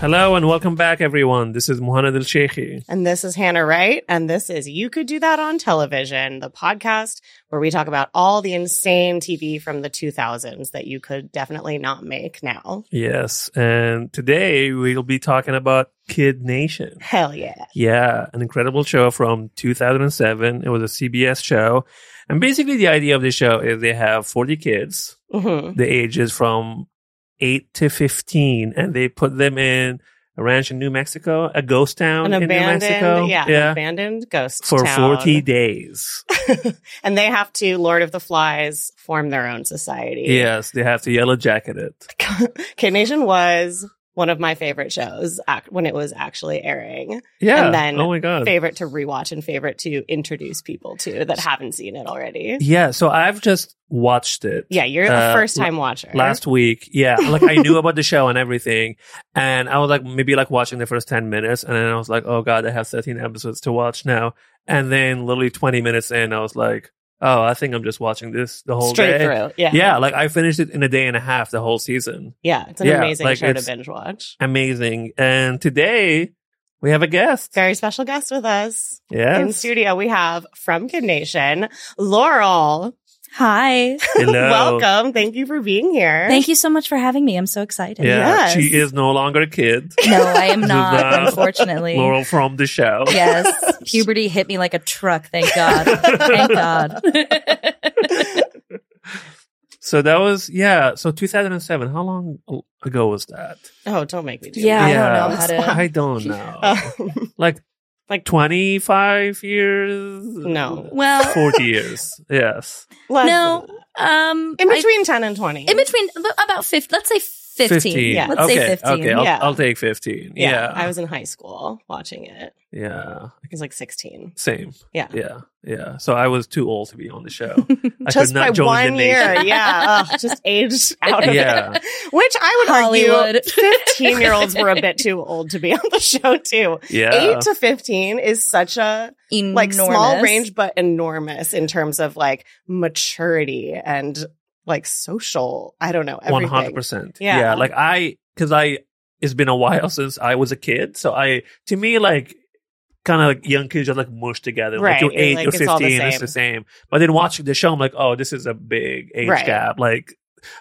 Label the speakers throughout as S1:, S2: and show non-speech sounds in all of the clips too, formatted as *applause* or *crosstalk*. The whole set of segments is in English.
S1: Hello and welcome back, everyone. This is Muhannad Al Sheikhi.
S2: And this is Hannah Wright. And this is You Could Do That on Television, the podcast where we talk about all the insane TV from the 2000s that you could definitely not make now.
S1: Yes, and today we'll be talking about Kid Nation.
S2: Hell yeah.
S1: Yeah, an incredible show from 2007. It was a CBS show. And basically, the idea of the show is they have 40 kids,
S2: hmm
S1: the ages from 8 to 15, and they put them in a ranch in New Mexico, a ghost town
S2: An
S1: in New Mexico.
S2: abandoned, yeah, an abandoned ghost
S1: For
S2: town.
S1: 40 *laughs* days.
S2: *laughs* and they have to, Lord of the Flies, form their own society.
S1: yes, they have to yellow jacket it.
S2: Kid Nation was one of my favorite shows ac- when it was actually airing.
S1: Yeah.
S2: And then
S1: oh my God.
S2: Favorite to rewatch and favorite to introduce people to that haven't seen it already.
S1: *laughs* Yeah, so I've just watched it
S2: Yeah, you're
S1: Uh,
S2: a first time watcher.
S1: last week. Yeah, like I knew about the show and everything, and I was like maybe like watching the first ten minutes, and then I was like, oh god, I have thirteen episodes to watch now. And then literally twenty minutes in, I was like, oh, I think I'm just watching this the whole
S2: straight
S1: day.
S2: through. Yeah.
S1: Yeah, like I finished it in a day and a half, the whole season.
S2: Yeah, It's an
S1: Yeah,
S2: amazing
S1: like,
S2: show to
S1: it's-
S2: binge watch.
S1: Amazing. And today we have a guest.
S2: Very special guest with us in
S1: Yes.
S2: studio. *laughs* We have from Kid Nation, Laurel.
S3: Hi.
S1: Hello.
S2: Welcome. Thank you for being here.
S3: Thank you so much for having me. I'm so excited.
S1: Yeah,
S2: Yes.
S1: she is no longer a kid.
S3: No, I am
S1: Wow.
S3: not, unfortunately.
S1: Laurel from the show.
S3: Yes. Puberty hit me like a truck. Thank God.
S1: *laughs*
S3: Thank God.
S1: So that was yeah. So 2007. How long ago was that?
S2: Oh, don't make me do
S3: Yeah,
S2: that.
S3: I don't know how to.
S1: I don't know. *laughs*
S2: *laughs* Um,
S1: like
S2: like-
S1: 25 years?
S2: No.
S3: Well,
S1: 40 years. Yes.
S2: less
S3: no.
S2: than that.
S3: Um,
S2: In
S3: I-
S2: between 10 and 20.
S3: in between, ab- about 50, let's say 15.
S2: Yeah.
S3: Let's
S1: okay.
S3: say 15.
S1: Okay. I'll,
S2: Yeah.
S1: I'll take 15.
S2: yeah,
S1: Yeah.
S2: I was in high school watching it.
S1: yeah.
S2: I was like 16.
S1: Same.
S2: Yeah.
S1: Yeah. Yeah. So I was too old to be on the
S2: *laughs*
S1: show. I
S2: just
S1: could not
S2: by
S1: join
S2: one
S1: the
S2: year.
S1: nation.
S2: Yeah. Ugh, just aged out of it.
S1: Yeah.
S2: Which I would argue
S3: Hollywood. *laughs*
S2: 15 year olds were a bit too old to be on the show, too.
S1: Yeah.
S2: 8 to 15 is such a
S3: *laughs* Enormous.
S2: like small range but enormous in terms of like maturity and like social i don't know
S1: One
S2: everything
S1: hundred percent.
S2: Yeah.
S1: Yeah. Like I, because I, it's been a while *laughs* since I was a kid, so I, to me, like, kind of like young kids are like mushed together.
S2: Right,
S1: Like you're eight,
S2: like,
S1: you're
S2: it's all the
S1: fifteen, it's the same. But then watching the show, I'm like, oh, this is a big age
S2: Right.
S1: gap. Like,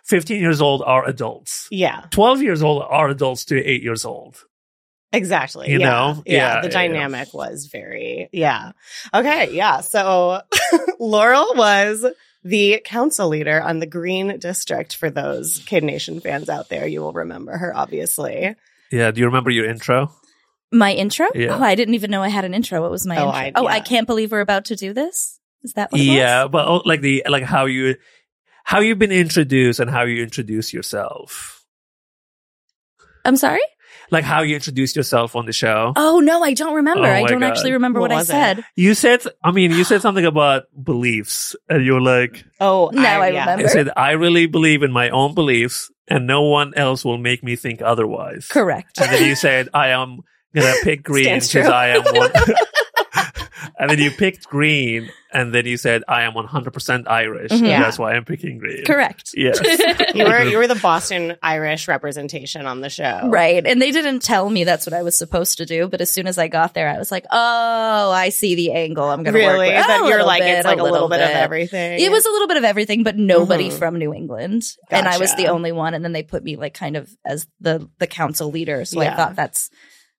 S1: fifteen years old are adults.
S2: yeah
S1: Twelve years old are adults to eight years old.
S2: exactly
S1: You
S2: yeah.
S1: know?
S2: yeah,
S1: Yeah,
S2: the
S1: yeah, yeah.
S2: dynamic was very yeah okay yeah so *laughs* laurel was the council leader on the green district for those kid nation fans out there you will remember her obviously
S1: Yeah. Do you remember your intro?
S3: My intro?
S1: Yeah.
S3: Oh, I didn't even know I had an intro. What was my
S2: Oh,
S3: intro?
S2: I-
S3: oh, I
S2: yeah.
S3: can't believe we're about to do this. Is that what it was?
S1: Yeah, but oh, like the like how you how you've been introduced and how you introduce yourself.
S3: I'm sorry?
S1: Like how you introduce yourself on the show.
S3: Oh, no, I don't remember.
S1: Oh,
S3: I
S1: my
S3: don't
S1: God.
S3: actually remember
S2: What
S3: what, I
S2: was it?
S3: said.
S1: You said, I mean, you said something about beliefs, and you're like,
S2: oh
S3: Now I remember.
S1: I said, I really believe in my own beliefs, and no one else will make me think otherwise. *laughs*
S3: Correct.
S1: And then you said, I am gonna
S2: *laughs*
S1: pick green
S2: Stands
S1: because
S2: true.
S1: I am
S2: *laughs*
S1: one. and then you picked green, and then you said, I am 100% Irish, and
S2: Mm-hmm. Yeah.
S1: that's why I'm picking green.
S3: Correct.
S1: Yes.
S3: *laughs*
S2: *laughs* you were you were the boston irish representation on the show
S3: Right. And they didn't tell me that's what I was supposed to do. But as soon as I got there, I was like, oh, I see the angle I'm going to work
S2: really
S3: with.
S2: that
S3: A
S2: you're
S3: little
S2: like
S3: bit,
S2: it's like a little, bit, of everything
S3: It was a little bit of everything, but nobody
S2: Mhm.
S3: from New England. And I was
S2: Gotcha.
S3: the only one. And then they put me like kind of as the, the council leader. So
S2: Yeah.
S3: I thought that's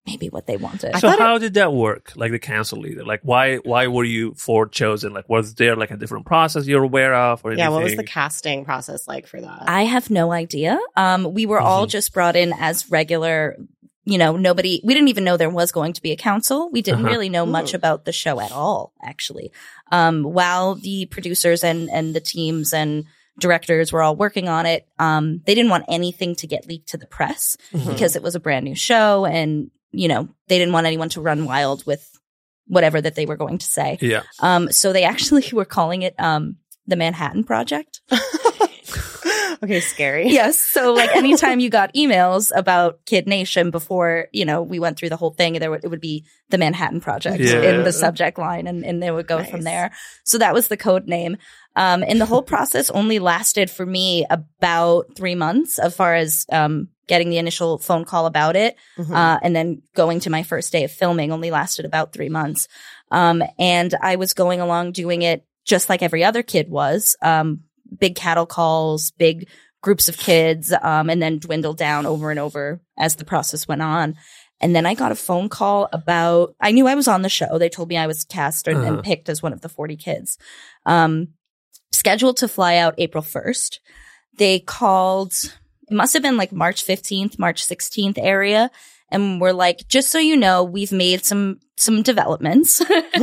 S3: maybe what they wanted.
S1: so
S2: thought it-
S1: how did that work? Like the council leader, like why why were you four chosen? Like was there like a different process you're aware of, or
S2: yeah what was the
S1: anything?
S2: casting process like for that
S3: I have no idea. Um, we were all just brought in as regular, you know, nobody, we didn't even know there was going to be a council. We didn't
S1: Uh-huh.
S3: really know much
S2: Ooh.
S3: about the show at all, actually. Um, while the producers and, and the teams and directors were all working on it, um, they didn't want anything to get leaked to the press
S1: Mhm.
S3: because it was a brand new show and, you know, they didn't want anyone to run wild with whatever that they were going to say.
S1: yeah.
S3: *laughs* Um, so they actually were calling it, um, the Manhattan Project.
S2: *gasps* Okay, scary.
S3: *laughs* yes. So like anytime you got emails about Kid Nation before, you know, we went through the whole thing, there would, it would be the Manhattan Project
S1: Yeah.
S3: in the subject line and, and they would go from
S2: Nice.
S3: there. So that was the code name. Um, and the whole process only lasted for me about three months as far as, um, getting the initial phone call about it.
S2: Mhm. *laughs*
S3: Uh, and then going to my first day of filming only lasted about three months. Um, and I was going along doing it just like every other kid was. Um, big cattle calls, big groups of kids, um, and then dwindled down over and over as the process went on. And then I got a phone call about, I knew I was on the show. They told me I was cast and,
S1: Uh-huh.
S3: and picked as one of the 40 kids. Um, scheduled to fly out April 1st. They called, it must have been like March 15th, March 16th area. And we're like, just so you know, we've made some, some developments *laughs*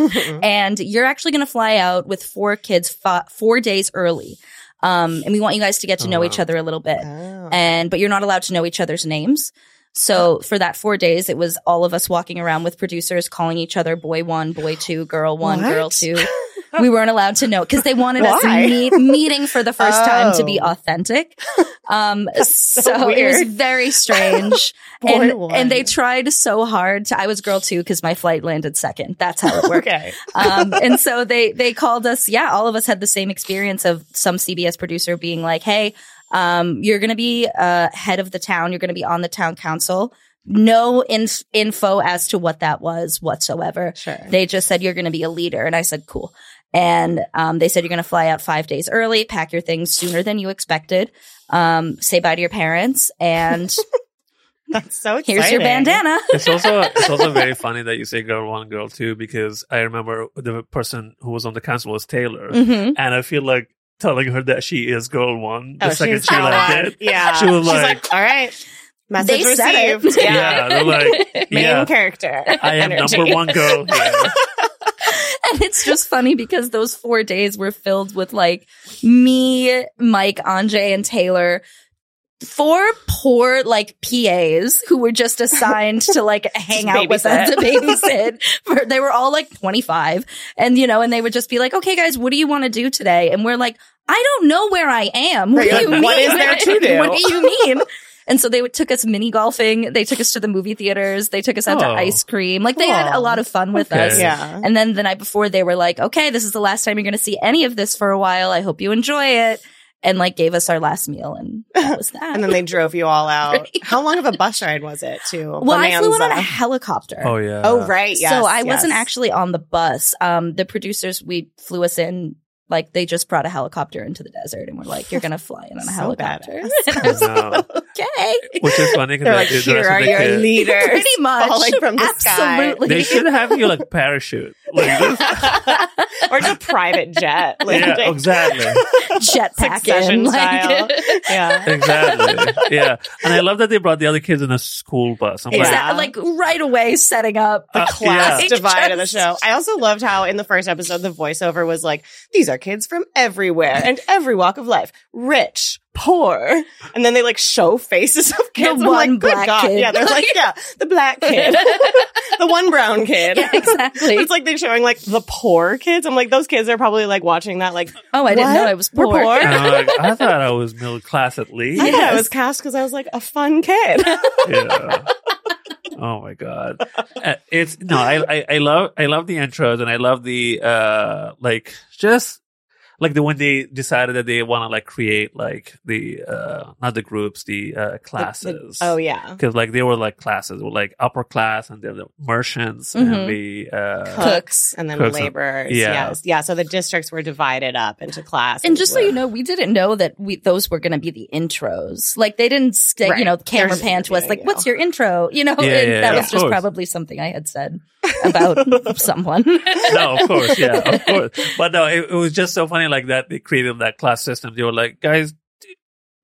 S3: and you're actually going to fly out with four kids fi- four days early. Um, and we want you guys to get to
S1: Oh,
S3: know
S1: wow.
S3: each other a little bit
S2: Oh.
S3: *laughs* and but you're not allowed to know each other's names. So for that four days, it was all of us walking around with producers calling each other boy one, boy two, girl one,
S2: What? *laughs*
S3: girl two. We weren't allowed to know because they wanted us
S2: Why?
S3: meet, meeting for the first time to be
S2: Oh. *laughs*
S3: authentic. Um, so, it
S2: weird.
S3: was very strange,
S2: *laughs* Boy
S3: and
S2: one.
S3: and they tried so hard. To, I was girl two because my flight landed second. That's how it
S2: *laughs*
S3: worked *laughs*
S2: okay.
S3: um, and so they they called us. Yeah, all of us had the same experience of some CBS producer being like, "Hey, um, you're going to be uh, head of the town. You're going to be on the town council." No inf- info as to what that was whatsoever.
S2: Sure.
S3: They just said you're going to be a leader, and I said, "Cool." And um, they said you're going to fly out five days early, pack your things sooner than you expected, um, say bye to your parents, and *laughs*
S2: That's so exciting.
S3: here's your bandana.
S1: it's also it's also very funny that you say girl one, girl two because I remember the person who was on the council was Taylor,
S2: Mm-hmm.
S3: Mhm.
S1: and I feel like telling her that she is girl one the
S2: Oh,
S1: second
S2: she's
S1: she
S2: not
S1: like
S2: on.
S1: did.
S2: Yeah.
S1: She was
S2: She's
S1: like-
S2: all right. Message
S3: They said it. *laughs*
S2: received. Yeah.
S1: Yeah, they're like,
S2: Main
S1: yeah,
S2: character.
S1: I am
S2: energy.
S1: number one girl. Yeah.
S3: *laughs* and it's just funny because those four days were filled with like me, Mike, Anjay, and Taylor. Four poor like PAs who were just assigned to
S2: *laughs*
S3: like hang out with us to
S2: babysit.
S3: babysit. *laughs* For- they were all like 25 and you know, and they would just be like, okay guys, what do you want to do today? And we're like, I don't know where I am. What do
S2: Right,
S3: you mean?
S2: like, what is there
S3: *laughs*
S2: to do?
S3: what do you mean? And so they would- took us mini golfing. They took us to the movie theaters. They took us out
S1: Oh.
S3: to ice cream. Like they had a
S2: Cool.
S3: lot of fun with
S1: Okay.
S2: *laughs*
S3: us.
S2: Yeah.
S3: And then the night before, they were like, okay, this is the last time you're going to see any of this for a while. I hope you enjoy it. And like gave us our last meal. And that was
S2: *laughs*
S3: that.
S2: And then they drove you all out.
S3: *laughs* Right.
S2: How long of a bus ride was it to?
S3: well, I flew in on
S2: Bonanza?
S3: a helicopter.
S1: Oh yeah.
S2: Oh, right. Yes,
S3: so I
S2: yes.
S3: wasn't actually on the bus. Um, the producers, we flew us in, like they just brought a helicopter into the desert and we're like, you're going to fly in on
S2: *laughs* So
S3: a helicopter.
S2: badass.
S3: And *laughs* I was like,
S1: No.
S3: okay.
S1: Which is funny
S2: They're like,
S1: because the
S2: here
S1: rest
S2: are
S1: of the
S2: your
S1: kids-
S2: *laughs* leaders.
S3: Pretty much.
S2: falling from the sky.
S3: Absolutely.
S1: they
S3: *laughs*
S1: should have you like parachute.
S2: *laughs*
S1: Like this.
S2: *laughs* or just private jet.
S1: *laughs* yeah,
S2: landing.
S1: exactly.
S3: Jetpack in.
S2: Succession style.
S3: *laughs* Like,
S2: yeah.
S1: Exactly.
S2: *laughs*
S1: Yeah. And I love that they brought the other kids in a school bus. I'm
S2: Yeah.
S1: like,
S3: Exactly. Like right away setting up *laughs*
S1: uh,
S2: class
S1: yeah.
S2: divide of the
S3: Just-
S2: show. I also loved how in the first episode the voiceover was like, "These are kids from everywhere and every walk of life, rich, poor," and then they like show faces of kids. I'm
S3: one
S2: like, "Good
S3: black
S2: God."
S3: kid.
S2: Yeah, they're
S3: *laughs*
S2: like, "Yeah, the black kid, the one brown kid." *laughs*
S3: exactly.
S2: It's like they're showing like the poor kids. I'm like, those kids are probably like watching that. Like,
S3: Oh, I didn't
S2: What?
S3: know I was
S2: We're
S3: poor.
S2: poor?
S1: And I'm like, I thought I was middle class
S2: *laughs*
S1: at least.
S2: I thought
S3: Yes.
S2: it was cast because I was like a fun kid.
S1: yeah. Oh my god. Uh, It's no, I, I I love I love the intros and I love the uh like just like the when they decided that they want to like create like the uh not the groups the uh classes.
S2: oh yeah,
S1: Because like they were like classes, were like upper class and they're the merchants
S3: Mhm.
S1: and the uh,
S3: Cooks.
S2: and then
S1: Cooks and-
S2: laborers.
S1: yeah.
S2: Yes, yeah. So the districts were divided up into classes.
S3: And just so
S2: where-
S3: you know, we didn't know that we those were going to be the intros. Like they didn't, st- you
S2: Right.
S3: know, camera
S2: There's-
S3: pan to us.
S2: yeah,
S3: Like,
S2: yeah.
S3: what's your intro? You know,
S1: Yeah,
S3: and
S1: yeah,
S3: that
S1: yeah,
S3: was
S1: of
S3: just
S1: course.
S3: probably something I had said
S2: *laughs*
S3: about someone.
S1: *laughs* no, of course, yeah, of course. But no, it, it was just so funny like that they created that class system. They were like, guys, d-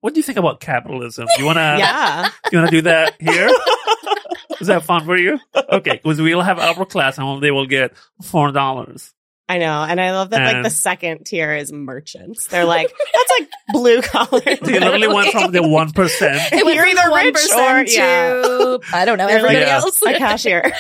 S1: what do you think about capitalism? You wanna
S2: yeah.
S1: you wanna do that here? Is that fun for you? Okay, because we'll have upper class and they will get four dollars.
S2: I know, and I love that like
S1: And-
S2: the second tier is merchants. They're like that's like blue collar.
S1: *laughs* They
S2: *laughs*
S1: literally went from the one percent.
S3: It went
S2: You're
S3: from
S2: either rich
S3: 1%
S2: or- yeah.
S3: to, I don't know, *laughs*
S2: You're like
S3: everybody
S1: Yeah.
S3: else.
S2: a cashier.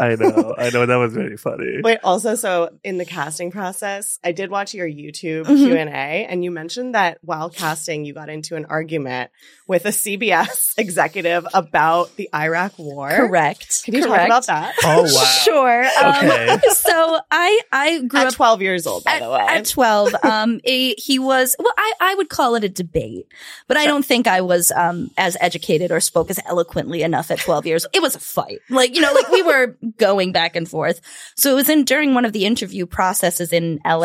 S1: I know, I know. That was very funny.
S2: Wait, also, so in the casting process, I did watch your YouTube
S3: Mhm.
S2: Q and A, and you mentioned that while casting, you got into an argument with a CBS *laughs* executive about the Iraq War.
S3: Correct.
S2: Can you
S3: Correct.
S2: talk about that?
S1: Oh wow.
S3: Sure. Um,
S1: Okay.
S3: So I I grew
S2: At
S3: up
S2: 12 years old, by
S3: at,
S2: the way.
S3: at 12 um *laughs* a- he was well I, I would call it a debate but i don't think i was um as educated or spoke as eloquently enough at 12 years it was a fight like you know like we were
S2: *laughs*
S3: going back and forth so it was in during one of the interview processes in la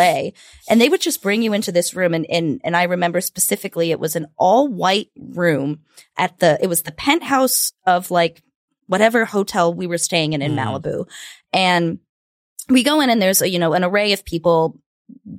S3: and they would just bring you into this room and and, and i remember specifically it was an all white room at the it was the penthouse of like whatever hotel we were staying in in
S1: Mhm.
S2: Mm.
S3: malibu and we go in and there's a, you know an array of people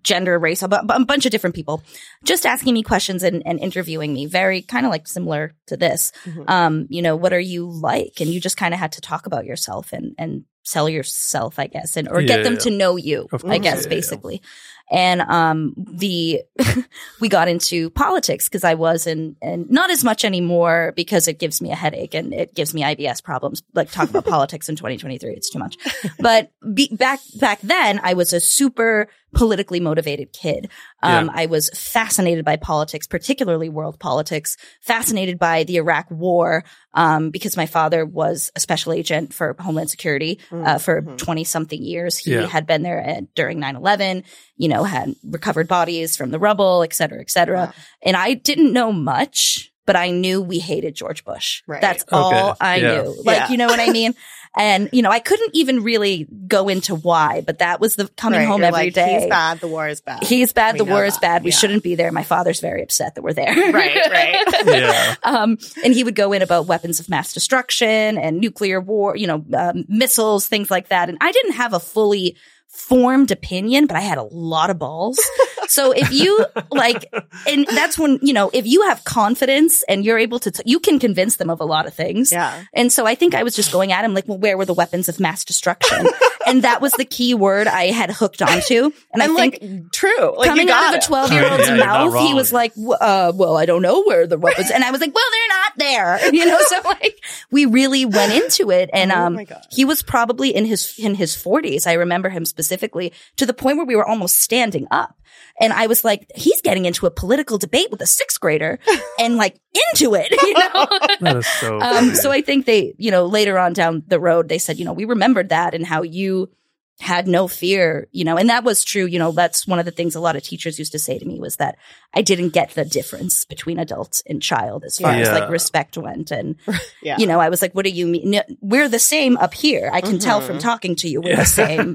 S3: gender race a, bu- a bunch of different people just asking me questions and, and interviewing me very kind of like similar to this
S2: Mhm.
S3: um you know what are you like and you just kind of had to talk about yourself and and sell yourself i guess and or
S1: Yeah,
S3: get them
S1: yeah.
S3: to know you
S1: Of
S3: i
S1: course,
S3: guess
S1: yeah, yeah.
S3: basically and um the *laughs* we got into politics because i was in and not as much anymore because it gives me a headache and it gives me ibs problems like talk about politics in 2023 it's too much but be, back back then i was a super politically motivated kid um, i was fascinated by politics particularly world politics fascinated by the iraq war um, because my father was a special agent for homeland security uh, for
S2: Mhm.
S3: 20 something years. He
S1: Yeah.
S3: had been there at, during 9 11, you know, had recovered bodies from the rubble, et cetera, et cetera.
S2: Wow.
S3: And I didn't know much, but I knew we hated George Bush.
S2: Right.
S3: That's
S1: Okay.
S3: all I
S1: Yeah.
S3: knew. Like,
S2: Yeah.
S3: you know what
S2: *laughs*
S3: I mean? And, you know, I couldn't even really go into why, but that was the coming
S2: Right,
S3: home
S2: you're
S3: every
S2: like,
S3: day.
S2: He's bad. The war is bad.
S3: He's bad.
S2: We
S3: the
S2: know
S3: war is
S2: that.
S3: bad. We
S2: Yeah.
S3: shouldn't be there. My father's very upset that we're there.
S2: Right,
S3: *laughs*
S2: right.
S1: Yeah.
S3: Um, and he would go in about weapons of mass destruction and nuclear war, you know, um, missiles, things like that. And I didn't have a fully formed opinion, but I had a lot
S2: *laughs*
S3: of balls. so if you like, and that's when, you know, if you have confidence and you're able to, t- you can convince them of a lot of things.
S2: yeah.
S3: And so I think I was just going at him like, well, where were the weapons of mass destruction? and that was the key word I had hooked onto. And, I
S2: And,
S3: think
S2: like, true. Like,
S3: coming
S2: you got
S3: out of a
S2: it.
S3: 12 year old's
S1: Yeah, you're not
S3: mouth, he
S1: wrong.
S3: was like, w- uh, well, I don't know where the weapons. And I was like, well, they're not there. *laughs* You know, so like we really went into it. And,
S2: Oh
S3: um,
S2: my God.
S3: he was probably in his, in his forties. I remember him specifically to the point where we were almost standing up. And I was like, he's getting into a political debate with a sixth grader and like into it, *laughs* you know?
S1: That is so.
S3: Um, so
S1: funny.
S3: I think they, you know, later on down the road, they said, you know, we remembered that and how you had no fear, you know, and that was true. You know, that's one of the things a lot of teachers used to say to me was that I didn't get the difference between adult and child as far as
S1: Yeah.
S3: like respect went. And,
S2: Yeah. *laughs*
S3: you know, I was like, what do you mean? No, We're the same up here. I can tell from
S2: Mhm.
S3: talking to you, we're
S1: Yeah.
S3: the same,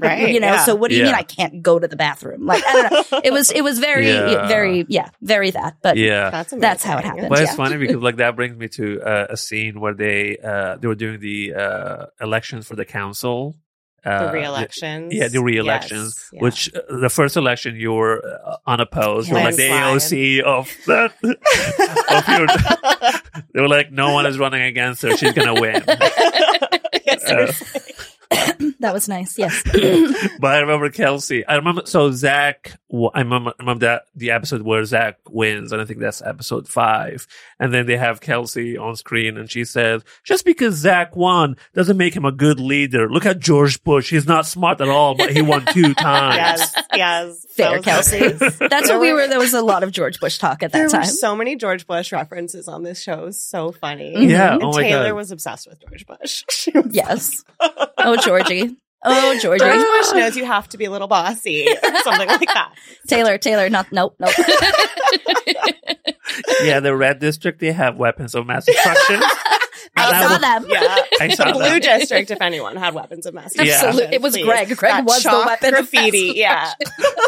S2: *laughs* Right,
S3: You know,
S2: yeah.
S3: so what do you mean
S1: Yeah.
S3: I can't go to the bathroom? Like,
S2: *laughs*
S3: I don't know. It was, it was very,
S1: Yeah.
S3: very, yeah, very that, but
S1: yeah.
S2: That's,
S3: That's how it
S2: amazing.
S3: happened.
S1: But
S3: yeah.
S1: it's funny because like that brings me to uh, a scene where they uh, they were doing the uh, elections for the council. Uh,
S2: the re-elections.
S1: Yeah, the re-elections,
S2: Yes, *laughs* yeah.
S1: which uh, the first election you were uh, unopposed. You were like the
S2: Landslide.
S1: AOC of that. *laughs* of your, they were like, no one is running against her. She's gonna
S2: *laughs*
S1: win.
S2: Yes,
S1: Uh,
S3: that was nice. Yes.
S1: but I remember Kelsey. I remember so Zach. w- I remember, I remember that the episode where Zach wins, and I think that's episode five. And then they have Kelsey on screen, and she says, "Just because Zach won doesn't make him a good leader. Look at George Bush. He's not smart at all, but he won two times."
S2: *laughs* yes, yes.
S3: Fair,
S2: That
S1: *laughs*
S2: was
S3: Kelsey.
S2: amazing.
S3: That's
S2: There
S3: what we
S2: were-
S3: were. There was a lot of George Bush talk at
S2: There
S3: that
S2: were
S3: time.
S2: so many George Bush references on this show. It was so funny.
S3: Mhm.
S1: Yeah.
S2: And
S1: Oh my
S2: Mm-hmm. Taylor
S1: god.
S2: was obsessed with George Bush. *laughs* She was-
S3: yes. Oh, Georgie. Oh,
S2: *laughs*
S3: Georgie.
S2: George Bush knows you have to be a little bossy, or something like
S3: *laughs*
S2: that.
S3: Taylor, Taylor, not, nope, nope.
S1: yeah, the red district they have weapons of mass
S3: *laughs*
S1: destruction. And
S3: I saw
S1: was-
S3: them.
S2: Yeah.
S1: I
S2: The
S1: saw
S2: blue *laughs*
S1: that.
S2: district, if anyone had weapons of mass
S1: Yeah.
S2: destruction,
S3: Absolute- it was
S2: please.
S3: Greg. Greg
S2: That
S3: was the
S2: chalk
S3: weapon of mass
S2: graffiti. yeah.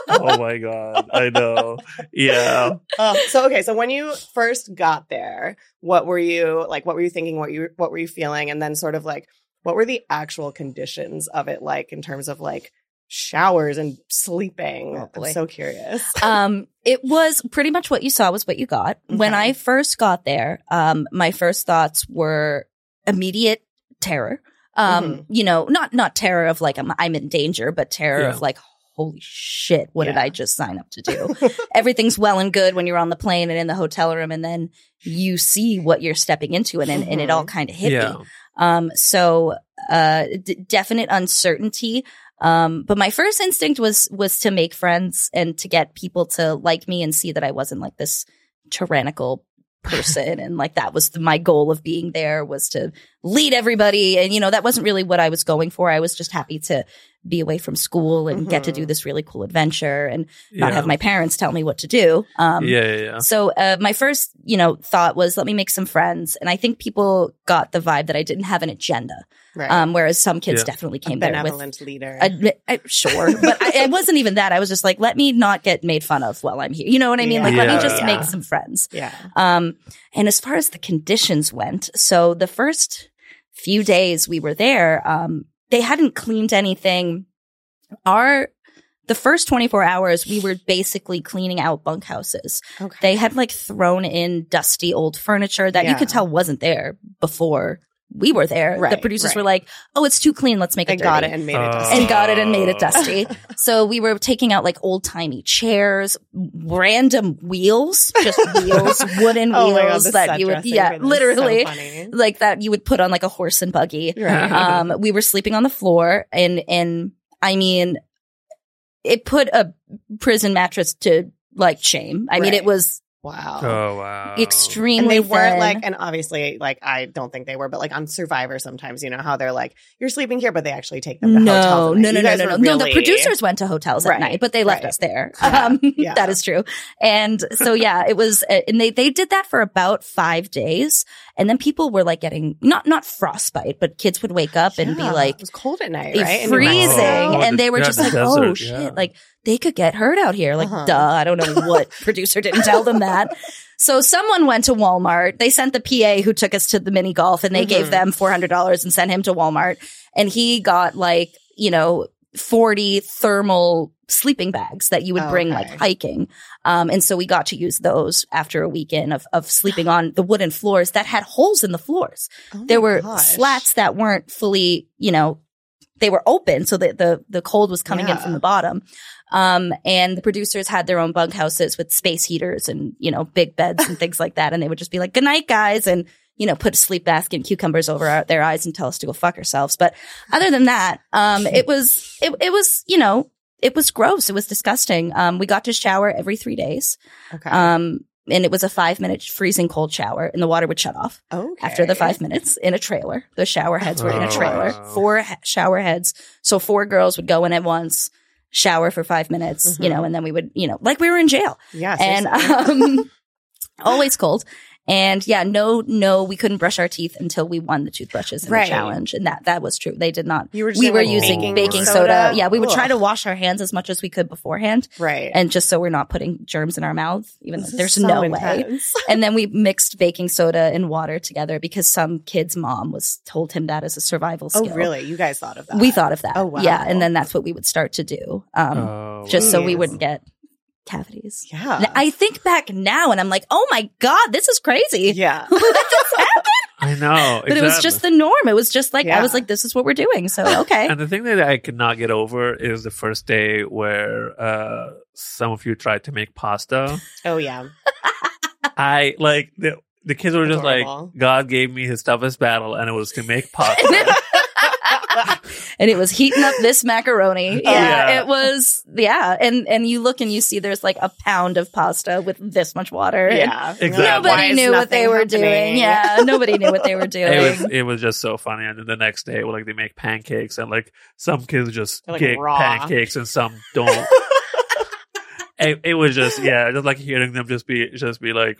S1: Oh my god, I know.
S3: *laughs*
S1: Yeah.
S2: *laughs* Oh, so okay, so when you first got there, what were you like? What were you thinking? What you what were you feeling? And then sort of like, what were the actual conditions of it like in terms of like showers and sleeping?
S3: Oh, boy.
S2: I'm so
S3: *laughs*
S2: curious.
S3: Um, it was pretty much what you saw was what you got. When
S2: Okay.
S3: I first got there, um, my first thoughts were immediate terror. Um,
S2: Mhm.
S3: you know, not not terror of like I'm I'm in danger, but terror
S1: Yeah.
S3: of like holy shit, what did
S2: Yeah.
S3: I just sign up to do?
S2: *laughs*
S3: Everything's well and good when you're on the plane and in the hotel room, and
S2: Mm-hmm.
S3: then you see what you're stepping into, and and, and it all kind of hit me.
S1: yeah.
S3: Um, so uh, d- definite uncertainty. Um, but my first instinct was was to make friends and to get people to like me and see that I wasn't like this tyrannical person and like that was the, my goal of being there was to lead everybody and you know that wasn't really what I was going for I was just happy to be away from school and get to do
S2: Mhm.
S3: this really cool adventure and not
S1: yeah.
S3: have my parents tell me what to do um
S1: yeah, yeah, yeah.
S3: so uh, my first, you know, thought was let me make some friends, and I think people got the vibe that I didn't have an agenda.
S2: Right.
S3: Um, whereas some kids
S1: Yeah.
S3: definitely
S2: a
S3: came there with,
S2: benevolent leader.
S3: a, I, sure, but I, it wasn't even that. I was just like, let me not get made fun of while I'm here. You know what I mean? Like, let
S1: Yeah.
S3: me just
S2: Yeah.
S3: make some friends.
S2: yeah.
S3: Um, and as far as the conditions went, so the first few days we were there, um, they hadn't cleaned anything. Our the first 24 hours, we were basically cleaning out bunkhouses.
S2: Okay.
S3: They had like thrown in dusty old furniture that you
S2: Yeah.
S3: could tell wasn't there before we were there. the
S2: Right,
S3: producers
S2: right.
S3: were like, "Oh, it's too clean. Let's make it
S2: and got it
S3: dirty."
S2: and made it
S1: Uh,
S2: dusty.
S3: And got it and made
S2: *laughs*
S3: it dusty. so we were taking out like old timey chairs, random wheels, just
S2: *laughs*
S3: wheels, wooden
S2: oh my God,
S3: wheels
S2: the
S3: that you would,
S2: sundressing
S3: yeah,
S2: for this is so
S3: literally
S2: funny.
S3: *laughs* like that you would put on like a horse and buggy.
S2: Right.
S3: Um, we were sleeping on the floor, and and I mean, it put a prison mattress to like shame. I mean,
S2: Right.
S3: it was
S2: wow.
S1: oh wow.
S2: and
S3: extremely
S2: they weren't
S3: thin.
S2: like, and obviously, like I don't think they were, but like on Survivor, sometimes you know how they're like, "You're sleeping here," but they actually take them to
S3: no, no,
S2: hotels.
S3: no, no, no, no, no. The producers went to hotels
S2: Right,
S3: at night, but they left
S2: right.
S3: us there.
S2: *laughs* Yeah,
S3: Um, *laughs*
S2: yeah.
S3: That is true. And so, yeah, it was, uh, and they they did that for about five days, and then people were like getting not not frostbite, but kids would wake up and be like
S2: it was cold at night,
S3: it
S2: right? And you were like,
S3: freezing,
S1: Oh,
S2: "Oh."
S3: and
S1: the-
S3: they were
S1: yeah,
S3: just
S1: the
S3: like, "Oh
S1: desert,
S3: shit!"
S1: yeah.
S3: Like they could get hurt out here. Like,
S2: Uh-huh.
S3: duh, I don't
S2: *laughs*
S3: know what producer didn't tell them that. So someone went to Walmart. They sent the PA who took us to the mini golf, and they
S2: Mhm.
S3: gave them four hundred dollars and sent him to Walmart, and he got like you know. 40 thermal sleeping bags that you would bring like
S2: Okay.
S3: hiking. Um, and so we got to use those after a weekend of, of sleeping on the wooden floors that had holes in the floors
S2: Oh my
S3: there were
S2: gosh.
S3: slats that weren't fully, you know, they were open so that the the cold was coming
S2: Yeah.
S3: in from the bottom. Um, and the producers had their own bunkhouses with space heaters and you know big beds
S2: *laughs*
S3: and things like that, and they would just be like, "Good night, guys," and you know put a sleep mask and cucumbers over our, their eyes and tell us to go fuck ourselves. But other than that,
S2: *laughs*
S3: um, it was it it was you know it was gross. It was disgusting. Um, we got to shower every three days.
S2: Okay.
S3: Um. And it was a five minute freezing cold shower and the water would shut off
S2: okay.
S3: after the five minutes in a trailer. The shower heads were in
S2: Oh,
S3: a trailer.
S1: wow.
S3: Four he- shower heads. So four girls would go in at once, shower for five minutes, you
S2: Mhm.
S3: know, and then we would, you know, like we were in jail.
S2: Yes.
S3: And um,
S2: *laughs*
S3: always cold. And yeah, no, no, we couldn't brush our teeth until we won the toothbrushes in the
S2: Right.
S3: challenge. And that that was true. They did not.
S2: you were just
S3: We
S2: doing,
S3: were
S2: like,
S3: using
S1: baking
S3: baking, soda.
S1: soda?
S3: Yeah, we would try
S2: Ugh.
S3: to wash our hands as much as we could beforehand,
S2: right.
S3: and just so we're not putting germs in our mouths. Even though
S2: This is
S3: there's
S2: so
S3: no way.
S2: intense.
S3: And then we mixed baking soda and water together because some kid's mom was told him that as a survival
S2: Oh,
S3: skill.
S2: really? You guys thought of that?
S3: We thought of that.
S2: Oh, wow.
S3: Yeah, and then that's what we would start to do, um,
S1: Oh,
S3: just so we
S2: geez.
S3: wouldn't get cavities.
S2: Yeah.
S3: And I think back now, and I'm like, oh my god, this is crazy. *laughs*
S2: yeah.
S1: I know.
S3: But it was
S1: exactly.
S3: just the norm. It was just like I was
S2: Yeah.
S3: like, this is what we're
S2: *laughs*
S3: doing. So okay,
S1: And the thing that I could not get over is the first day where uh, some of you tried to make
S3: *laughs*
S1: pasta.
S2: Oh, yeah.
S1: I like the the kids were just
S2: Adorable.
S1: like God gave me his toughest battle, and it was to
S3: *laughs*
S1: make pasta.
S3: and it was heating up this macaroni. Yeah,
S1: Oh, Yeah.
S3: it was. Yeah, and and you look and you see there's like a pound of pasta with this much water. And
S2: Yeah.
S1: Exactly. Why
S3: Nobody knew what they were doing. Yeah, nobody knew what they
S2: *laughs*
S3: were doing.
S1: it was it was just so funny. And then the next day, like they make pancakes, and like some kids just
S2: They're, like,
S1: get
S2: raw.
S1: pancakes, and some don't. it, it was just yeah, just like hearing them just be just be like,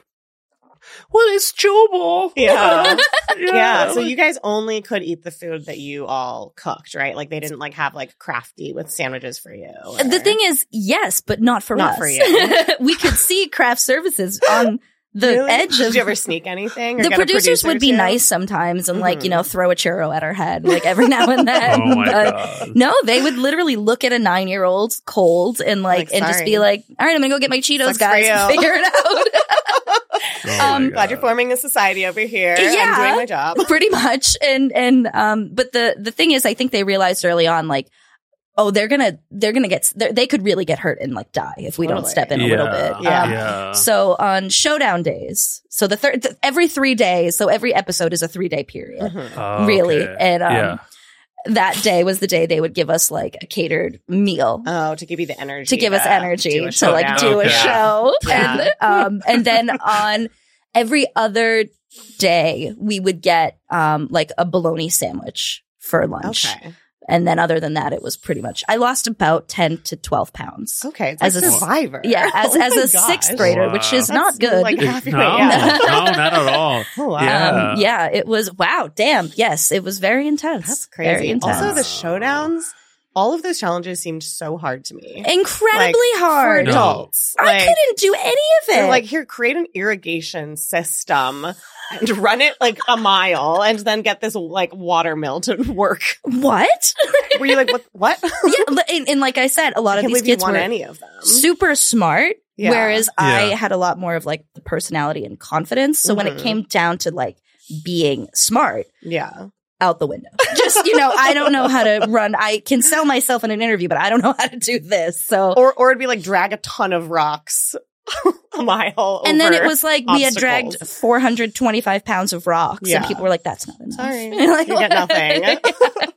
S1: "Well, it's chewable."
S2: *laughs* Yeah.
S1: yeah.
S2: Yeah. So you guys only could eat the food that you all cooked, right? Like they didn't like have like crafty with sandwiches for you. or-
S3: the thing is, yes, but not for
S2: Not
S3: us.
S2: for you.
S3: *laughs* we could see craft services on the
S2: Really?
S3: edge of
S2: Did you ever sneak anything? or
S3: the
S2: get a
S3: producers
S2: producer Mm-hmm.
S3: would be
S2: to?
S3: nice sometimes and like you know throw a churro at our head like every now
S2: *laughs*
S3: and *laughs* then.
S1: oh my
S3: but
S1: god.
S3: No, they would literally look at a nine year old cold and like,
S2: Like,
S3: and just be
S2: sorry.
S3: like, all right, I'm gonna go get my Cheetos,
S2: Sucks for
S3: guys, and
S2: you. *laughs*
S3: figure it
S1: Oh my
S3: um,
S2: Glad you're
S1: God.
S2: forming a society over here. I'm
S3: Yeah.
S2: doing my job.
S3: out *laughs* pretty much. And, and, um, but the, the thing is, I think they realized early on, like, oh, they're gonna, they're gonna get, they're, they could really get hurt and like die if we don't
S2: Totally.
S3: step in a little bit.
S2: Yeah.
S3: Um,
S1: yeah.
S3: So on showdown days, so the third, th- every three days, so every episode is a three day period,
S2: Mhm.
S1: Oh,
S3: really.
S1: okay.
S3: *laughs* And, um,
S1: yeah.
S3: that day was the day they would give us like a catered meal
S2: Oh, to give you the energy.
S3: to give us energy to
S1: show.
S3: like do a
S1: Okay.
S3: show.
S2: *laughs* Yeah.
S3: And um and then on every other day we would get um like a bologna sandwich for lunch.
S2: Okay.
S3: And then other than that it was pretty much I lost about 10 to 12 pounds.
S2: Okay. It's
S3: As
S2: like
S3: a s-
S2: survivor. *laughs*
S3: Yeah, as
S2: Oh
S3: as
S2: my
S3: a
S2: gosh.
S3: 6th grader, which
S1: Wow.
S3: is not
S2: That's
S3: good.
S2: Like halfway.
S1: no,
S2: Yeah.
S1: no, not at all.
S2: Oh, wow.
S1: Yeah.
S3: Um, yeah, it was wow, damn. Yes, it was very intense.
S2: That's
S3: Very
S2: crazy.
S3: intense.
S2: Also, the showdowns, all of those challenges seemed so hard to me.
S3: incredibly
S2: Like,
S3: hard.
S2: For
S1: No.
S2: adults.
S3: I
S2: Like,
S3: couldn't do any of it.
S2: they're like, here, create an irrigation system and run it like a mile and then get this like water mill to *laughs* work. *laughs*
S3: what?
S2: Were you like, what? What?
S3: *laughs* yeah, li- and, and like I said, a
S2: I
S3: lot of
S2: can't
S3: these
S2: believe you
S3: kids
S2: won
S3: were
S2: any of them.
S3: super smart,
S2: Um, Yeah.
S3: whereas I
S1: Yeah.
S3: had a lot more of like the personality and confidence. So when it
S2: Mhm.
S3: came down to like being smart,
S2: yeah.
S3: out the window. Just you know, I don't know how to run. I can sell myself in an interview, but I don't know how to do this. So.
S2: Or, or it'd be like drag a ton of rocks *laughs* a mile.
S3: and then it
S2: over.
S3: was like we had dragged
S2: obstacles.
S3: 425 pounds of rocks, and
S2: Yeah.
S3: people were like, "That's not
S2: *laughs*
S3: enough." *laughs*
S2: Sorry.
S3: Like,
S2: You get nothing.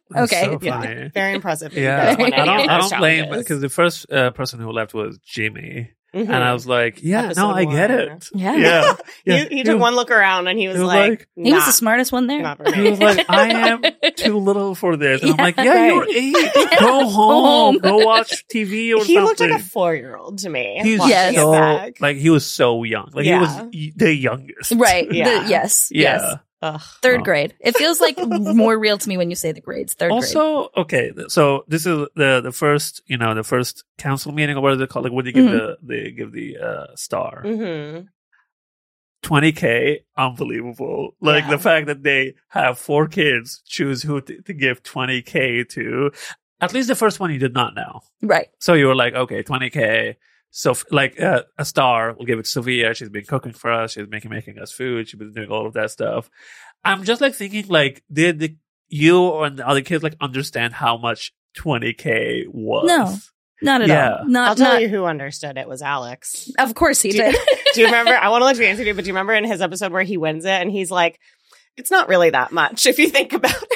S1: That's
S3: Okay.
S1: so
S2: Yeah.
S1: funny.
S2: Very impressive. that you
S1: Yeah,
S2: guys won
S1: I
S2: any of
S1: don't, I
S2: those
S1: don't blame
S2: challenges.
S1: because the first uh, person who left was Jimmy,
S2: Mhm.
S1: and I was like, "Yeah, no,
S2: Episode
S1: I get
S2: one.
S1: it."
S3: yeah.
S1: Yeah, yeah.
S2: He, he took one look around and he was,
S1: was
S2: like,
S1: like-
S3: He was
S2: "Nah,
S3: the smartest one there.
S2: not for
S1: He was
S2: me."
S1: like, "I
S2: *laughs*
S1: am too little for this," and I'm like, "Yeah,
S2: Right.
S1: you're
S2: *laughs*
S1: eight. Go home. Go watch TV or
S2: he
S1: something."
S2: looked like a four year old to me.
S1: He's
S2: watching
S3: Yes.
S2: it
S1: so
S2: back.
S1: like he was so young. Like he
S2: Yeah.
S1: was y- the youngest. *laughs*
S3: Right. The-
S2: Yeah.
S3: yes.
S1: Yeah.
S3: Yes.
S2: Ugh.
S3: Third
S1: Oh.
S3: grade. It feels like more real to me when you say the grades. Third grade.
S1: also, okay. th- So this is the the first, you know, the first council meeting or what is it called? Like, what do you give
S2: Mm.
S1: the the give the uh, star?
S2: Mhm.
S1: 20k unbelievable like
S2: Yeah.
S1: the fact that they have four kids choose who t- to give 20k to at least the first one you did not know
S3: Right.
S1: so you were like okay 20k so f- like uh, a star will give it to sophia she's been cooking for us she's making making us food she's been doing all of that stuff i'm just like thinking like did the, you and the other kids like understand how much 20k was
S3: No. Not at
S1: Yeah.
S3: all.
S2: I'll
S3: Not,
S2: tell
S3: not
S2: you who understood it was Alex.
S3: of course he
S2: Do you-
S3: did.
S2: Do you remember? I want to let you answer it, but do you remember in his episode where he wins it and he's like, it's not really that much if you think about it.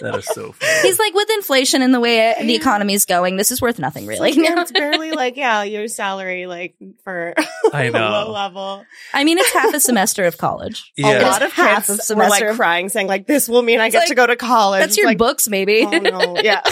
S1: that is so funny
S3: *laughs* He's like, with inflation and the way the economy is going, this is worth nothing *laughs* really.
S2: Like, yeah, it's barely like, yeah, your salary, like for *laughs*
S1: i
S2: a low
S1: know
S2: level.
S3: I mean, it's half a semester
S2: *laughs*
S3: of college.
S2: A
S1: yeah
S2: lot of
S3: Half
S2: kids
S3: of
S2: were like
S3: semester.
S2: crying, saying like, this will mean I
S3: It's
S2: get
S3: like,
S2: to go to college.
S3: That's your
S2: It's like,
S3: books, maybe.
S2: Oh, no. Yeah.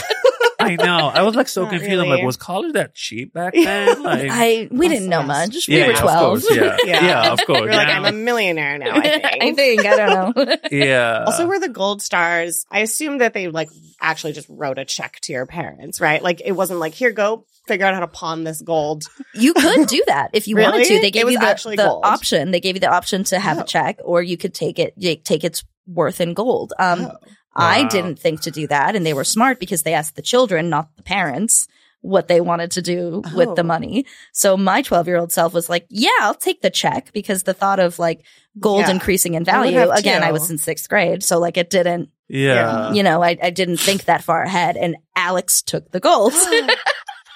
S1: i know i was like so
S2: Not
S1: confused i'm
S2: really.
S1: like was college that cheap back
S2: *laughs* Yeah.
S1: then like
S3: I we
S2: That's
S3: didn't know
S2: the
S3: much.
S2: best.
S3: we were
S1: of
S3: twelve.
S1: course, yeah.
S2: *laughs* Yeah.
S1: yeah, of course.
S2: We're like,
S1: yeah.
S2: I'm a millionaire
S3: *laughs*
S2: now, I think.
S3: I think I don't know.
S1: yeah.
S2: Also, were the gold stars? I assume that they like actually just wrote a check to your parents, right? Like it wasn't like here, go figure out how to pawn this gold.
S3: You could do that if you wanted
S2: Really?
S3: to. They
S2: It
S3: gave
S2: was
S3: you the,
S2: actually
S3: the
S2: gold.
S3: option. They gave you the option to have
S2: Oh.
S3: a check, or you could take it y- take its worth in gold. Um,
S2: Oh.
S3: I
S1: Wow.
S3: didn't think to do that, and they were smart because they asked the children, not the parents, what they wanted to do with
S2: Oh.
S3: the money. So my twelve year old self was like, "Yeah, I'll take the check," because the thought of like gold
S2: Yeah.
S3: increasing in
S2: I would
S3: value.
S2: have
S3: again, I
S2: too. Uh.
S3: was in sixth grade, so like it didn't.
S1: yeah.
S3: you know, I, I didn't think that far ahead. And Alex took the gold,
S2: *laughs*
S3: *laughs*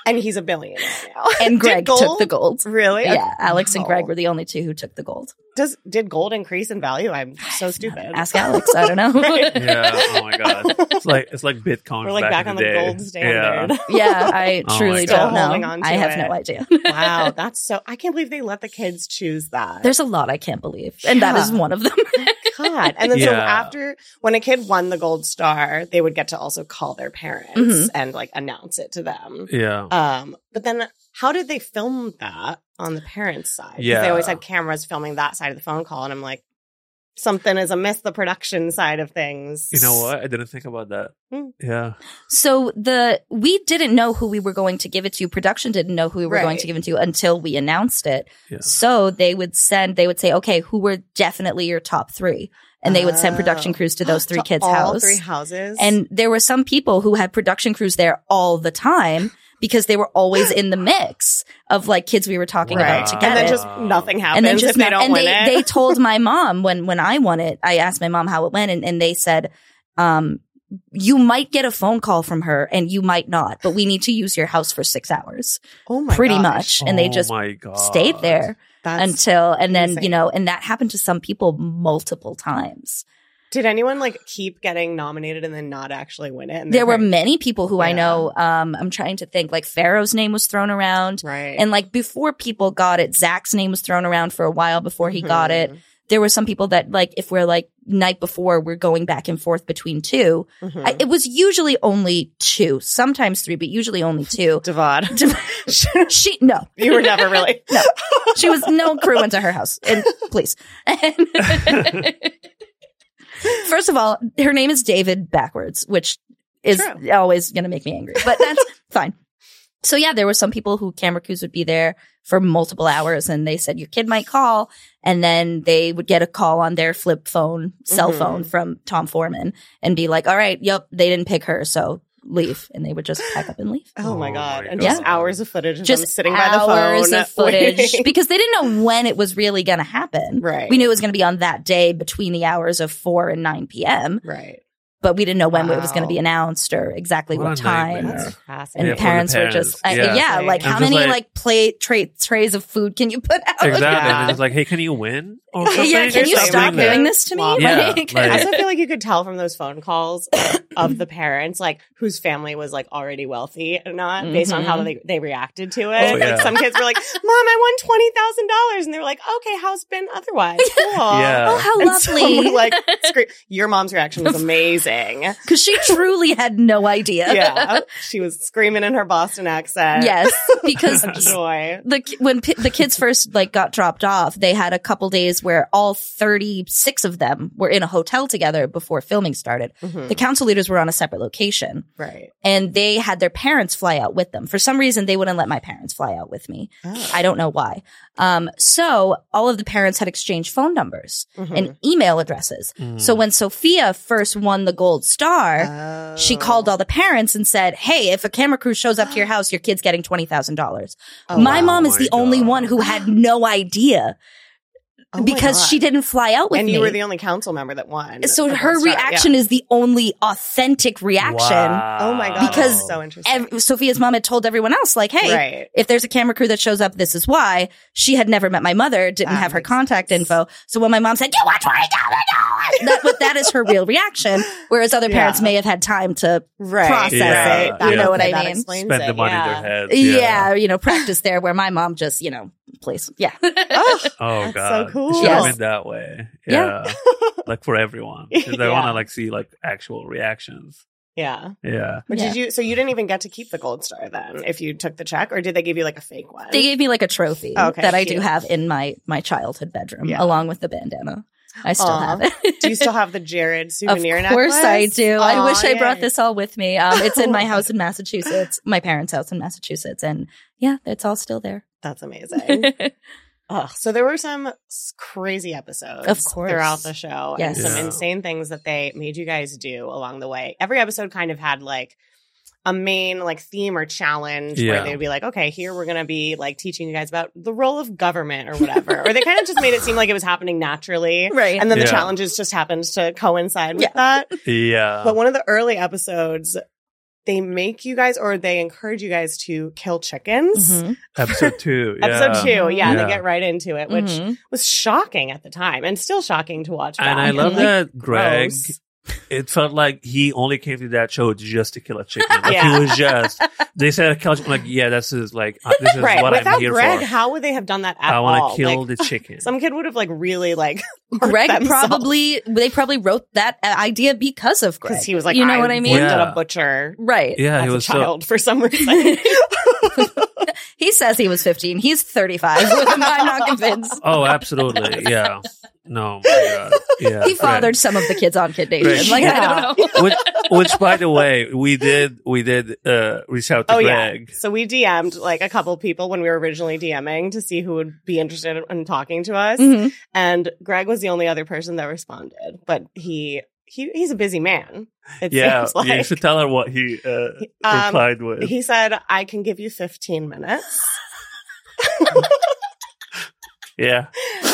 S2: and he's a billionaire now.
S3: and Greg took
S2: gold?
S3: the gold.
S2: really?
S3: Yeah, Alex and
S2: Wow.
S3: Greg were the only two who took the gold.
S2: Does did gold increase in value? I'm so stupid.
S3: Ask Alex. I
S2: *laughs*
S3: don't know.
S2: Right.
S1: yeah. Oh my god. It's like it's like Bitcoin.
S2: We're like back,
S1: in
S2: on the,
S1: the, day. *laughs*
S2: gold standard.
S3: *laughs* *laughs* yeah, I
S1: Oh my
S3: truly
S1: God.
S3: don't
S2: Still holding
S3: know.
S2: on to
S3: I have
S2: it. *laughs*
S3: no idea.
S2: wow, that's so. I can't believe they let the kids choose that.
S3: There's a lot I can't believe, and that is
S2: Yeah.
S3: one of them. *laughs*
S2: God. And then so
S1: Yeah.
S2: after when a kid won the gold star, they would get to also call their parents
S3: Mhm.
S2: and like announce it to them.
S1: Yeah. Yeah.
S2: Um, but then how did they film that on the parents' side? 'Cause
S1: Yeah.
S2: They always had cameras filming that side of the phone call, and I'm like, something is amiss the production side of things.
S1: You know what? I didn't think about that.
S2: Hmm.
S1: Yeah.
S3: so the we didn't know who we were going to give it to. Production didn't know who we were
S2: Right.
S3: going to give it to until we announced it.
S1: Yeah.
S3: So they would send. They would say, "Okay, who were definitely your top three? and they would send production
S2: Oh.
S3: crews
S2: *gasps*
S3: to those three
S2: To
S3: kids'
S2: all
S3: house.
S2: Three houses.
S3: And there were some people who had production crews there all the time because they were
S2: *gasps*
S3: always in the mix of like kids we were talking
S2: Right.
S3: about to get
S2: and then
S3: it.
S2: just nothing happens
S3: and then just
S2: if they
S3: not-
S2: don't
S3: and
S2: win
S3: they,
S2: it. *laughs*
S3: they told my mom when when I won it, I asked my mom how it went, and, and they said, um, you might get a phone call from her and you might not, but we need to use your house for six hours.
S2: oh my
S3: pretty
S2: gosh.
S3: much. And they
S1: Oh
S3: just
S1: my God.
S3: Stayed there
S2: That's
S3: until and then,
S2: insane.
S3: you know, and that happened to some people multiple times.
S2: Did anyone like keep getting nominated and then not actually win it? And
S3: There were
S2: they're-
S3: many people who I
S2: Mm-hmm. Yeah.
S3: know. Um, I'm trying to think. Like Pharaoh's name was thrown around,
S2: right,
S3: and like before people got it, Zach's name was thrown around for a while before he got
S2: Mm-hmm.
S3: it. There were some people that like if we're like night before, we're going back and forth between 2
S2: Mm-hmm.
S3: I, it was usually only two, sometimes three, but usually only two. *laughs*
S2: Devad,
S3: she no,
S2: you were never
S3: *laughs*
S2: really.
S3: she was no crew went to her house. And please. *laughs* And- First of all, her name is David backwards, which is
S2: True.
S3: always going to make me angry, but
S2: *laughs*
S3: that's fine. So yeah, there were some people who camera crews would be there for multiple hours and they said your kid might call and then they would get a call on their flip phone, cell
S2: Mhm.
S3: phone from Tom Foreman and be like, "All right, yep, they didn't pick her, so leave." And they would just pack up and leave.
S2: Oh my
S1: Oh
S2: god!
S1: my
S2: and just
S1: God.
S2: hours of footage, of *sighs*
S3: Just
S2: them sitting by the phone,
S3: hours of
S2: *laughs*
S3: footage
S2: waiting.
S3: because they didn't know when it was really going to happen.
S2: right,
S3: We knew it was going to be on that day between the hours of 4 and 9 p.m.,
S2: right.
S3: but we didn't know when it was
S2: Wow.
S3: going to be announced or exactly
S1: What
S3: what,
S1: a
S3: time.
S1: nightmare. Yeah.
S2: That's
S3: And
S1: Yeah,
S2: fascinating.
S1: for the
S3: parents, were just, I,
S1: parents.
S3: yeah.
S2: Yeah.
S3: like
S2: I'm
S3: how
S1: just
S3: many
S1: like-
S3: like play tray, trays of food can you put out? *laughs*
S1: Exactly.
S2: Yeah.
S1: And it's like, hey, can you win? Or something?
S3: yeah, can you
S2: Stop
S3: stop
S2: doing that.
S3: doing this to me?
S2: Mom.
S1: Yeah,
S2: I
S1: like- *laughs*
S2: also feel like you could tell from those phone calls of the parents, like whose family was like already wealthy or not, based on how
S3: Mhm.
S2: they, they reacted to it.
S1: Mm-hmm. Oh, yeah.
S2: Like some kids were like, "Mom, I won twenty thousand dollars," and they were like, "Okay, how's it been
S1: *laughs*
S2: otherwise?" Cool.
S1: Yeah.
S3: oh, how
S2: And so
S3: lovely.
S2: we, *laughs* like, scream.
S3: *laughs*
S2: your mom's reaction was amazing.
S3: Because she truly had no idea.
S2: Yeah, she was screaming in her Boston accent. *laughs*
S3: yes. Because
S2: joy.
S3: the ki- when p- the kids first like got dropped off, they had a couple days where all 36 of them were in a hotel together before filming started.
S2: Mhm.
S3: The council leaders were on a separate location
S2: Right.
S3: and they had their parents fly out with them. For some reason, they wouldn't let my parents fly out with me.
S2: Oh.
S3: I don't know why. Um, so all of the parents had exchanged phone numbers
S2: Hmm.
S3: and email addresses.
S1: Mm.
S3: So when Sophia first won the gold
S2: Mm-hmm.
S3: star, she
S2: Oh.
S3: called all the parents and said, Hey, if a camera crew
S2: *gasps*
S3: shows up to your house, your kid's getting $20,000. my
S2: Oh,
S1: wow.
S3: mom is
S1: Oh My
S3: the only
S1: God.
S3: one who had
S2: *gasps*
S3: no idea because she didn't fly out
S2: Oh
S3: with
S2: And
S3: me.
S2: you were the only council member that won.
S3: so
S2: the
S3: her
S2: Gold Star.
S3: reaction is the only authentic reaction.
S2: Yeah. Oh my god! that's
S3: Because
S2: so interesting.
S3: Ev- Sophia's mom had told everyone else, like, hey,
S2: right.
S3: if there's a camera crew that shows up, this is why. She had never met my mother, didn't
S2: That
S3: have her
S2: makes
S3: contact
S2: sense.
S3: info. So when my mom said, You want twenty dollars that but that is her real reaction. Whereas other parents
S2: Yeah.
S3: may have had time to
S2: Right.
S3: process
S1: Yeah, it, you
S2: That-
S1: know
S3: what I
S2: that
S3: mean?
S2: explains
S1: spend
S2: it,
S1: the money
S2: yeah.
S1: in
S2: *laughs*
S1: their heads.
S3: yeah. you know, practice there where my mom just, you know, place. Yeah.
S2: Oh,
S1: Oh
S2: That's so
S1: god.
S2: cool.
S1: It should have
S3: Yes.
S1: been that way.
S3: Yeah.
S1: Yeah. like for everyone.
S2: *laughs*
S1: 'Cause I
S2: Yeah.
S1: want to like see like actual reactions.
S2: yeah.
S1: Yeah.
S2: But
S3: Yeah.
S2: did you? So you didn't even get to keep the gold star then, if you took the check, or did they give you like a fake one?
S3: They gave me like a trophy
S2: Okay,
S3: that I do
S2: cute.
S3: have in my my childhood bedroom
S2: Yeah.
S3: along with the bandana. I still
S2: Aw.
S3: have it.
S2: Do you still have the Jared souvenir
S3: *laughs* of course
S2: necklace?
S3: I do. I
S2: Aw,
S3: wish I brought
S2: yay.
S3: this all with me. Um, it's in my
S2: *laughs* Oh.
S3: house in Massachusetts, my parents' house in Massachusetts, and yeah, it's all still there.
S2: That's amazing. Ugh. So there were some s- crazy episodes,
S3: Of course.
S2: throughout the show,
S3: Yes.
S2: and some
S1: Yeah.
S2: insane things that they made you guys do along the way. Every episode kind of had like a main like theme or challenge where
S1: Yeah.
S2: they'd be like, "Okay, here we're gonna be like teaching you guys about the role of government or whatever," or they kind of just made it seem like it was happening
S3: *laughs*
S2: naturally,
S3: right.
S2: and then the
S1: Yeah.
S2: challenges just happened to coincide with
S3: Yeah.
S2: that.
S1: Yeah.
S2: *laughs* But one of the early episodes, they make you guys or they encourage you guys to kill chickens.
S3: Mhm.
S1: Episode two. Yeah.
S2: Episode two, yeah, they
S1: Yeah.
S2: get right into it, which
S3: Mhm.
S2: was shocking at the time and still shocking to watch.
S1: And
S2: back.
S1: I love
S2: Like,
S1: that Greg
S2: gross.
S1: it felt like he only came to that show just to kill a chicken. Like
S2: Yeah.
S1: he was
S2: *laughs*
S1: just they said a kill a chicken like, yeah, this is like uh, this is
S2: Right.
S1: what
S2: Without
S1: I'm here
S2: Greg,
S1: for.
S2: how would they have done that at
S1: I
S2: want to
S1: kill the chicken.
S2: Some kid would have like really like hurt
S3: Greg
S2: themselves
S3: probably they probably wrote that uh, idea because of Greg.
S2: because he was like,
S3: you know
S2: I
S3: what I mean?
S2: worked at
S1: Yeah.
S2: a butcher
S3: Right.
S1: yeah, he
S2: as a
S1: was so
S2: child for some
S3: *laughs*
S2: reason. *laughs*
S3: He says he was 15. He's 35. *laughs* I'm not convinced.
S1: Oh, absolutely.
S2: *laughs*
S1: Yeah. No, my God. Yeah.
S3: He fathered some of the kids on Kid Nation.
S1: Greg.
S3: Like I
S2: Yeah.
S3: don't know.
S1: which, which by the way, we did we did uh reach out to
S2: Oh, yeah.
S1: Greg.
S2: so we DM'd like a couple people when we were originally DMing to see who would be interested in talking to *laughs* us,
S3: Mhm.
S2: and Greg was the only other person that responded. But he he he's a busy man. It
S1: Yeah.
S2: seems *laughs* like.
S1: You should tell her what he uh,
S2: Um,
S1: replied with.
S2: He said, I can give you 15 minutes.
S1: yeah.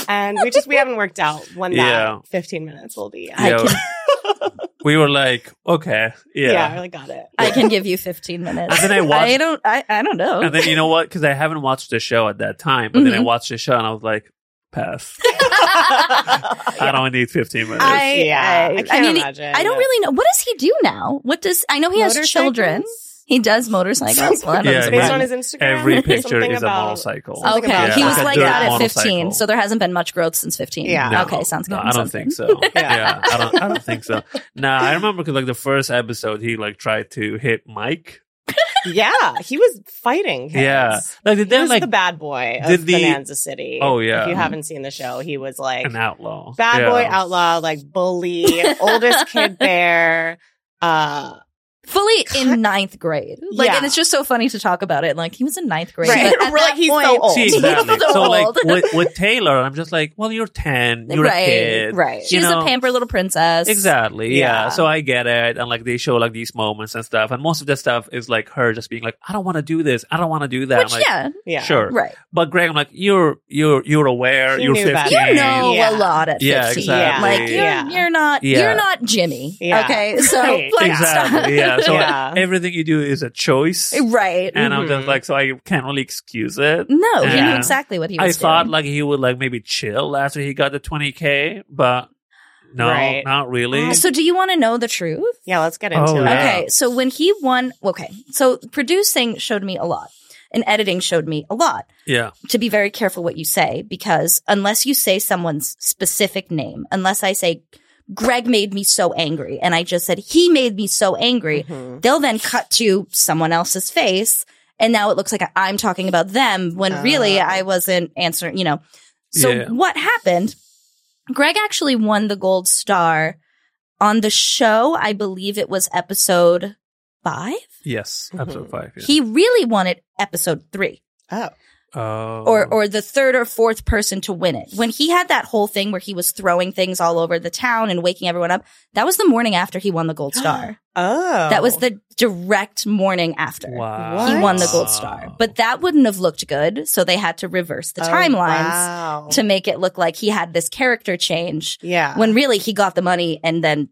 S2: And we just, we haven't worked out when that
S1: Yeah.
S2: 15 minutes will be.
S3: I
S1: yeah.
S3: can-
S1: we were like, okay, yeah.
S2: yeah, I really
S1: *laughs*
S2: got
S3: *laughs*
S2: it.
S3: I can give you 15 minutes.
S1: And then I watched-
S3: I don't. I, I don't know.
S2: Mm-hmm.
S1: And then you know what? Because I haven't watched the show at that time, but then I
S3: Mhm.
S1: watched the show and I was like,
S2: *laughs*
S1: pass.
S2: I
S1: I don't need 15 minutes.
S3: I-
S2: yeah,
S3: I-
S2: I
S3: I
S2: can't
S3: mean,
S2: imagine.
S3: *laughs* I don't really know. What does he do now? What does I know he has children.
S2: Motorcycles?
S3: He does motorcycles. Well, that
S1: Yeah,
S3: doesn't
S2: Based
S1: right.
S2: on
S3: surprise
S2: his Instagram,
S1: Every picture
S2: *laughs* something
S1: is a
S2: about-
S1: motorcycle.
S2: Oh,
S3: Okay,
S2: Yeah,
S3: he
S2: like
S3: was
S2: a
S3: like
S2: dirt
S3: that at 15,
S1: motorcycle.
S3: so there hasn't been much growth since 15.
S2: Yeah.
S1: No.
S3: okay, sounds good.
S1: No, I don't think
S2: *laughs*
S1: so. yeah. I don't. I don't think so. No, I remember 'cause, like the first episode, he like tried to hit Mike.
S2: yeah, he was fighting. Kids.
S1: Yeah, like did
S2: he
S1: they
S2: was
S1: like
S2: the bad boy of
S1: did the-
S2: Bonanza City.
S1: Oh, yeah.
S2: if you haven't seen the show, he was like
S1: an outlaw,
S2: bad
S1: Yeah.
S2: boy, outlaw, like bully,
S3: *laughs*
S2: oldest kid there. Uh,
S3: Fully in ninth grade, like,
S2: Yeah.
S3: and it's just so funny to talk about it. Like he was in ninth grade,
S2: Right.
S3: but at
S2: *laughs* We're like,
S3: that
S2: he's so
S3: point-
S2: old.
S1: See,
S2: He's
S1: exactly.
S3: so
S1: so like
S3: old. *laughs*
S1: with, with Taylor, I'm just like, well, you're 10, you're
S3: Right,
S1: a kid,
S2: right.
S1: you
S3: She's
S1: know?
S3: a pamper little princess.
S1: Exactly. Yeah.
S2: Yeah.
S1: So I get it. And like they show like these moments and stuff. And most of the stuff is like her just being like, I don't want to do this. I don't want to do that.
S3: Which,
S1: I'm like,
S3: yeah,
S2: yeah,
S1: Sure.
S3: right.
S1: But Greg, I'm like, you're you're you're aware.
S2: He
S1: you're
S2: knew better.
S1: 15.
S3: You know
S2: Yeah.
S3: a lot at 15.
S1: Yeah,
S2: exactly.
S3: Like you're,
S2: Yeah.
S3: you're not
S1: Yeah.
S3: you're not Jimmy.
S2: Yeah. *laughs*
S3: Okay. So
S2: Right.
S3: like, stop.
S1: Exactly. Yeah. So like,
S2: Yeah.
S1: everything you do is a choice.
S3: *laughs* Right.
S1: And I'm just
S2: Mhm.
S1: like, so I can't really excuse it.
S3: No, he knew
S1: Yeah.
S3: exactly what he
S1: I
S3: was
S1: thought
S3: doing.
S1: like he would like maybe chill after he got the 20k, but no,
S2: Right.
S1: not really.
S3: so do you want to know the truth?
S2: yeah. Let's get into
S1: Oh,
S2: it.
S1: yeah.
S3: Okay, so when he won, okay, so producing showed me a lot, and editing showed me a lot
S1: Yeah.
S3: to be very careful what you say because unless you say someone's specific name, unless I say Greg made me so angry, and I just said he made me so angry,
S2: Mhm.
S3: they'll then cut to someone else's face, and now it looks like I'm talking about them when really
S2: Oh.
S3: I wasn't answering. You know, so
S1: Ah. Yeah.
S3: what happened? Greg actually won the gold star on the show. I believe it was episode five.
S1: Yes.
S2: Mhm.
S1: Episode five. Yeah.
S3: Mm-hmm. He really won it episode three
S2: Oh,
S1: oh.
S3: or or the third or fourth person to win it. When he had that whole thing where he was throwing things all over the town and waking everyone up, that was the morning after he won the
S1: *gasps*
S3: gold star.
S2: oh,
S3: That was the direct morning after.
S1: Wow.
S3: He won the gold star. But that wouldn't have looked good, so they had to reverse the
S2: Oh,
S3: timelines
S2: wow.
S3: to make it look like he had this character change
S2: yeah. *laughs*
S3: when really he got the money and then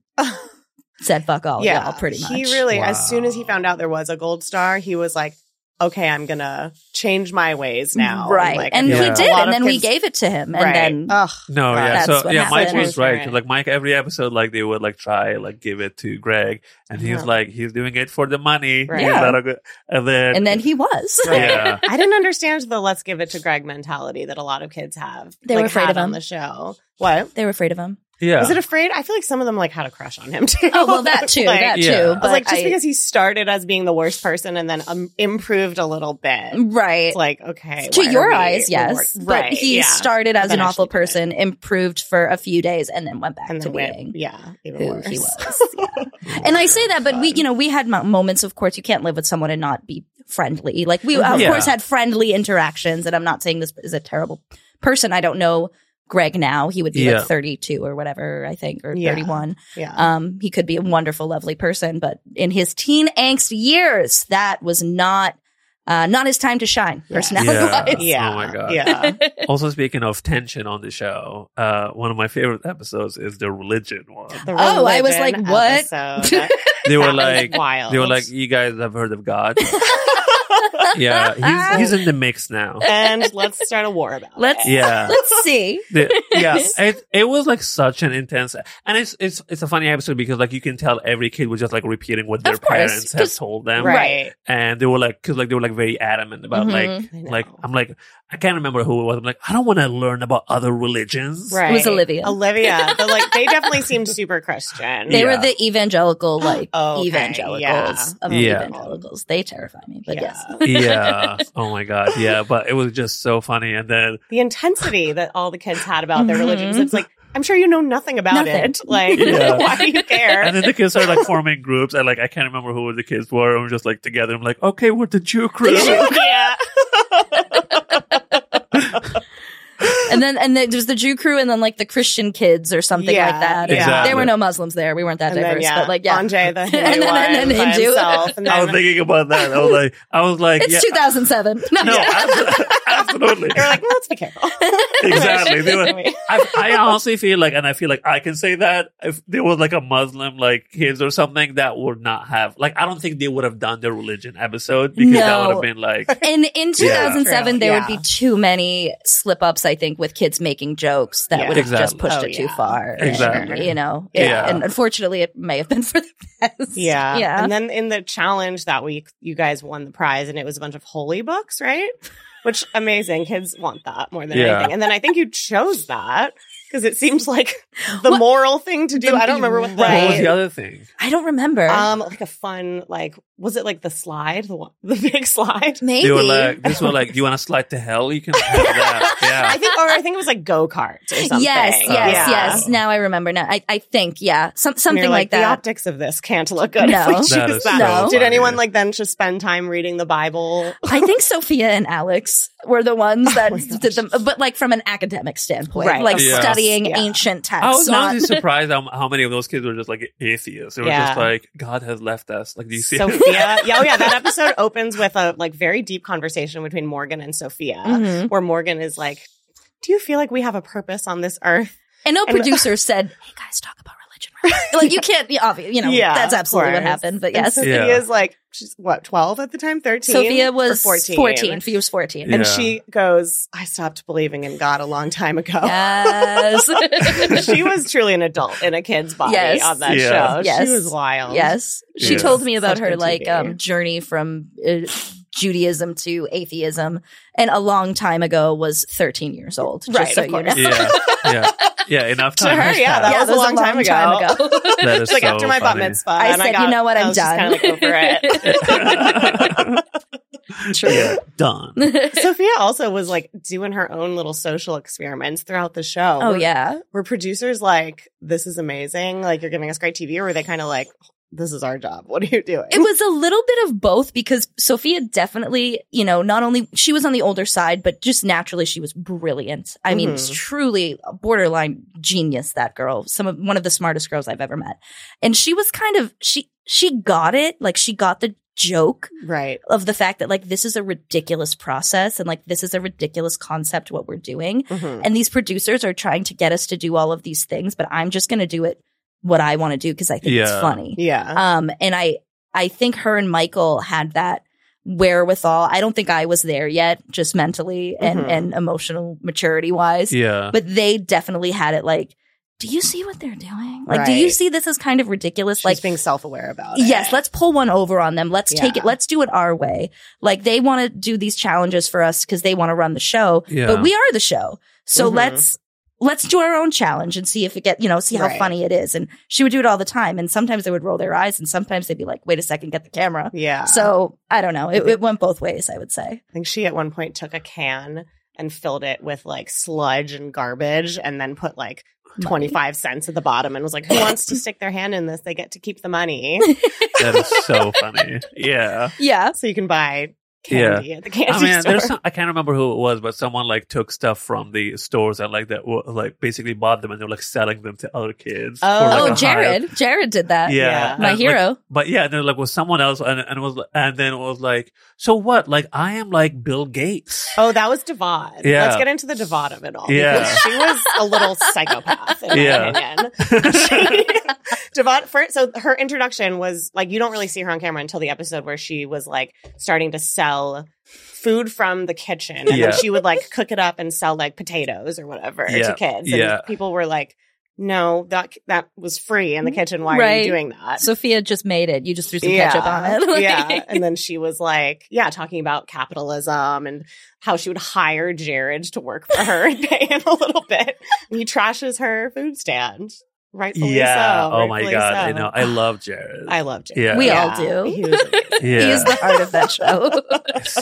S3: said fuck all
S2: yeah,
S3: Oh, yeah, pretty much.
S2: He really, as soon as he
S1: Wow.
S2: found out there was a gold star, he was like, "Okay, I'm gonna change my ways now."
S3: Mm, Right.
S2: Like, I
S3: and
S2: feel
S3: he
S1: Yeah.
S2: like a
S3: did,
S2: lot
S3: and
S2: of
S3: then we
S2: kids-
S3: gave it to him. And
S2: right. Uh,
S3: then
S2: Ugh.
S3: *laughs*
S1: No,
S2: God.
S1: yeah.
S3: That's
S1: So
S3: what
S1: yeah, Mike
S3: happened.
S1: was right.
S2: Right.
S1: Like Mike, every episode, like they would like try like give it to Greg, and he's
S2: Yeah.
S1: like, he's doing it for the money.
S2: Right.
S1: He's
S3: Yeah.
S1: not a good- And then
S3: and then he was.
S1: *laughs*
S3: *laughs*
S1: yeah,
S2: I didn't understand the "let's give it to Greg" mentality that a lot of kids have.
S3: They
S2: like,
S3: were afraid
S2: had
S3: of him.
S2: on the show. What
S3: they were afraid of him.
S1: yeah.
S2: was it? Afraid? I feel like some of them like had a crush on him *laughs* too.
S3: *laughs* Oh well, that too,
S2: Like,
S3: that too.
S1: Yeah. I was
S2: I
S3: But
S2: was like, just
S3: I-
S2: because he started as being the worst person and then um, improved a little
S1: *laughs*
S2: bit,
S3: right
S2: it's like okay. why
S3: to
S2: are
S3: your
S2: we
S3: eyes, yes,
S2: reward-
S3: but he
S2: yeah.
S3: started as
S2: Then
S3: an awful
S2: actually did it.
S3: person, improved for a few days, and then went back
S2: and
S3: to
S2: then went-
S3: being
S2: yeah, even
S3: who
S2: worse.
S3: he was.
S2: *laughs*
S3: Yeah. and I say that, but we, you know, we had mo- moments. Of course, you can't live with someone and not be friendly. Like we, of
S1: Yeah.
S3: course, had friendly interactions, and I'm not saying this is a terrible person. I don't know. Greg now he would be
S1: Yeah.
S3: like 32 or whatever I think or
S2: Yeah.
S3: 31
S2: Yeah.
S3: um he could be a wonderful lovely person but in his teen angst years that was not uh not his time to shine
S2: Yeah.
S3: personality wise
S2: yeah.
S1: Oh my God.
S2: Yeah.
S1: also, speaking of tension on the show, uh, one of my favorite episodes is the religion
S3: *laughs*
S1: one.
S2: The
S3: Oh, I was
S2: religion
S3: like, what?
S2: episode.
S1: *laughs* They
S2: That
S1: were
S2: was
S1: like,
S2: wild.
S1: they were like, you guys have heard of God?
S3: *laughs*
S1: yeah, he's he's in the mix now.
S2: and let's start a war about
S3: Let's-
S2: it.
S1: Yeah.
S3: Let's see.
S1: The-
S3: *laughs*
S1: yeah, it, it was like such an intense, and it's it's it's a funny episode because like you can tell every kid was just like repeating what their
S3: Of course,
S1: parents had
S3: 'cause-
S1: told them,
S2: Right.
S1: And they were like, because like they were like very adamant about
S3: Mm-hmm.
S2: I know.
S1: like like I'm like I can't remember who it was. I'm like I don't want to learn about other religions,
S2: Right.
S3: It was Olivia.
S2: Olivia. But like they definitely
S3: *laughs*
S2: seemed super Christian.
S3: Mm-hmm. They
S1: Yeah.
S3: were the
S2: *gasps*
S3: evangelical, like
S2: Oh, Okay,
S3: evangelicals
S2: yeah.
S3: of
S1: Yeah.
S3: evangelicals. They terrify me, but
S2: Yeah.
S3: yes. *laughs*
S1: yeah. Oh my god. Yeah. But it was just so funny. And then
S2: The intensity that all the kids had about their
S3: Mhm.
S2: religions. It's like, I'm sure you know nothing about
S3: Nothing.
S2: it. Like,
S1: Yeah.
S2: *laughs* why do you
S1: *laughs*
S2: care?
S1: and then the kids are
S3: *laughs*
S1: like forming groups, and like I can't remember who the kids were. And we're just like together. I'm like, okay, we're the Jew crew.
S2: *laughs* yeah.
S3: And then and then there was the Jew crew, and then like the Christian kids or something
S2: Yeah,
S3: like that.
S1: yeah. Exactly.
S3: There were no Muslims there. We weren't that
S2: And then,
S3: diverse,
S2: yeah,
S3: but like yeah,
S2: Anjay,
S3: *laughs*
S2: the Hindu
S3: And then-
S2: one,
S3: and then
S2: by
S3: Hindu.
S2: himself.
S3: *laughs*
S2: And then
S1: I was thinking about that. I was like, I was like,
S3: it's
S1: yeah,
S3: 2007. *laughs* No,
S1: no, abso- *laughs* absolutely.
S2: they were like, well, let's be careful.
S1: *laughs* Exactly. They were-
S2: Excuse me.
S1: *laughs* I, I honestly feel like, and I feel like I can say that if there was like a Muslim like kids or something that would not have like I don't think they would have done the religion episode because that
S3: No.
S1: would have been like
S3: And in 2007,
S2: True,
S3: there
S2: yeah.
S3: would be too many slip ups, I think, with kids making jokes that
S2: Yeah.
S3: would have just
S1: Exactly.
S3: pushed
S2: Oh,
S3: it too
S2: yeah.
S3: far. And,
S1: Exactly.
S3: you know,
S1: Yeah.
S3: and unfortunately, it may have been for the *laughs*
S2: *laughs*
S3: best.
S2: Yeah.
S3: Yeah.
S2: And then in the challenge that week, you guys won the prize and it was a bunch of holy books, right? Which amazing. Kids want that more than
S1: Yeah.
S2: anything. And then I think you chose that because it seems like *laughs* the
S3: What-
S2: moral thing to do.
S3: The-
S2: I don't remember what the
S1: what was
S3: Right.
S1: the other thing?
S3: I don't
S2: *laughs*
S3: remember.
S2: um like a fun like was it like the slide the, one, *laughs* the big slide
S3: Maybe.
S1: They were like this one like you want to slide to hell? You can have that.
S2: I
S1: Yeah.
S2: think or I think it was like go karts or something
S3: Yes, yes,
S1: Yeah.
S3: yes. Now I remember. Now I, I think, yeah, some,
S2: And
S3: something
S2: you're
S3: like,
S2: the
S3: that.
S2: optics of this can't look good
S3: No.
S2: if we choose
S1: That
S2: that,
S1: is so
S3: No.
S2: did
S1: funny.
S2: anyone like then just spend time reading the bible *laughs*
S3: I think Sophia and Alex were the ones that
S2: Oh my gosh.
S3: did them, but like from an academic standpoint,
S2: Right,
S3: like
S1: of course.
S3: studying
S2: Yeah.
S3: ancient texts.
S1: I was
S3: not- *laughs*
S1: honestly surprised how, how many of those kids were just like atheists. They were
S2: Yeah.
S1: just like, God has left us. Like, do you see?
S2: Sophia. *laughs* yeah, oh yeah. That episode opens with a like very deep conversation between Morgan and Sophia,
S3: Mhm.
S2: where Morgan is like, "Do you feel like we have a purpose on this earth?"
S3: And no
S2: And-
S3: producer said, "Hey guys, talk about religion." Right? now." Like you can't, yeah, obvious, you know,
S2: Yeah,
S3: that's
S2: of
S3: absolutely what
S2: course.
S3: happened. But
S2: And
S3: yes,
S2: Sophia
S1: Yeah.
S2: is like, she's what twelve at the time, thirteen.
S3: Sophia was
S2: Or
S3: 14. Sophia was 14.
S1: Yeah.
S2: and she goes, "I stopped believing in God a long time ago."
S3: *laughs* Yes.
S2: *laughs* she was truly an adult in a kid's body
S3: Yes.
S2: on that
S1: Yeah.
S2: show.
S3: Yes.
S2: She was wild.
S3: yes. She
S1: Yeah.
S3: told me about
S2: Such
S3: her
S2: good
S3: like
S2: TV.
S3: um journey from uh, Judaism to atheism and a long time ago was 13 years old. just
S2: Right,
S3: so
S2: of
S3: you know.
S2: course.
S1: *laughs* yeah. Yeah. Yeah. Enough
S2: To
S1: time.
S2: her,
S1: has
S2: yeah,
S1: passed.
S3: *laughs*
S2: that was a long time ago.
S3: ago.
S1: That is
S2: It's like
S1: so
S2: after my
S1: funny.
S2: bat mitzvah,
S3: I
S2: and
S3: said,
S2: I got,
S3: you know what,
S2: I
S3: I'm
S2: was just
S3: done.
S2: kinda, like, over it.
S1: *laughs*
S3: True.
S1: Yeah, done.
S2: *laughs* Sophia also was like doing her own little social experiments throughout the show.
S3: *laughs* Oh
S2: Were-
S3: yeah.
S2: Were producers like, this is amazing? Like, you're giving us great TV? Or were they kind of like, this is our job. What are you doing?
S3: It was a little bit of both because Sophia definitely, you know, not only she was on the older side, but just naturally she was brilliant. I mean,
S2: Mhm.
S3: truly a borderline genius. That girl, some of one of the smartest girls I've ever met, and she was kind of she she got it. Like she got the joke
S2: *laughs* right.
S3: of the fact that like this is a ridiculous process and like this is a ridiculous concept what we're doing. *laughs*
S2: Mhm.
S3: And these producers are trying to get us to do all of these things, but I'm just going to do it what I want to do because I think it's
S1: Yeah.
S3: funny.
S2: Yeah.
S3: Um, and I, I think her and Michael had that wherewithal. I don't think I was there yet, just mentally and,
S2: Mhm.
S3: and emotional maturity wise,
S1: Yeah.
S3: but they definitely had it like, do you see what they're doing? Like, do you
S2: Right.
S3: see this as kind of ridiculous?
S2: She's
S3: like,
S2: being self aware about it.
S3: yes, let's pull one over on them. Let's take it.
S2: Yeah.
S3: Let's do it our way. Like they want to do these challenges for us because they want to run the show,
S1: Yeah.
S3: but we are the show. So
S2: Mhm.
S3: let's, let's do our own challenge and see if it get, you know, see how
S2: Right.
S3: funny it is. And she would do it all the time. And sometimes they would roll their eyes and sometimes they'd be like, wait a second, get the camera.
S2: Yeah.
S3: So I don't know. It, it went both ways, I would say.
S2: I think she at one point took a can and filled it with like sludge and garbage and then put like 25 cents at the bottom and was like, who wants
S3: *laughs*
S2: to stick their hand in this? They get to keep the money.
S1: *laughs* that is
S2: *laughs*
S1: so funny. Yeah.
S3: Yeah.
S2: so you can buy candy at the candy
S1: I mean,
S2: store.
S1: Oh, there's some, I can't remember who it was, but someone like took stuff from the stores and like that, were, like basically bought them and they were like selling them to other kids.
S2: Oh.
S1: for, like,
S3: oh,
S1: a higher-
S3: Jared. Jared did that.
S1: Yeah,
S2: Yeah.
S1: And,
S3: My
S1: like,
S3: hero.
S1: but yeah, and then like was someone else, and and it was and then it was like, so what? Like I am like Bill
S2: *laughs*
S1: Gates. *laughs*
S2: Oh, that was Devon.
S1: Yeah.
S2: Let's get into the Devon of it all.
S1: Yeah.
S2: Because she was a little psychopath, in
S1: Yeah.
S2: my opinion. *laughs* Devon, for, so her introduction was like, you don't really see her on camera until the episode where she was like starting to sell food from the kitchen. And
S1: Yeah.
S2: then she would like cook it up and sell like potatoes or whatever
S1: Yeah.
S2: to kids. And
S1: Yeah.
S2: people were like, no, that that was free in the kitchen. Why are
S3: Right.
S2: you doing that?
S3: Sophia just made it. You just threw some ketchup on it. *laughs* Like-
S2: yeah. And then she was like, yeah, talking about capitalism and how she would hire Jared to work for her and pay him a little bit. And he trashes her food stand. Rightfully
S1: yeah.
S2: so.
S1: oh my
S2: rightfully
S1: god,
S2: so.
S1: I know.
S2: *sighs*
S1: I love Jared.
S2: I love Jared.
S1: Yeah.
S3: We all do.
S2: He was
S1: *laughs*
S2: amazing.
S1: yeah.
S3: He is the heart of that show.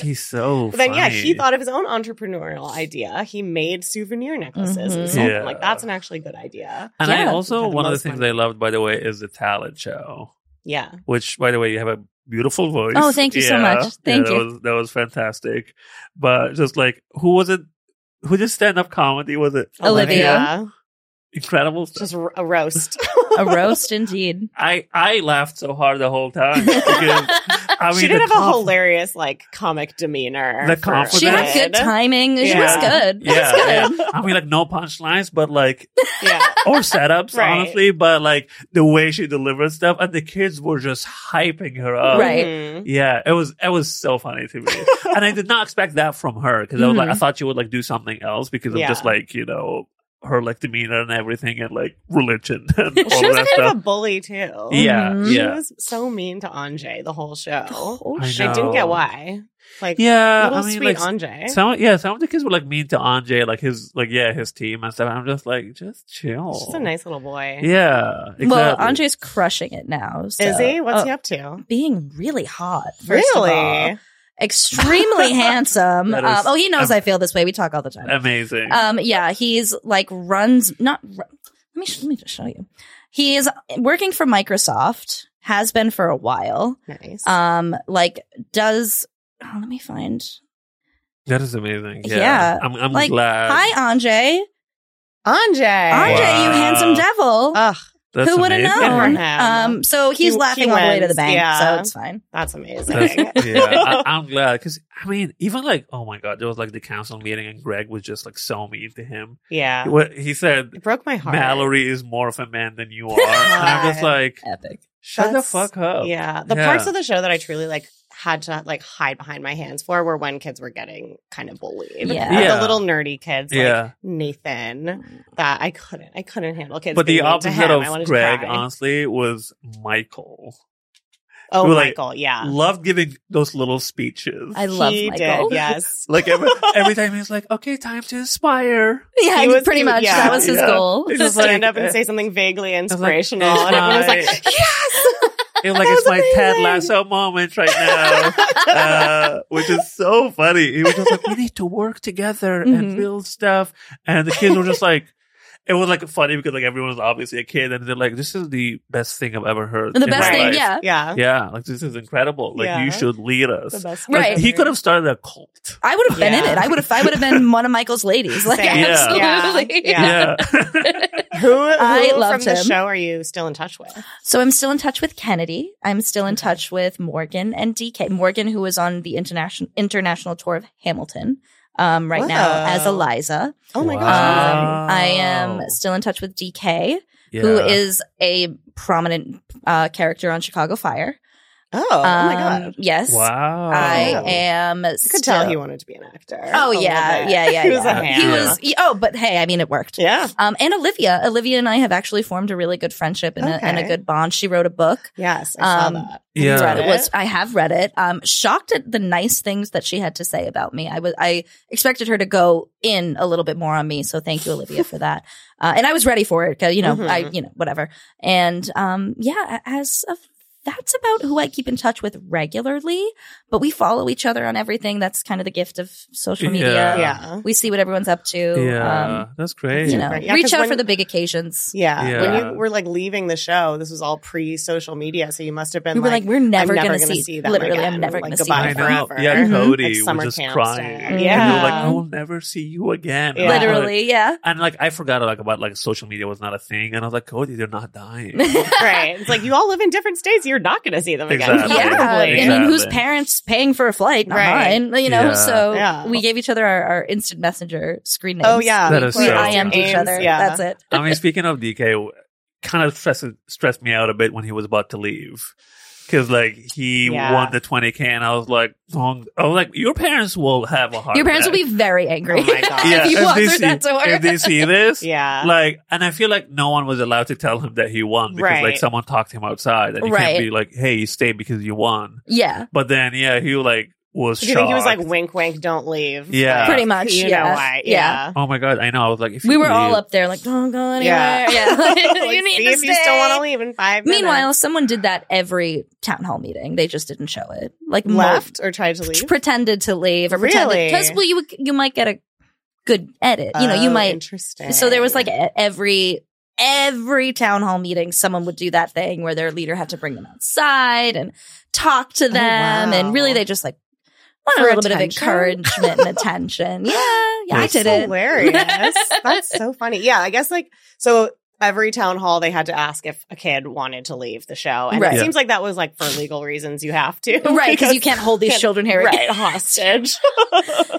S1: He's so.
S2: But then, yeah,
S1: funny.
S2: he thought of his own entrepreneurial idea. He made souvenir necklaces
S3: Mhm.
S2: and sold them.
S1: Yeah.
S2: Like, that's an actually good idea.
S1: And I
S3: Yeah.
S1: also
S2: Had the
S1: one of the
S2: most
S1: things
S2: money.
S1: I loved, by the way, is the talent show.
S2: Yeah.
S1: Which, by the way, you have a beautiful voice.
S3: Oh, thank you so much. Thank
S1: that
S3: you.
S1: Was, that was fantastic. But just like, who was it? Who did stand up comedy? Was it
S3: Olivia.
S1: Incredible stuff.
S2: Just r- a roast.
S3: A roast indeed.
S1: *laughs* I I laughed so hard the whole
S3: *laughs*
S1: time. because, I mean,
S2: she
S1: the
S2: did have a
S1: conf-
S2: hilarious, like, comic demeanor.
S1: The
S2: for-
S1: confidence.
S3: She had good timing. She was
S2: Yeah.
S3: good. She was
S1: Yeah,
S3: good.
S1: I mean, like no punchlines, but like
S2: Yeah. *laughs*
S3: *laughs*
S1: or setups,
S2: Right.
S1: honestly. But like the way she delivered stuff, and the kids were just hyping her up.
S3: Right.
S2: Mhm.
S1: Yeah, it was it was so funny to
S2: *laughs*
S1: me, and I did not expect that from her because I was like, I
S3: Mhm.
S1: thought she would like do something else because of just
S2: Mm-hmm. Yeah.
S1: like you know her like demeanor and everything and like religion *laughs* and all
S2: She
S1: that
S2: was kind
S1: stuff.
S2: of a bully, too.
S1: yeah,
S3: Mhm.
S2: She
S1: yeah,
S2: was so mean to Anjay the whole show.
S3: Oh,
S1: I
S3: shit.
S2: I didn't
S1: know.
S2: get why. Like,
S1: yeah.
S2: little
S1: I mean,
S2: sweet
S1: like
S2: Anjay.
S1: some yeah, some of the kids were like mean to Anjay, like his like yeah, his team and stuff. I'm just like, just chill.
S2: She's a nice little boy.
S1: Yeah, exactly.
S3: Well, Andre's crushing it now. So.
S2: Is he? What's
S3: Oh,
S2: he up to?
S3: Being really hot. First
S2: Really?
S3: Of all.
S2: *laughs*
S3: Extremely handsome.
S1: That
S3: Um,
S1: is-
S3: oh, he knows
S1: I'm-
S3: I feel this way. We talk all the time.
S1: amazing.
S2: Uh,
S3: Um, yeah, he's like runs not. ru- Let me let me just show you. He is working for Microsoft. Has been for a while.
S2: nice.
S3: Um, like does. Oh, let me find.
S1: that is amazing. Yeah,
S3: yeah.
S1: I'm, I'm
S3: Like,
S1: glad.
S3: Hi, Andre.
S2: Anjay.
S3: Andre, you
S1: Wow.
S3: handsome devil.
S2: Ugh,
S1: That's
S3: Who would have
S1: amazing.
S2: Good
S1: *laughs*
S2: for
S3: known?
S2: him.
S3: Um, so he's
S2: He-
S3: laughing
S2: he
S3: all the way to the
S2: wins.
S3: bank,
S2: Yeah.
S3: so it's fine.
S2: that's *laughs* amazing.
S1: That's- yeah, I, I'm glad because I mean, even like, oh my god, there was like the council meeting, and Greg was just like so mean to him.
S2: yeah.
S1: What he said,
S2: It broke my heart.
S1: Mallory is more of a man than you are, and I'm just like,
S3: Epic.
S1: shut
S2: That's-
S1: the fuck up.
S2: Yeah. The
S1: Oh, Yeah.
S2: parts of the show that I truly like had to like hide behind my hands for were when kids were getting kind of bullied.
S3: Yeah.
S2: Like,
S1: Yeah.
S2: The little nerdy kids like
S1: Yeah.
S2: Nathan that I couldn't I couldn't handle kids.
S1: but the
S2: being mean to
S1: opposite
S2: him. I wanted
S1: of
S2: to
S1: Greg, uh,
S2: cry.
S1: honestly, was Michael.
S2: Oh
S1: who, like,
S2: Michael, yeah.
S1: Loved giving those little speeches.
S3: I love
S2: he
S3: Michael. *laughs*
S2: did, yes.
S1: like
S2: *laughs*
S1: every, every time he's like, "Okay, time to inspire."
S3: Yeah,
S2: He was-
S3: pretty
S2: he-
S3: much.
S2: yeah.
S3: that was his
S1: Yeah.
S3: goal.
S1: It's *laughs*
S2: Just
S1: like-
S2: stand up
S1: uh,
S2: and say something vaguely
S1: like,
S2: inspirational.
S1: it's
S2: and everyone was
S1: my-
S2: like, Yes.
S1: It, like
S2: *laughs* That
S1: it's
S2: was
S1: my Ted
S2: amazing.
S1: Lasso moment right now, uh, which is so funny. He was just like, "We need to work together and
S3: Mhm.
S1: build stuff," and the kids were just like. It was like funny because like everyone was obviously a kid, and they're like, "This is the best thing I've ever heard."
S3: the
S1: in
S3: best
S1: my
S3: thing,
S1: life."
S3: yeah.
S2: *laughs* yeah.
S1: yeah, like this is incredible. Like
S2: Yeah.
S1: you should lead us.
S2: The best
S1: Like,
S3: Right.
S1: he could have started a cult.
S3: I would have been in
S2: Yeah.
S3: it. I would have. I would have been one of Michael's ladies. *laughs* Like
S2: Same.
S1: Yeah.
S3: absolutely.
S2: Yeah. *laughs* *laughs* Who, who
S3: I
S2: from
S3: loved
S2: the
S3: him.
S2: show are you still in touch with?
S3: So I'm still in touch with Kennedy. I'm still in
S2: Okay.
S3: touch with Morgan and DK. Morgan, who is on the international international tour of Hamilton um, right now as
S2: Wow.
S3: Eliza.
S2: Oh my
S1: Wow.
S3: Um,
S2: gosh.
S3: I am
S1: Wow.
S3: still in touch with DK,
S1: yeah.
S3: who is a prominent uh, character on Chicago Fire.
S2: Oh, oh my
S3: Um,
S2: god.
S3: Yes,
S1: wow.
S3: I
S2: Wow.
S3: am.
S2: You could tell
S3: still-
S2: he wanted to be an actor.
S3: Oh
S2: a little
S3: yeah,
S2: bit.
S3: yeah,
S2: *laughs*
S3: yeah.
S2: He was
S3: yeah.
S2: a
S3: He
S2: ham.
S3: was. he- oh, but hey, I mean, it worked.
S2: Yeah.
S3: Um, and Olivia, Olivia and I have actually formed a really good friendship and, a, and a
S2: Okay.
S3: good bond. She wrote a book.
S2: Yes, I
S3: Um,
S2: saw that.
S1: Yeah.
S3: Read
S2: Read
S3: it was I have read it. Um, shocked at the nice things that she had to say about me. I was I expected her to go in a little bit more on me. So thank you, Olivia, for that. Uh, and I was ready for it. 'cause, You know,
S2: Mhm.
S3: I you know whatever. And um, yeah, a- as of that's about who I keep in touch with regularly. But we follow each other on everything. That's kind of the gift of social media.
S1: Yeah.
S2: yeah.
S3: We see what everyone's up to.
S1: yeah,
S3: Um,
S1: that's great.
S3: you know,
S2: Right. Yeah,
S3: reach
S2: 'cause
S3: out
S2: when-
S3: for the big occasions.
S2: Yeah.
S1: Yeah.
S2: When you were like leaving the show, this was all pre social media. So you must have been
S3: we were like,
S2: like,
S3: we're never,
S2: never
S3: gonna,
S2: gonna
S3: see,
S2: see them
S3: literally,
S2: again.
S3: I'm never
S2: Like,
S3: gonna
S2: goodbye
S1: I
S3: see them.
S1: know.
S2: forever.
S1: Yeah,
S3: Mhm.
S2: Mm-hmm. Like
S1: Cody
S2: summer
S1: was just
S2: camp
S1: crying.
S2: style.
S1: And you're like,
S3: Yeah.
S1: I will never see you again.
S2: Yeah.
S1: And I was like-
S3: Literally, yeah.
S1: and like I forgot like about like social media was not a thing. And I was like, Cody, they're not dying.
S3: *laughs*
S2: *laughs* right. It's like you all live in different states. You're not going to see them again.
S1: Exactly.
S3: Yeah, I
S2: Probably.
S3: mean, whose
S1: Exactly.
S3: parents paying for a flight? Not
S2: Right.
S3: mine. You know,
S1: Yeah.
S3: so
S2: Yeah.
S3: we gave each other our, our instant messenger screen names.
S2: Oh yeah.
S1: That
S2: we
S1: is
S3: we
S1: so-
S3: IM'd each
S2: Names,
S3: other.
S2: Yeah.
S3: That's it.
S1: I mean, speaking of DK, kind of stressed stressed me out a bit when he was about to leave. Cause like he
S2: Yeah.
S1: won the 20k, and I was like, oh, I was like, your parents will have a heart.
S3: Your parents will
S1: attack.
S3: be very angry
S2: Oh, my God.
S1: yeah,
S3: if you walk
S1: they
S3: through
S1: see,
S3: that door.
S1: If they see
S3: *laughs*
S1: this,
S2: yeah.
S1: like and i feel like no one was allowed to tell him that he won because like
S2: Right.
S1: someone talked him outside and he
S3: Right.
S1: can't be like hey you stay because you won
S3: *laughs* yeah,
S1: but then yeah he like was
S2: Do you think he was like,
S1: shocked.
S2: wink, wink, don't leave?
S1: Yeah.
S2: Like,
S3: Pretty much,
S2: You
S3: yeah.
S2: know why?
S3: Yeah.
S2: Yeah.
S1: oh my god i know i was like if
S3: we
S1: you
S3: were all
S1: leave-
S3: up there like, don't go anywhere.
S2: Yeah.
S3: *laughs* Yeah, you
S2: *laughs* Like,
S3: need
S2: see
S3: to
S2: if
S3: stay.
S2: you still want to leave in five minutes.
S3: Meanwhile, someone did that every town hall meeting. They just didn't show it. Like mo-
S2: left or tried to leave.
S3: pretended to leave or pretended
S2: Really?
S3: because well, you you might get a good edit. You know, you
S2: Oh,
S3: might
S2: Interesting.
S3: So there was like e- every every town hall meeting, someone would do that thing where their leader had to bring them outside and talk to them,
S2: Oh, wow.
S3: and really they just like
S2: For
S3: wanted a little bit of
S2: attention?
S3: encouragement
S2: *gasps*
S3: and attention. Yeah, yeah, I
S1: That's
S3: did
S2: That's
S3: it. *laughs*
S2: hilarious. That's so funny. Yeah, I guess like so. every town hall they had to ask if a kid wanted to leave the show, and
S3: Right.
S2: it
S1: Yeah.
S2: seems like that was like for legal reasons you have to,
S3: right because you can't hold
S2: *laughs*
S3: these
S2: can't-
S3: children here
S2: right *laughs* hostage.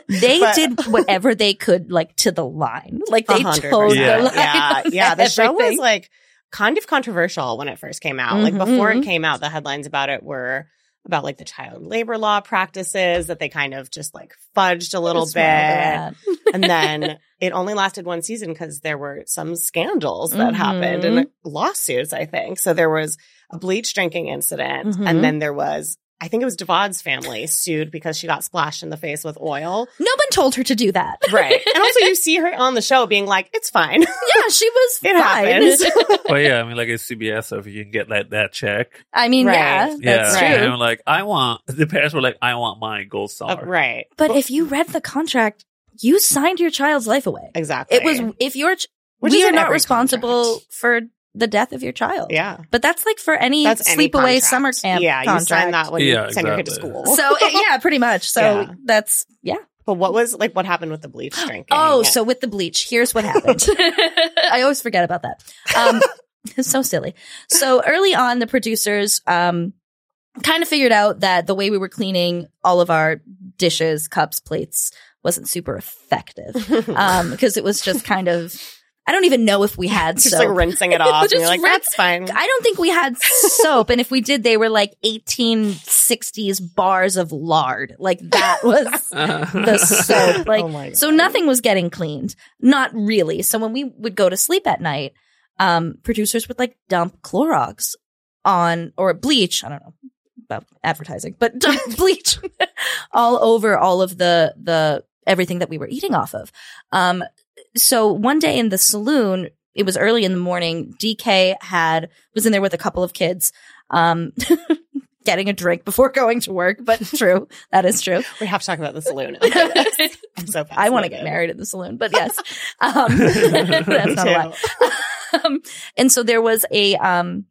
S3: they
S2: But-
S3: did whatever they could like to the line like they
S2: 100%.
S3: towed
S1: Yeah.
S3: the line
S2: yeah,
S3: with *laughs*
S2: yeah. The show was
S3: everything.
S2: like kind of controversial when it first came out.
S3: Mhm,
S2: Like before
S3: mhm.
S2: it came out, the headlines about it were about like the child labor law practices that they kind of just like fudged a little
S3: That's
S2: bit,
S3: where they're at.
S2: and then it only lasted one season because there were some scandals that
S3: Mhm.
S2: happened and lawsuits. I think so. There was a bleach drinking incident,
S3: Mhm.
S2: and then there was. I think it was Devad's family sued because she got splashed in the face with oil.
S3: no one told her to do that
S2: Right. And also you see her on the show being like, it's fine. *laughs*
S3: yeah she was
S2: It
S3: fine.
S2: happens.
S1: But yeah, I mean, like it's CBS, so if you can get that that check,
S3: *laughs* i mean
S2: Right.
S3: yeah
S1: yeah.
S3: that's
S2: Right.
S3: true
S1: And I'm like, I want *laughs* the parents were like, I want my gold star.
S2: Uh, right.
S3: but if you read the contract you signed your child's life away
S2: Exactly.
S3: it was if your ch-
S2: Which
S3: we
S2: is
S3: are
S2: in
S3: not
S2: every
S3: responsible
S2: contract.
S3: for the death of your child
S2: Yeah.
S3: But that's like for any
S2: That's any
S3: sleepaway
S2: contract.
S3: summer camp
S2: Yeah,
S3: contract.
S2: you sign that when
S1: Yeah,
S2: you send your kid to
S1: exactly.
S2: school.
S3: So it- yeah, pretty much.
S2: *laughs*
S3: So
S2: Yeah.
S3: that's yeah.
S2: but what was like what happened with the bleach drinking?
S3: *gasps*
S2: *laughs*
S3: Oh, so with the bleach, here's what happened. I always forget about that. Um, *laughs* it's so silly. So early on, the producers um, kind of figured out that the way we were cleaning all of our dishes, cups, plates wasn't super effective
S2: *laughs*
S3: because it was just kind of. I don't even know if we had
S2: just
S3: soap.
S2: like
S3: *laughs*
S2: rinsing it off. and
S3: Just
S2: you're like,
S3: rinse-
S2: that's fine.
S3: I don't think we had soap, and if we did, they were like 1860s bars of lard. Like that was
S1: *laughs*
S3: the soap.
S2: *laughs*
S3: Like
S2: Oh my God.
S3: so, nothing was getting cleaned. Not really. So when we would go to sleep at night, um, producers would like dump Clorox on or bleach. I don't know about advertising, but dump bleach *laughs* all over all of the the everything that we were eating off of. Um, so one day in the saloon, it was early in the morning. DK had was in there with a couple of kids, um, *laughs* getting a drink before going to work. But true, that is true.
S2: We have to talk about the
S3: *laughs*
S2: saloon. *laughs* I'm so
S3: I want to get
S2: fascinated.
S3: married at the
S2: *laughs*
S3: saloon, but yes, um, *laughs* that's not a lot. Um, and so there was a um,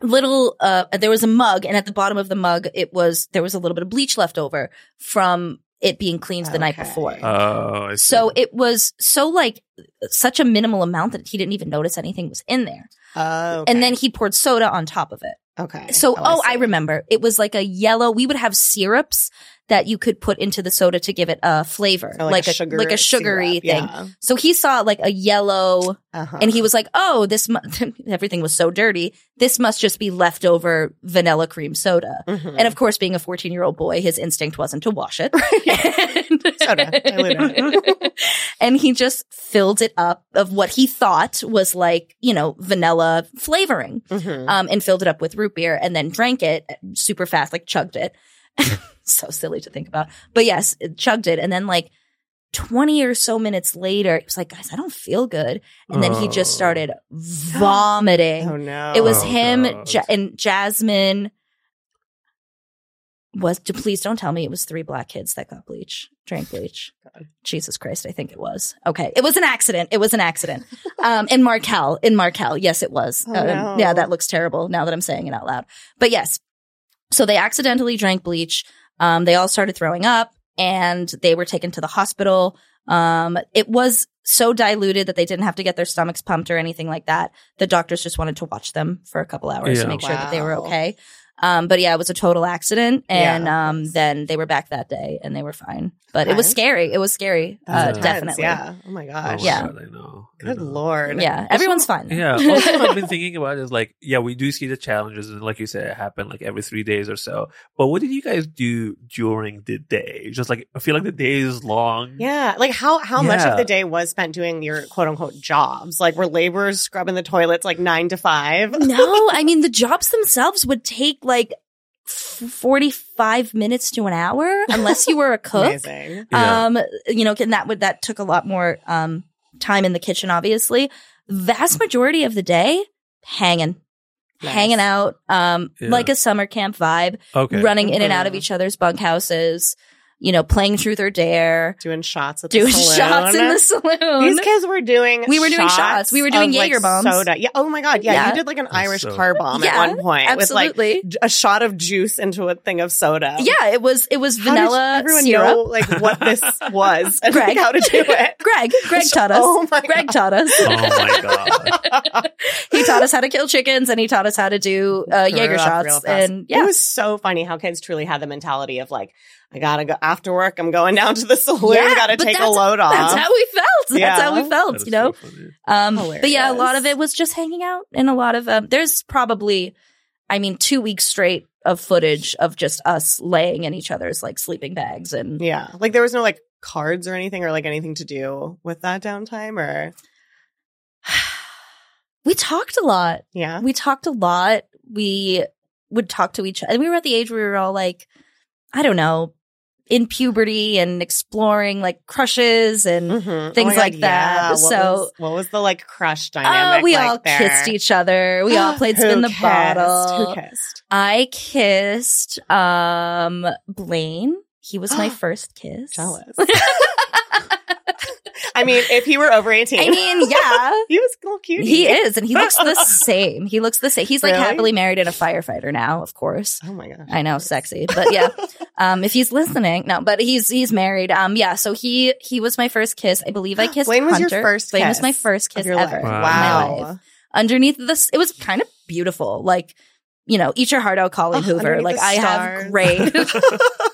S3: little, uh, there was a mug, and at the bottom of the mug, it was there was a little bit of bleach left over from it being cleaned the night
S2: Okay.
S3: before. *laughs*
S1: Oh, I see.
S3: so it was so like such a minimal amount that he didn't even notice anything was in there.
S2: *laughs* Oh,
S3: And then he poured soda on top of it.
S2: okay.
S3: So, oh, I,
S2: see.
S3: remember. It was like a yellow. We would have syrups that you could put into the soda to give it a flavor,
S2: Or sugar
S3: like a sugary
S2: syrup.
S3: thing.
S2: Yeah.
S3: So he saw like a yellow,
S2: Uh-huh.
S3: and he was like, "Oh, this mu- *laughs* everything was so dirty. This must just be leftover vanilla cream soda."
S2: Mhm.
S3: And of course, being a fourteen-year-old boy, his instinct wasn't to wash it. *laughs*
S2: Soda. Dilute
S3: and he just filled it up of what he thought was like you know vanilla flavoring
S2: Mhm.
S3: um, and filled it up with root beer and then drank it super fast, like chugged it. *laughs* so silly to think about. But yes, it chugged it. And then like 20 or so minutes later, it was like, guys, I don't feel good. And then he just
S1: Oh.
S3: started vomiting.
S2: Oh no.
S3: It was
S1: Oh,
S3: him
S1: God.
S3: ja- and Jasmine was to please don't tell me it was three black kids that got bleach,
S2: *laughs*
S3: drank bleach.
S2: God.
S3: Jesus Christ, I think it was. Okay. It was an accident. It was
S2: *laughs*
S3: an accident. Um in Markel, in Markel. Yes, it was.
S2: Oh,
S3: Um,
S2: no.
S3: Yeah, that looks terrible now that I'm saying it out loud. But yes. So they accidentally drank bleach. Um they all started throwing up and they were taken to the hospital. Um it was so diluted that they didn't have to get their stomachs pumped or anything like that the doctors just wanted to watch them for a couple hours to
S1: Yeah.
S3: make sure that they were
S2: Wow.
S3: okay. Um, but yeah, it was a total accident, and
S2: Yeah, of
S3: um,
S2: course.
S3: then they were back that day and they were fine. But it was
S2: Okay.
S3: scary. It was scary,
S2: That's
S3: uh,
S1: intense,
S2: intense.
S3: definitely. Yeah,
S2: Yeah. Oh my
S1: Oh my
S2: gosh.
S3: uh, Yeah.
S1: God, I know. I
S2: Good
S1: know.
S2: lord.
S3: everyone's fine. now. *laughs*
S1: Yeah. Also, what I've been thinking about is like, yeah, we do see the challenges, and like you said, it happened like every three days or so. But what did you guys do during the day? Just like I feel like the day is long.
S2: Yeah, like how how much
S1: Yeah.
S2: of the day was spent doing your quote unquote jobs? Like were laborers scrubbing the toilets like nine to five?
S3: no, I mean the jobs themselves would take like forty-five minutes to an hour, unless
S1: *laughs*
S3: you were a cook.
S2: Amazing.
S1: Yeah.
S3: um you know and that would that took a lot more um time in the kitchen obviously vast majority of the day hanging
S2: Nice.
S3: hanging out um
S1: Yeah.
S3: like a summer camp vibe
S1: Okay.
S3: running in and out of
S2: Mhm.
S3: each other's bunkhouses you know, playing truth or dare,
S2: doing shots at the
S3: doing *laughs*
S2: saloon.
S3: shots in the saloon.
S2: These kids were doing.
S3: We were doing shots. We were doing
S2: of, like,
S3: Jaeger bombs.
S2: Soda. Yeah. Oh my god. Yeah,
S3: Yeah.
S2: You did like an Irish
S1: so-
S2: car bomb at
S3: Yeah,
S2: one point with like
S3: Absolutely.
S2: j- a shot of juice into a thing of soda.
S3: yeah, it was it was
S2: How did
S3: vanilla
S2: everyone
S3: syrup.
S2: know like what
S3: *laughs*
S2: this was and
S3: Greg.
S2: how to
S3: *laughs*
S2: do it.
S3: Greg,
S2: *laughs*
S3: Greg taught us.
S2: Oh my
S3: Greg
S2: *laughs*
S3: taught us.
S1: Oh my
S3: *laughs*
S1: god!
S3: he taught us how to kill chickens and he taught us how to do uh,
S2: Grew
S3: Jaeger
S2: up real
S3: shots.
S2: fast.
S3: And yeah,
S2: It was so funny how kids truly had the mentality of like, I gotta go after work. I'm going down to the saloon.
S3: Yeah,
S2: gotta
S3: but
S2: take a
S3: that's-
S2: load off.
S3: that's how we felt. That's
S2: Yeah.
S3: how we
S1: That is
S3: felt, you know?
S1: so funny. *laughs*
S3: Um, but yeah, a
S2: Hilarious.
S3: lot of it was just hanging out, and a lot of um, there's probably, I mean, two weeks straight of footage of just us laying in each other's like sleeping bags, and
S2: yeah, like there was no like cards or anything or like anything to do with that downtime or
S3: *sighs* we talked a lot.
S2: yeah.
S3: We talked a lot. We would talk to each other. We were at the age where we were all like, I don't know, in puberty and exploring like crushes and.
S2: Mhm.
S3: Things
S2: my
S3: like that.
S2: yeah. What
S3: So-
S2: was, what was the like crush
S3: Oh,
S2: dynamic?
S3: we
S2: like
S3: all
S2: there?
S3: kissed each other.
S2: *gasps*
S3: We all
S2: *laughs*
S3: played
S2: Who
S3: spin the
S2: kissed?
S3: bottle.
S2: Who kissed?
S3: I kissed um Blaine. He
S2: *gasps*
S3: was my first kiss. *laughs*
S2: Jealous. I mean, if he were over eighteen,
S3: I mean,
S2: *laughs*
S3: yeah.
S2: he was a little cute.
S3: He is, and he
S2: *laughs*
S3: looks the same. He looks the same. He's like
S2: Really?
S3: happily married and a firefighter now, of course.
S2: Oh my gosh!
S3: I know, sexy,
S2: *laughs*
S3: but yeah. Um, if he's listening, no, but he's he's married. Um, yeah. So he he was my first kiss. I believe I kissed.
S2: Blaine was your
S3: Hunter.
S2: first
S3: Blaine was
S2: kiss
S3: my first
S2: Of
S3: kiss
S2: your life.
S3: ever.
S1: Wow.
S3: Wow.
S2: Wow.
S3: *laughs* underneath this it was kind of beautiful like you know eat your heart out colleen
S2: Oh,
S3: hoover
S2: Underneath
S3: like
S2: the
S3: i have
S2: Stars. *laughs*
S3: great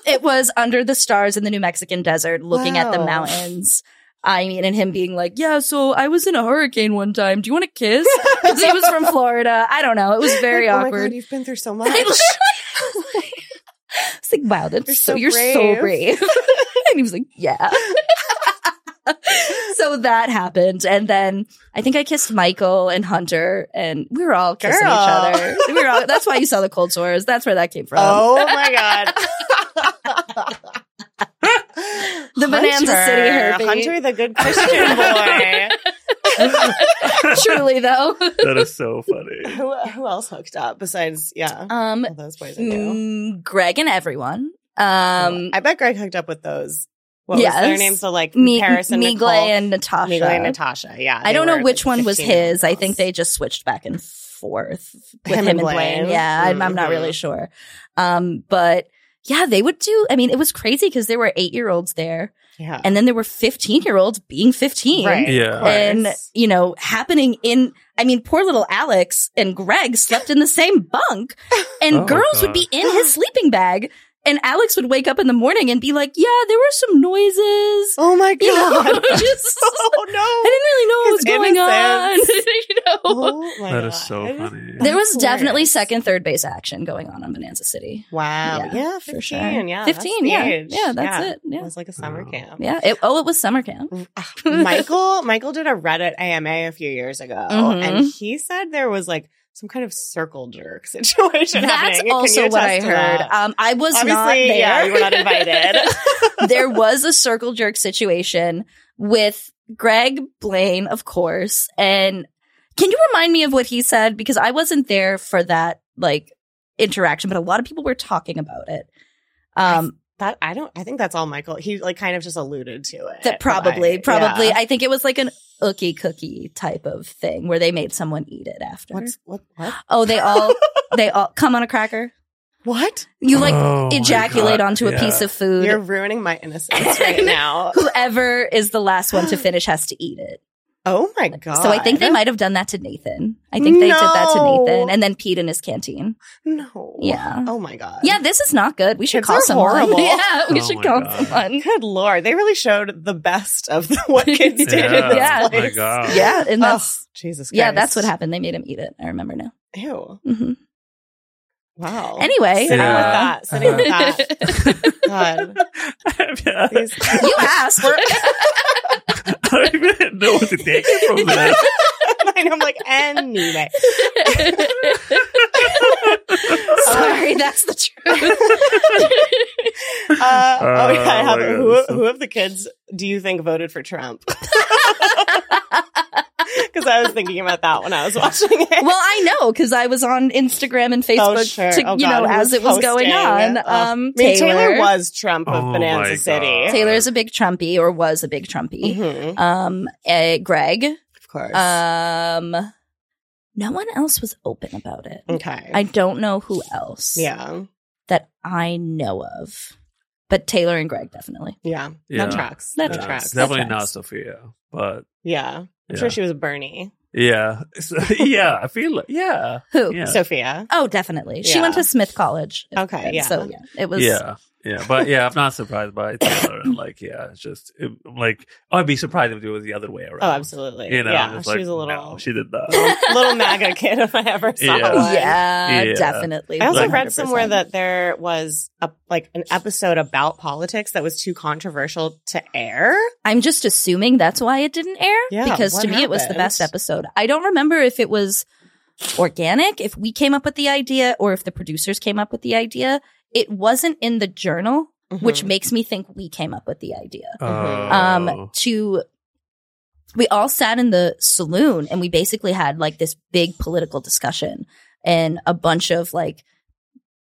S3: it was under the stars in the new mexican desert looking at the
S2: Wow.
S3: mountains i mean and him being like yeah so i was in a hurricane one time do you want to kiss
S2: *laughs*
S3: 'Cause he was from florida i don't know it was very
S2: Like, *laughs* oh my
S3: awkward
S2: God, you've been through
S3: *laughs*
S2: so
S3: I
S2: much.
S3: literally-
S2: *laughs*
S3: I was like, wow, that's
S2: You're
S3: so,
S2: so
S3: you're so brave. *laughs*
S2: brave.
S3: and he was like, yeah. *laughs* so that happened. And then I think I kissed Michael and Hunter and we were all kissing
S2: Girl.
S3: each other. We were all, that's why you saw the cold sores. That's where that came from.
S2: oh my *laughs* god.
S3: *laughs* The Bonanza City herpes.
S2: Hunter, the good Christian boy. *laughs*
S3: Truly though.
S1: That is so
S3: *laughs*
S1: funny.
S2: who, who else hooked up besides yeah?
S3: Um, *laughs*
S2: all those boys I knew.
S3: mm, Greg and everyone. Um,
S2: I bet Greg hooked up with those. What
S3: Yes.
S2: was their names? So like
S3: me,
S2: Paris and
S3: Migle
S2: Nicole,
S3: and Natasha.
S2: Migle and Natasha. Yeah,
S3: I
S2: they
S3: don't know
S2: were,
S3: which
S2: like,
S3: one was
S2: 15
S3: his. I
S2: girls.
S3: think they just switched back and forth with him,
S2: Him
S3: and
S2: and
S3: Blaine.
S2: Blaine.
S3: Yeah, I'm, I'm not
S2: Mhm.
S3: really sure. Um, but yeah, they would do. I mean, it was crazy because there were eight year olds there,
S2: yeah.
S3: and then there were 15 year olds being 15.
S2: Right.
S1: Yeah.
S2: Of course.
S3: And you know, happening in, I mean, poor little Alex and Greg slept in the
S2: *laughs*
S3: same bunk, and
S1: Oh,
S3: girls would
S1: God.
S3: be in his sleeping bag, and Alex would wake up in the morning and be like, "Yeah, there were
S2: *laughs*
S3: some noises,"
S2: oh
S3: *laughs*
S2: my god! *laughs*
S3: you know, just *laughs* I
S2: oh
S3: didn't really know what was
S2: His
S3: going
S2: innocence.
S3: on. *laughs* you know,
S2: no! Oh my
S1: That
S2: god.
S1: is so funny.
S3: there was
S2: Of
S3: definitely
S2: course.
S3: second, third base action going on in Bonanza City.
S2: Wow.
S3: Yeah,
S2: Yeah,
S3: for
S2: 15.
S3: sure.
S2: Yeah. that's
S3: 15,
S2: the
S3: yeah.
S2: age.
S3: Yeah, that's it, yeah.
S2: It was like a summer
S1: Wow.
S2: camp. Mm, ah,
S3: Yeah. It, oh, it was summer camp. *laughs*
S2: Michael Michael did a Reddit AMA a few years ago
S3: Mhm.
S2: and he said there was like some kind of circle jerk *laughs* situation
S3: That's
S2: happening. Can you
S3: also what
S2: attest
S3: I
S2: to
S3: heard.
S2: that?
S3: Um, I was
S2: Obviously,
S3: not there.
S2: yeah, you were not
S3: *laughs*
S2: invited. *laughs*
S3: there was a circle jerk situation with Greg Blaine, of course. And can you remind me of what he said? Because I wasn't there for that like interaction, but a lot of people were talking about it. Um,
S2: that I don't I think that's all Michael. He like kind of just alluded to it. *laughs*
S3: that probably
S2: Like,
S3: probably
S2: yeah.
S3: i think it was like an ookie cookie type of thing where they made someone eat it after
S2: What's what what?
S3: oh
S2: *laughs*
S3: they all they all come on a cracker
S2: What?
S3: you like
S1: Oh my
S3: ejaculate
S1: God,
S3: onto a
S1: yeah.
S3: piece of food
S2: You're ruining my
S3: *laughs*
S2: innocence right now.
S3: whoever is the last one to finish has to eat it
S2: Oh *gasps* my god.
S3: so i think they might have done that to nathan i think they did that to
S2: No.
S3: nathan and then pete in his canteen
S2: No.
S3: yeah
S2: Oh my god.
S3: yeah this is not good we should
S2: Kids
S3: call
S2: are
S3: someone *laughs*
S2: horrible.
S3: yeah we
S1: Oh
S3: should
S1: my
S3: call
S1: God.
S3: someone
S2: Good lord, they really showed the best of the,
S3: *laughs*
S2: what kids did in
S1: Yeah.
S2: this
S3: Yeah.
S1: Oh my
S2: place.
S1: god.
S2: *laughs*
S3: *laughs* yeah and that's
S2: oh, Jesus. Christ.
S3: yeah that's what happened they made him eat it i remember now
S2: Ew.
S3: hmm
S2: Wow.
S3: anyway
S2: sitting
S1: Yeah.
S2: with that,
S3: *laughs*
S2: sitting with that. God,
S1: Yeah.
S2: these *laughs*
S3: you asked.
S1: *laughs*
S2: We're- *laughs*
S1: I don't even know what to take from that.
S2: and I'm like, anyway,
S3: Sorry, *laughs* that's the truth.
S2: uh, oh yeah, I
S1: Oh, my
S2: have,
S1: God,
S2: who,
S1: so-
S2: *laughs* who of the kids do you think voted for Trump? Because because I was thinking about that when I was *laughs* watching it.
S3: well, I know because I was on Instagram and Facebook,
S2: Oh, sure.
S3: to,
S2: Oh,
S3: you
S2: God,
S3: know,
S2: who
S3: as it was going
S2: posting?
S3: on.
S2: Ugh.
S3: Um,
S2: I mean,
S3: Taylor,
S2: Taylor was Trump of
S1: Oh my
S2: Bonanza City.
S1: God.
S3: Taylor's a big Trumpy or was a big Trumpy.
S2: Mhm.
S3: Um, eh, Greg.
S2: Of course.
S3: Um, no one else was open about it.
S2: okay.
S3: I don't know who else
S2: yeah.
S3: that I know of, but Taylor and Greg definitely.
S2: Yeah.
S1: Yeah.
S2: That tracks.
S3: That
S2: That,
S1: Yeah,
S2: tracks.
S1: It's definitely
S3: That
S1: not
S3: tracks.
S1: Sophia, but
S2: yeah. I'm
S1: yeah,
S2: sure she was Bernie.
S1: yeah, So- *laughs* yeah. I feel like yeah,
S3: Who?
S1: yeah,
S2: Sophia.
S3: Oh, definitely. She went
S2: Yeah.
S3: to Smith College.
S2: Okay, yeah.
S3: So yeah, it was.
S1: yeah, yeah. But yeah, I'm not surprised by Taylor. And like, yeah, it's just it, like I'd be surprised if it was the other way around.
S2: Oh, absolutely.
S1: You know, I'm
S2: yeah.
S1: just
S2: She
S1: like,
S2: was a little,
S1: No, she did that.
S2: little, little MAGA kid if I ever saw
S1: Yeah.
S2: one.
S3: Yeah,
S1: Yeah.
S3: definitely.
S2: I also
S1: Like-
S2: read somewhere
S3: 100%.
S2: that there was a like an episode about politics that was too controversial to air.
S3: I'm just assuming that's why it didn't air.
S2: Yeah,
S3: because to
S2: what
S3: me, it was the
S2: happened?
S3: best episode. I don't remember if it was organic, if we came up with the idea, or if the producers came up with the idea. It wasn't in the journal, which
S2: Hmm.
S3: makes me think we came up with the idea.
S1: Oh.
S3: um to we all sat in the saloon and we basically had like this big political discussion and a bunch of like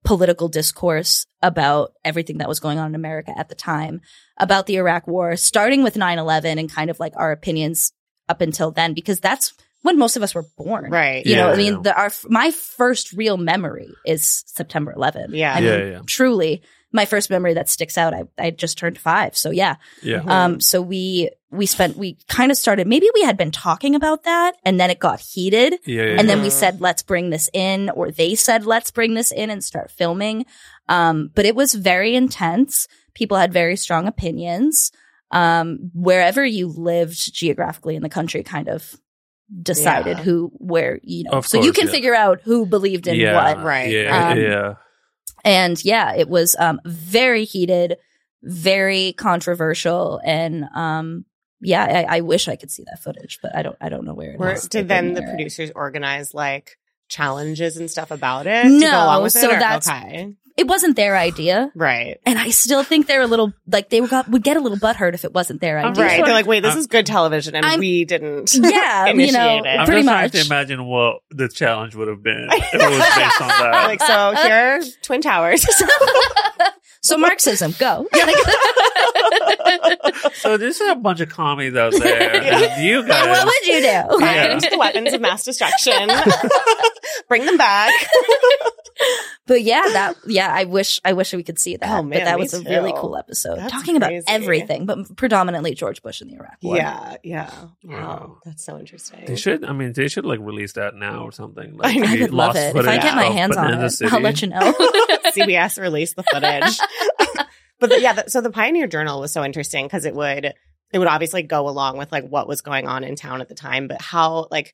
S3: political discourse about everything that was going on in America at the time about the Iraq war starting with 9/11 and kind of like our opinions up until then because that's when most of us were born
S2: right.
S3: you know
S1: Yeah.
S3: i mean the, our my first real memory is september 11th
S2: Yeah.
S3: i mean
S1: yeah, yeah,
S3: truly my first memory that sticks out i i just turned 5 so yeah
S1: yeah.
S3: um, so we we spent we kind of started maybe we had been talking about that and then it got heated
S1: Yeah, yeah,
S3: and then we
S2: Mhm.
S3: said let's bring this in or they said let's bring this in and start filming. Um, but it was very intense. People had very strong opinions. Um, wherever you lived geographically in the country, kind of decided
S2: Yeah.
S3: who where you know
S1: Of
S3: so you
S1: course,
S3: can
S1: yeah.
S3: figure out who believed in
S1: yeah,
S3: what
S2: Right.
S1: Yeah,
S3: Um,
S1: yeah.
S3: and yeah, it was um, very heated, very controversial, and um, yeah, I, I wish I could see that footage, but I don't. I don't know where it
S2: Were,
S3: is.
S2: did
S3: They
S2: then
S3: didn't
S2: the
S3: air it.
S2: producers organize like challenges and stuff about it? to
S3: No,
S2: go along with it,
S3: so
S2: or-
S3: that's-
S2: okay.
S3: It wasn't their idea,
S2: Right.
S3: and I still think they're a little like they were got, would get a little butthurt if it wasn't their
S1: I'm
S3: idea.
S2: Right.
S1: sort
S2: They're
S1: of-
S2: like, wait, this
S1: I'm-
S2: is good television, and
S3: I'm-
S2: we
S3: *laughs*
S2: didn't. *laughs*
S3: Yeah, you know,
S2: Initiated.
S1: I'm
S3: pretty
S1: just
S3: much.
S1: trying to imagine what the challenge would have been if it was based
S3: *laughs*
S1: on that.
S2: like, so here, are Twin Towers.
S3: So Marxism, go. *laughs* Like,
S1: so there's a bunch of commies out there.
S3: *laughs*
S2: Yeah.
S1: and you guys,
S3: what would you do? *laughs*
S1: Yeah.
S2: Find the weapons of mass *laughs* destruction. Bring them back.
S3: But yeah, that yeah, I wish I wish we could see that.
S2: Oh,
S3: but
S2: man,
S3: that
S2: me
S3: was a really
S2: too.
S3: cool episode,
S2: That's
S3: talking about
S2: crazy.
S3: everything, but predominantly George Bush and the Iraq War.
S2: Yeah, yeah. Wow,
S1: Wow.
S2: that's so interesting.
S1: They should. I mean, they should like release that now or something.
S2: I
S1: Like,
S2: know.
S3: I
S1: we
S3: would love
S1: lost
S3: it. If I
S1: footage
S3: get my
S1: of
S3: hands on
S1: Bonanza
S3: it,
S1: City.
S3: I'll let you know.
S2: *laughs*
S3: *laughs*
S2: CBS released the footage. *laughs* but the, yeah, the, so the Pioneer Journal was so interesting because it would it would obviously go along with like what was going on in town at the time, but how like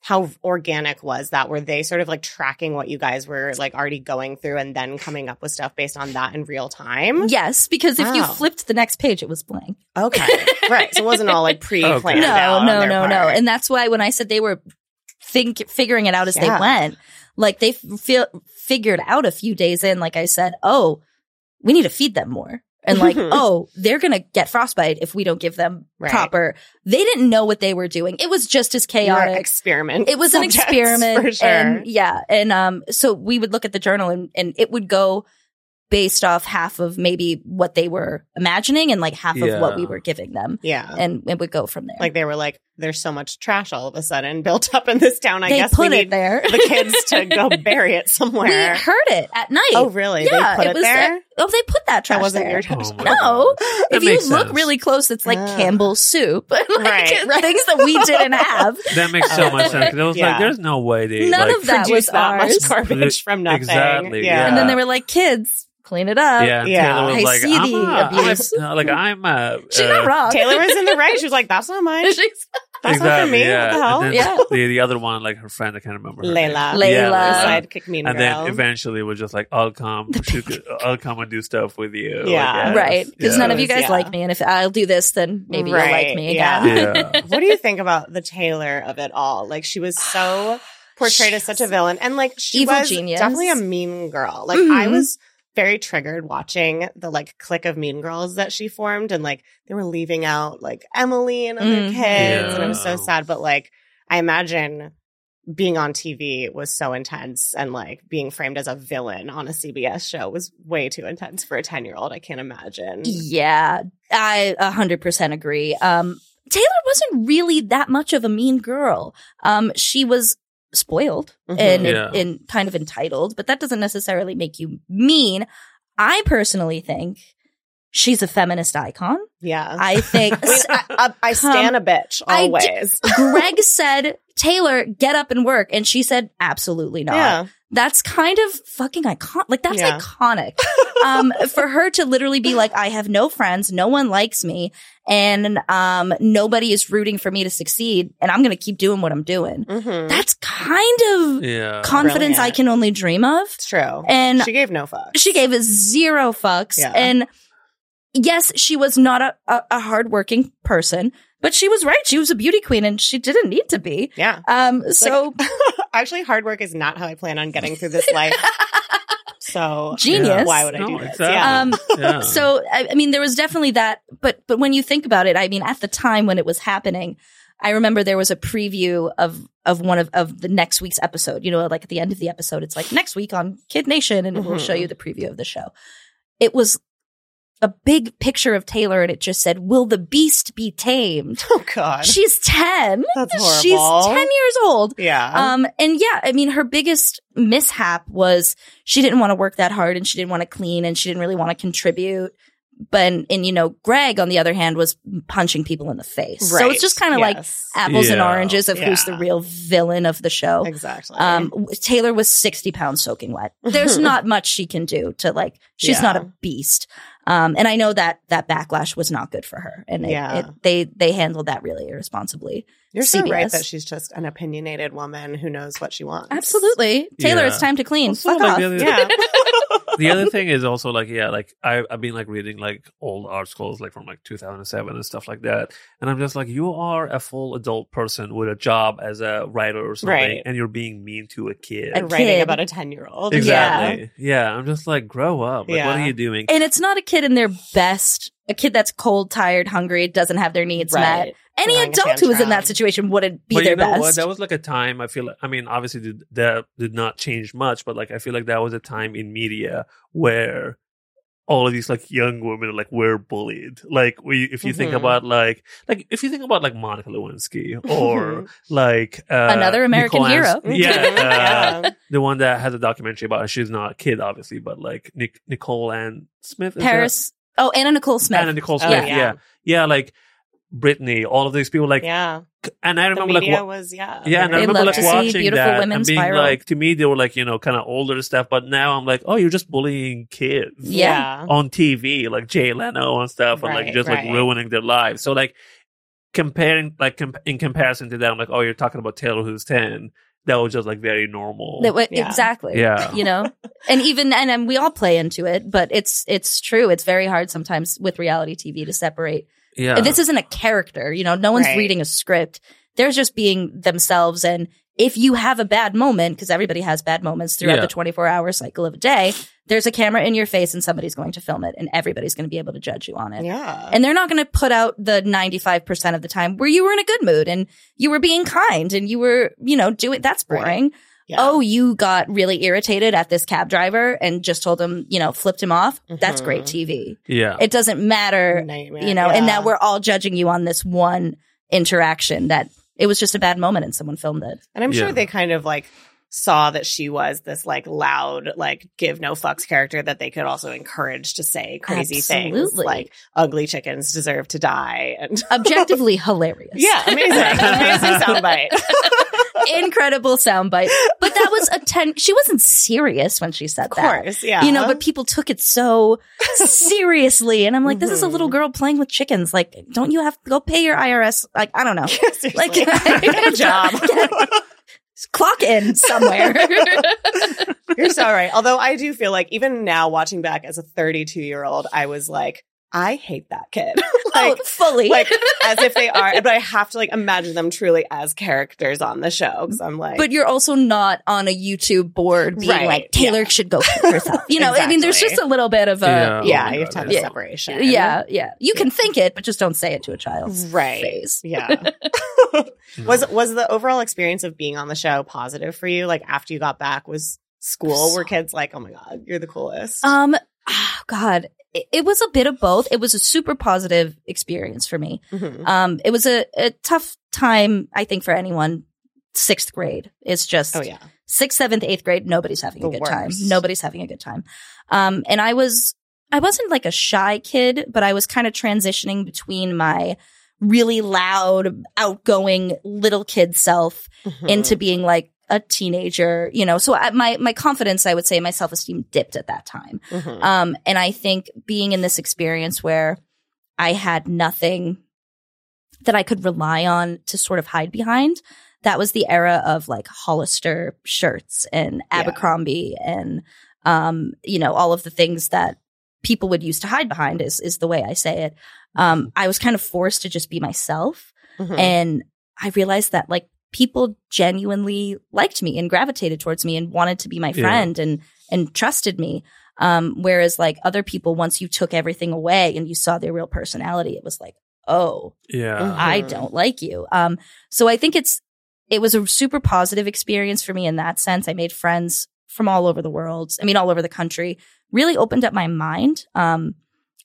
S2: how organic was that? Were they sort of like tracking what you guys were like already going through and then coming up with stuff based on that in real time?
S3: yes, because if you
S2: Wow.
S3: flipped the next page, it was blank.
S2: Okay, right. So it wasn't all like pre-planned.
S1: Okay. Yeah,
S2: out
S3: no,
S2: on
S3: no,
S2: their
S3: no, no.
S2: part.
S3: And that's why when I said they were think figuring it out as
S2: Yeah.
S3: they went, like they f- feel figured out a few days in. Like I said, oh, we need to feed them more.
S2: *laughs*
S3: And like, oh, they're gonna get frostbite if we don't give them
S2: Right.
S3: proper. They didn't know what they were doing. It was just as
S2: You were
S3: chaotic.
S2: experiment.
S3: it was an
S2: subjects,
S3: experiment
S2: for sure.
S3: and yeah and um so we would look at the journal and, and it would go based off half of maybe what they were imagining and like half of what
S1: Yeah.
S3: we were giving them
S2: yeah.
S3: and it would go from there
S2: Like they were like, there's so much trash all of a sudden built up in this town. I
S3: they
S2: guess
S3: put
S2: we
S3: it
S2: need
S3: there
S2: the kids to go bury it
S3: *laughs* we
S2: somewhere.
S3: heard it at night
S2: Oh, really? they
S3: yeah
S2: put
S3: it
S2: it,
S3: was
S2: there.
S3: oh they put that trash
S2: that wasn't
S3: there.
S2: your
S1: Oh
S2: trash.
S1: my
S3: No.
S1: God. That
S3: if you
S1: makes
S3: look
S1: sense.
S3: really close, it's like
S2: Ah.
S3: Campbell's soup, *laughs* like,
S2: Right, right.
S3: things that we didn't have.
S1: That makes so much sense. 'cause It was
S2: Yeah.
S1: like, there's no way they.
S3: None
S1: like,
S3: of *laughs* that was
S2: Produce that
S3: ours.
S2: much garbage from nothing.
S1: Exactly,
S2: Yeah.
S3: And then they were like, "Kids, clean it up."
S1: Yeah, and
S2: Yeah.
S1: Taylor was
S3: I
S1: like,
S3: see
S1: I'm
S3: the
S1: a- I'm a-
S3: abuse.
S1: no, like I'm a.
S3: She's
S1: uh,
S3: not wrong. *laughs*
S2: Taylor was in the right. She was like, "That's not mine. That's
S3: She's
S2: not for
S1: exactly,
S2: me.
S1: Yeah.
S2: What the
S1: And
S2: hell?"
S1: then
S3: Yeah.
S1: The, the other one, like her friend, I can't remember. her name.
S2: Layla,
S3: Layla.
S1: Yeah,
S3: Layla.
S2: the sidekick mean
S1: and
S2: girl.
S1: then eventually was just like, I'll
S2: *laughs*
S1: come, shoot, I'll come and do stuff with you. I
S2: Yeah.
S1: guess.
S3: right because
S1: Yeah.
S3: none of you guys
S2: Yeah.
S3: like me and if i'll do this then maybe you'll
S2: Right,
S3: like me
S2: yeah.
S3: again
S1: Yeah.
S2: what do you think about the Taylor of it all? Like she was
S3: *sighs*
S2: so portrayed as such a villain, and like she
S3: Evil
S2: was
S3: genius.
S2: definitely a mean girl. Like I
S3: Mhm.
S2: was very triggered watching the like clique of mean girls that she formed, and like they were leaving out like Emily and other
S3: Mhm.
S2: kids, and it was
S1: Yeah.
S2: so sad. But like I imagine being on TV was so intense and like being framed as a villain on a CBS show was way too intense for a 10 year old. I can't imagine.
S3: *laughs* Yeah, I 100% agree. Um, Taylor wasn't really that much of a mean girl. Um, she was spoiled
S2: Mhm.
S3: and,
S1: Yeah.
S3: and kind of entitled, but that doesn't necessarily make you mean. I personally think she's a feminist icon.
S2: Yeah. *laughs*
S3: I think *laughs*
S2: I mean, I, I, I stand a bitch
S3: I d-
S2: always.
S3: Greg said, Taylor, get up and work. And she said, absolutely not.
S2: yeah.
S3: That's kind of fucking iconic. Like, that's
S2: Yeah. *laughs*
S3: iconic. um, for her to literally be like, I have no friends. No one likes me. And, um, nobody is rooting for me to succeed. And I'm going to keep doing what I'm doing.
S2: Mhm.
S3: That's kind *laughs* of
S1: Yeah.
S3: confidence I
S2: Brilliant.
S3: can only dream of.
S2: It's true.
S3: And
S2: she gave no fucks.
S3: she gave us zero fucks.
S2: Yeah.
S3: And yes, she was not a, a, a hardworking person, but she was right. She was a beauty queen and she didn't need to be.
S2: Yeah.
S3: Um, so
S2: *laughs* Actually, hard work is not how I plan on getting through this
S3: *laughs*
S2: life. So
S3: genius.
S2: Why would I
S1: No,
S2: do this?
S1: exactly.
S3: *laughs*
S2: Yeah.
S3: um,
S1: Yeah.
S3: so I, I mean, there was definitely that, but, but when you think about it, I mean, at the time when it was happening, I remember there was a preview of, of one of, of the next week's episode, you know, like at the end of the episode, it's like next week on Kid Nation and we'll
S2: Mhm.
S3: show you the preview of the show. It was a big picture of Taylor and it just said, will the beast be tamed?
S2: oh God.
S3: She's 10.
S2: That's horrible. Uh-huh.
S3: She's 10 years old.
S2: Yeah.
S3: Um, and yeah, I mean, her biggest mishap was she didn't want to work that hard and she didn't want to clean and she didn't really want to contribute. But, and, you know, Greg, on the other hand, was punching people in the face. So it's just kind of like apples and
S1: Yeah.
S3: oranges of who's the
S2: Yeah.
S3: real villain of the show.
S2: like exactly.
S3: Um, w- Taylor was 60 pounds soaking wet. *laughs* There's not much she can do to like, she's
S2: Yeah.
S3: not a beast. Um, and I know that that backlash was not good for her. And it,
S2: Yeah.
S3: it, they, they handled that really irresponsibly.
S2: You're so right
S3: CBS.
S2: that she's just an opinionated woman who knows what she wants.
S3: Absolutely. Taylor,
S1: Yeah.
S3: it's time to clean.
S1: Also,
S3: Fuck
S1: like,
S3: off. *laughs*
S1: the other-
S2: Yeah.
S1: the other thing is also like yeah like I, i've been like reading like old articles like from like 2007 and stuff like that and i'm just like you are a full adult person with a job as a writer or something
S2: Right.
S1: and you're being mean to a kid
S3: A
S2: and writing
S3: kid.
S2: about a 10 year old.
S1: exactly yeah. i'm just like grow up like what
S2: Yeah.
S1: are you doing
S3: And it's not a kid in their best, a kid that's cold, tired, hungry, doesn't have their needs met.
S2: Right.
S3: Any
S2: Throwing a
S3: adult who was in that
S2: tantrum.
S3: situation wouldn't be
S1: but
S3: their
S1: you know
S3: best.
S1: what that was like a time i feel like i mean obviously did, that did not change much but like i feel like that was a time in media where all of these like young women like were bullied like we, if you think
S3: Mm-hmm.
S2: Mhm.
S1: about like like if you think about like monica lewinsky
S3: *laughs*
S1: or like uh,
S3: Another American
S1: Ans-
S3: *laughs*
S2: Mhm.
S1: *laughs* yeah uh,
S2: *laughs* Yeah.
S1: the one that has a documentary about her she's not a kid obviously but like Nic- nicole and smith is that-
S3: Paris. Oh, Anna Nicole Smith.
S1: Anna Nicole
S2: Oh,
S1: Smith, yeah.
S2: yeah.
S1: yeah, like Britney, all of these people, like,
S2: yeah.
S1: and I
S2: The
S1: remember like
S2: media
S1: what,
S2: was, yeah.
S1: yeah, and I
S3: They
S1: remember
S3: love
S1: like
S3: to see
S1: watching
S3: beautiful
S1: that
S3: women
S1: and being
S3: spiral.
S1: like, to me, they were like, you know, kind of older stuff. But now I'm like, oh, you're just bullying kids
S3: Yeah.
S2: yeah.
S1: on TV, like Jay Leno and stuff, and like
S2: Right,
S1: just like
S2: right.
S1: ruining their lives. So like comparing, like com- in comparison to that, I'm like, oh, you're talking about Taylor who's ten. That was just like very normal.
S3: That wa-
S2: Yeah.
S3: Exactly.
S1: Yeah.
S3: You know, and even and, and we all play into it, but it's it's true. It's very hard sometimes with reality TV to separate.
S1: yeah,
S3: This isn't a character. You know, no one's
S2: Right.
S3: reading a script. They're just being themselves. And if you have a bad moment, because everybody has bad moments throughout
S1: Yeah.
S3: the 24 hour cycle of a day, there's a camera in your face and somebody's going to film it and everybody's going to be able to judge you on it.
S2: Yeah.
S3: And they're not going to put out the 95% of the time where you were in a good mood and you were being kind and you were, you know, doing that's
S2: Right.
S3: boring.
S2: Yeah.
S3: Oh, you got really irritated at this cab driver and just told him, you know, flipped him off. That's
S2: Mhm.
S3: great TV.
S1: yeah,
S3: It doesn't matter
S2: Nightmare.
S3: you know, and
S2: Yeah.
S3: now we're all judging you on this one interaction that it was just a bad moment and someone
S2: *laughs*
S3: filmed it.
S2: And I'm
S1: Yeah.
S2: sure they kind of like saw that she was this like loud, like give no fucks character that they could also encourage to say crazy things
S3: Absolutely.
S2: like ugly chickens deserve to die. And
S3: Objectively hilarious.
S2: *laughs* yeah, amazing.
S3: *laughs*
S2: amazing soundbite.
S3: Incredible soundbite. But that was a 10 she wasn't serious when she said
S2: Of
S3: that.
S2: course. Yeah.
S3: You know,
S2: *laughs*
S3: but people took it so seriously and I'm like this is a
S2: Mhm.
S3: little girl playing with chickens like don't you have to go pay your IRS like I don't know. Like *laughs*
S2: like *laughs* get a job.
S3: Clock in *laughs* somewhere.
S2: You're so right. Although I do feel like even now watching back as a 32 year old, I was like, I hate that kid. *laughs*
S3: oh,
S2: like *laughs*
S3: fully.
S2: like as if they are, but I have to like imagine them truly as characters on the show because I'm like,
S3: but you're also not on a YouTube board being
S2: Right,
S3: like Taylor
S2: yeah.
S3: should go
S2: *laughs*
S3: fuck herself. You know, I mean, there's
S2: Exactly.
S3: just a little bit of
S1: Yeah.
S3: a
S1: Oh
S2: yeah,
S1: my
S2: you have
S1: God,
S2: to have
S1: yeah.
S2: a separation.
S3: yeah, yeah. You can think it, but just don't say it to a child's
S2: Right.
S3: *laughs* face.
S2: Yeah.
S1: No.
S2: was was the overall experience of being on the show positive for you? Like after you got back, was school
S3: So-
S2: were kids like, oh my god, you're the coolest?
S3: Um, oh God, it, it was a bit of both. It was a super positive experience for me.
S2: Mhm.
S3: Um, it was a, a tough time, I think, for anyone. Sixth grade is just
S2: Oh yeah,
S3: sixth, seventh, eighth grade, nobody's having a
S2: The
S3: good time.
S2: worst.
S3: Nobody's having a good time. Um, and I was, I wasn't like a shy kid, but I was kind of transitioning between my really loud, outgoing little kid self
S2: Mhm.
S3: into being like a teenager, you know. So I, my my confidence, I would say, my self esteem dipped at that time.
S2: Mhm.
S3: Um, and I think being in this experience where I had nothing that I could rely on to sort of hide behind, that was the era of like Hollister shirts and
S2: Yeah.
S3: Abercrombie and, um, you know, all of the things that people would use to hide behind is, is the way I say it. Um, I was kind of forced to just be myself.
S2: Mhm.
S3: And I realized that like people genuinely liked me and gravitated towards me and wanted to be my
S1: Yeah.
S3: friend and and trusted me. Um, whereas like other people, once you took everything away and you saw their real personality, it was like, oh,
S1: Mm-hmm. yeah.
S3: I
S2: Mhm.
S3: don't like you. Um, so I think it's it was a super positive experience for me in that sense. I made friends from all over the world. I mean, all over the country. Really opened up my mind. Um,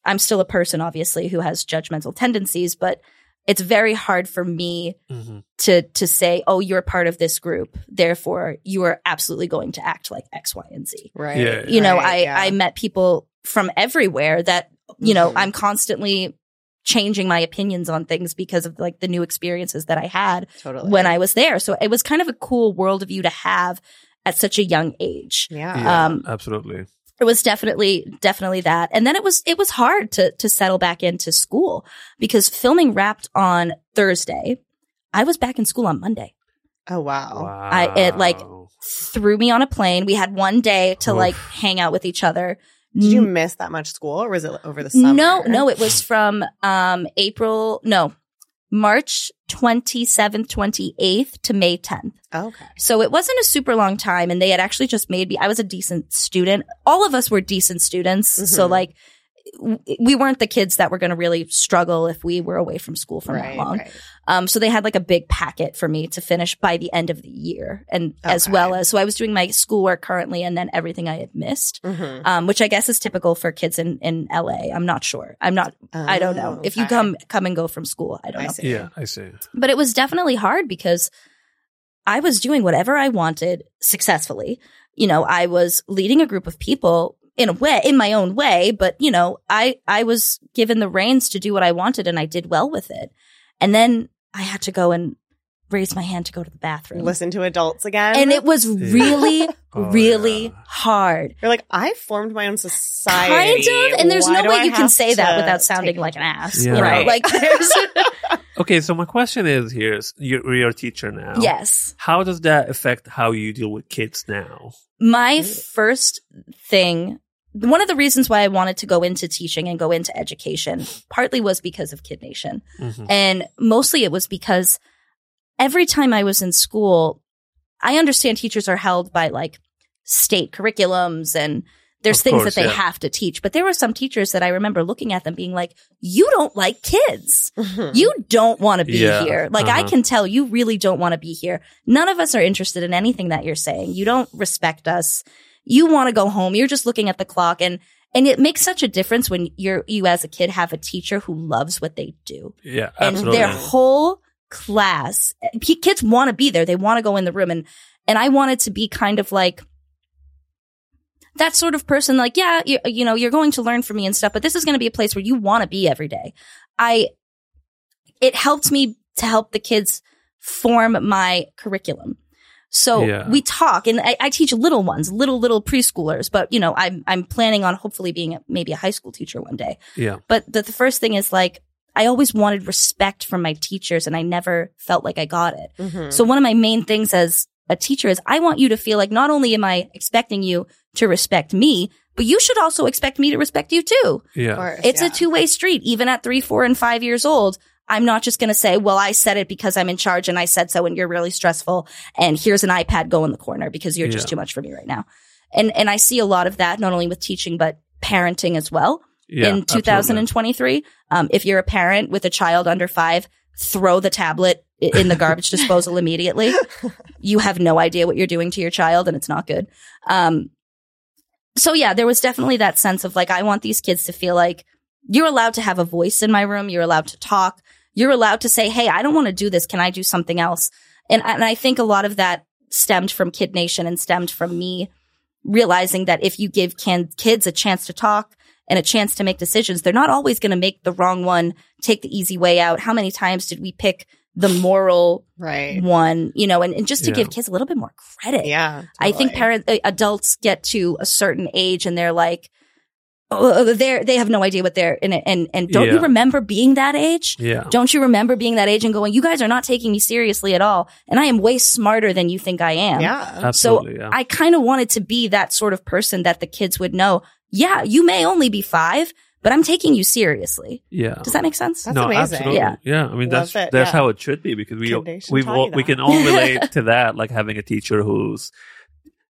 S3: I'm still a person, obviously, who has judgmental tendencies, but it's very hard for me
S1: Mhm.
S3: to to say, "Oh, you're part of this group, therefore you are absolutely going to act like X, Y, and Z."
S2: right?
S1: Yeah.
S3: You know,
S2: Right,
S3: I
S2: yeah.
S3: I met people from everywhere that you know
S2: Mhm.
S3: I'm constantly changing my opinions on things because of like the new experiences that I had
S2: totally
S3: when I was there. So it was kind of a cool worldview to have at such a young age.
S2: yeah.
S1: Yeah,
S3: Um,
S1: absolutely.
S3: It was definitely definitely that, and then it was it was hard to to settle back into school because filming wrapped on Thursday. I was back in school on Monday.
S2: oh wow.
S1: Wow.
S3: I- it, like- threw me on a plane. We had one day to
S1: Oof.
S3: like hang out with each other.
S2: Did you miss that much school, or was it over the summer?
S3: no, no, it was from um April, no, March 27th, 28th to May 10th.
S2: Okay.
S3: So it wasn't a super long time and they had actually just made me I was a decent student. All of us were decent students, so
S2: Mhm.
S3: like w- we weren't the kids that were going to really struggle if we were away from school for that
S2: Right.
S3: long.
S2: right.
S3: Um, so they had like a big packet for me to finish by the end of the year, and as
S2: Okay.
S3: well as so I was doing my schoolwork currently, and then everything I had missed,
S2: Mhm.
S3: um, which I guess is typical for kids in in LA. I'm not sure. I'm not. I don't know
S2: Oh,
S3: Um, if you
S2: okay.
S3: come come and go from school. I don't
S2: I
S3: know.
S2: see.
S1: Yeah, I see.
S3: But it was definitely hard because I was doing whatever I wanted successfully. You know, I was leading a group of people in a way, in my own way, but you know, I I was given the reins to do what I wanted and I did well with it. And then I had to go and raise my hand to go to the bathroom.
S2: Listen to adults again,
S3: And it
S2: *laughs*
S3: was really
S1: Oh,
S3: really
S1: yeah.
S3: hard.
S2: You're like, I formed my own society.
S3: Kind of, and there's
S2: Why
S3: no
S2: do I
S3: way you can
S2: have
S3: say that
S2: to
S3: without sounding
S2: take- *laughs*
S3: like an ass.
S1: Yeah.
S3: You know,
S1: Right.
S3: like there's
S1: Okay, so my question is here: is you're, you're a teacher now.
S3: yes.
S1: How does that affect how you deal with kids now?
S3: my
S2: Mm.
S3: first thing one of the reasons why i wanted to go into teaching and go into education partly was because of kid nation
S1: Mhm.
S3: and mostly it was because every time i was in school i understand teachers are held by like state curriculums and there's
S1: Of
S3: things
S1: course,
S3: that they
S1: yeah.
S3: have to teach but there were some teachers that i remember looking at them being like you don't like kids
S2: Mm-hmm,
S3: you don't want to be
S1: Mm-hmm. Yeah.
S3: here. Like I
S1: Uh-huh.
S3: can tell you really don't want to be here. None of us are interested in anything that you're saying. You don't respect us. You want to go home. You're just looking at the clock and and it makes such a difference when you're you as a kid have a teacher who loves what they do.
S1: Yeah,
S3: And
S1: absolutely.
S3: their whole class p- kids want to be there. They want to go in the room and and I wanted to be kind of like that sort of person like yeah you, you know you're going to learn from me and stuff but this is going to be a place where you want to be every day i it helped me to help the kids form my curriculum so
S1: Yeah.
S3: we talk and I, I teach little ones little little preschoolers but you know i'm i'm planning on hopefully being a, maybe a high school teacher one day
S1: Yeah.
S3: but the, the first thing is like i always wanted respect from my teachers and i never felt like i got it
S2: Mhm.
S3: so one of my main things as a teacher is I want you to feel like not only am I expecting you to respect me, but you should also expect me to respect you too.
S1: Yeah.
S2: Of course,
S3: It's a
S2: yeah.
S3: two way street. Even at three, four, and five years old, I'm not just going to say, well, I said it because I'm in charge and I said so and you're really stressful. And here's an iPad, go in the corner because you're just
S1: Yeah.
S3: too much for me right now. And, and I see a lot of that, not only with teaching, but parenting as well
S1: yeah,
S3: in
S1: absolutely.
S3: 2023. Um, if you're a parent with a child under five, throw the tablet i- in the
S1: *laughs*
S3: garbage disposal immediately. You have no idea what you're doing to your child, and it's not good. Um, so yeah, there was definitely that sense of like, I want these kids to feel like you're allowed to have a voice in my room. You're allowed to talk. You're allowed to say, Hey, I don't want to do this. Can I do something else? And, and I think a lot of that stemmed from Kid Nation and stemmed from me realizing that if you give can- kids a chance to talk and a chance to make decisions, they're not always going to make the wrong one, take the easy way out. How many times did we pick the moral
S2: Right.
S3: one, you know, and, and just to
S1: Yeah.
S3: give kids a little bit more credit?
S2: Yeah.
S3: I think
S2: totally.
S3: parent uh, adults get to a certain age and they're like, oh, they they have no idea what they're in it. And and don't you
S1: Yeah.
S3: remember being that age?
S1: Yeah.
S3: Don't you remember being that age and going, you guys are not taking me seriously at all, and I am way smarter than you think I am.
S2: Yeah.
S1: Absolutely. yeah.
S3: I kind of wanted to be that sort of person that the kids would know. Yeah, you may only be five, but I'm taking you seriously.
S1: yeah.
S3: Does that make sense?
S2: That's amazing.
S1: Absolutely.
S3: Yeah.
S1: Yeah. I mean,
S2: Love
S1: that's
S2: it,
S1: that's
S2: yeah.
S1: how it should be because we
S2: Kid Nation
S1: we
S2: taught you
S1: we
S2: that.
S1: can all
S2: *laughs*
S1: relate to that, like having a teacher who's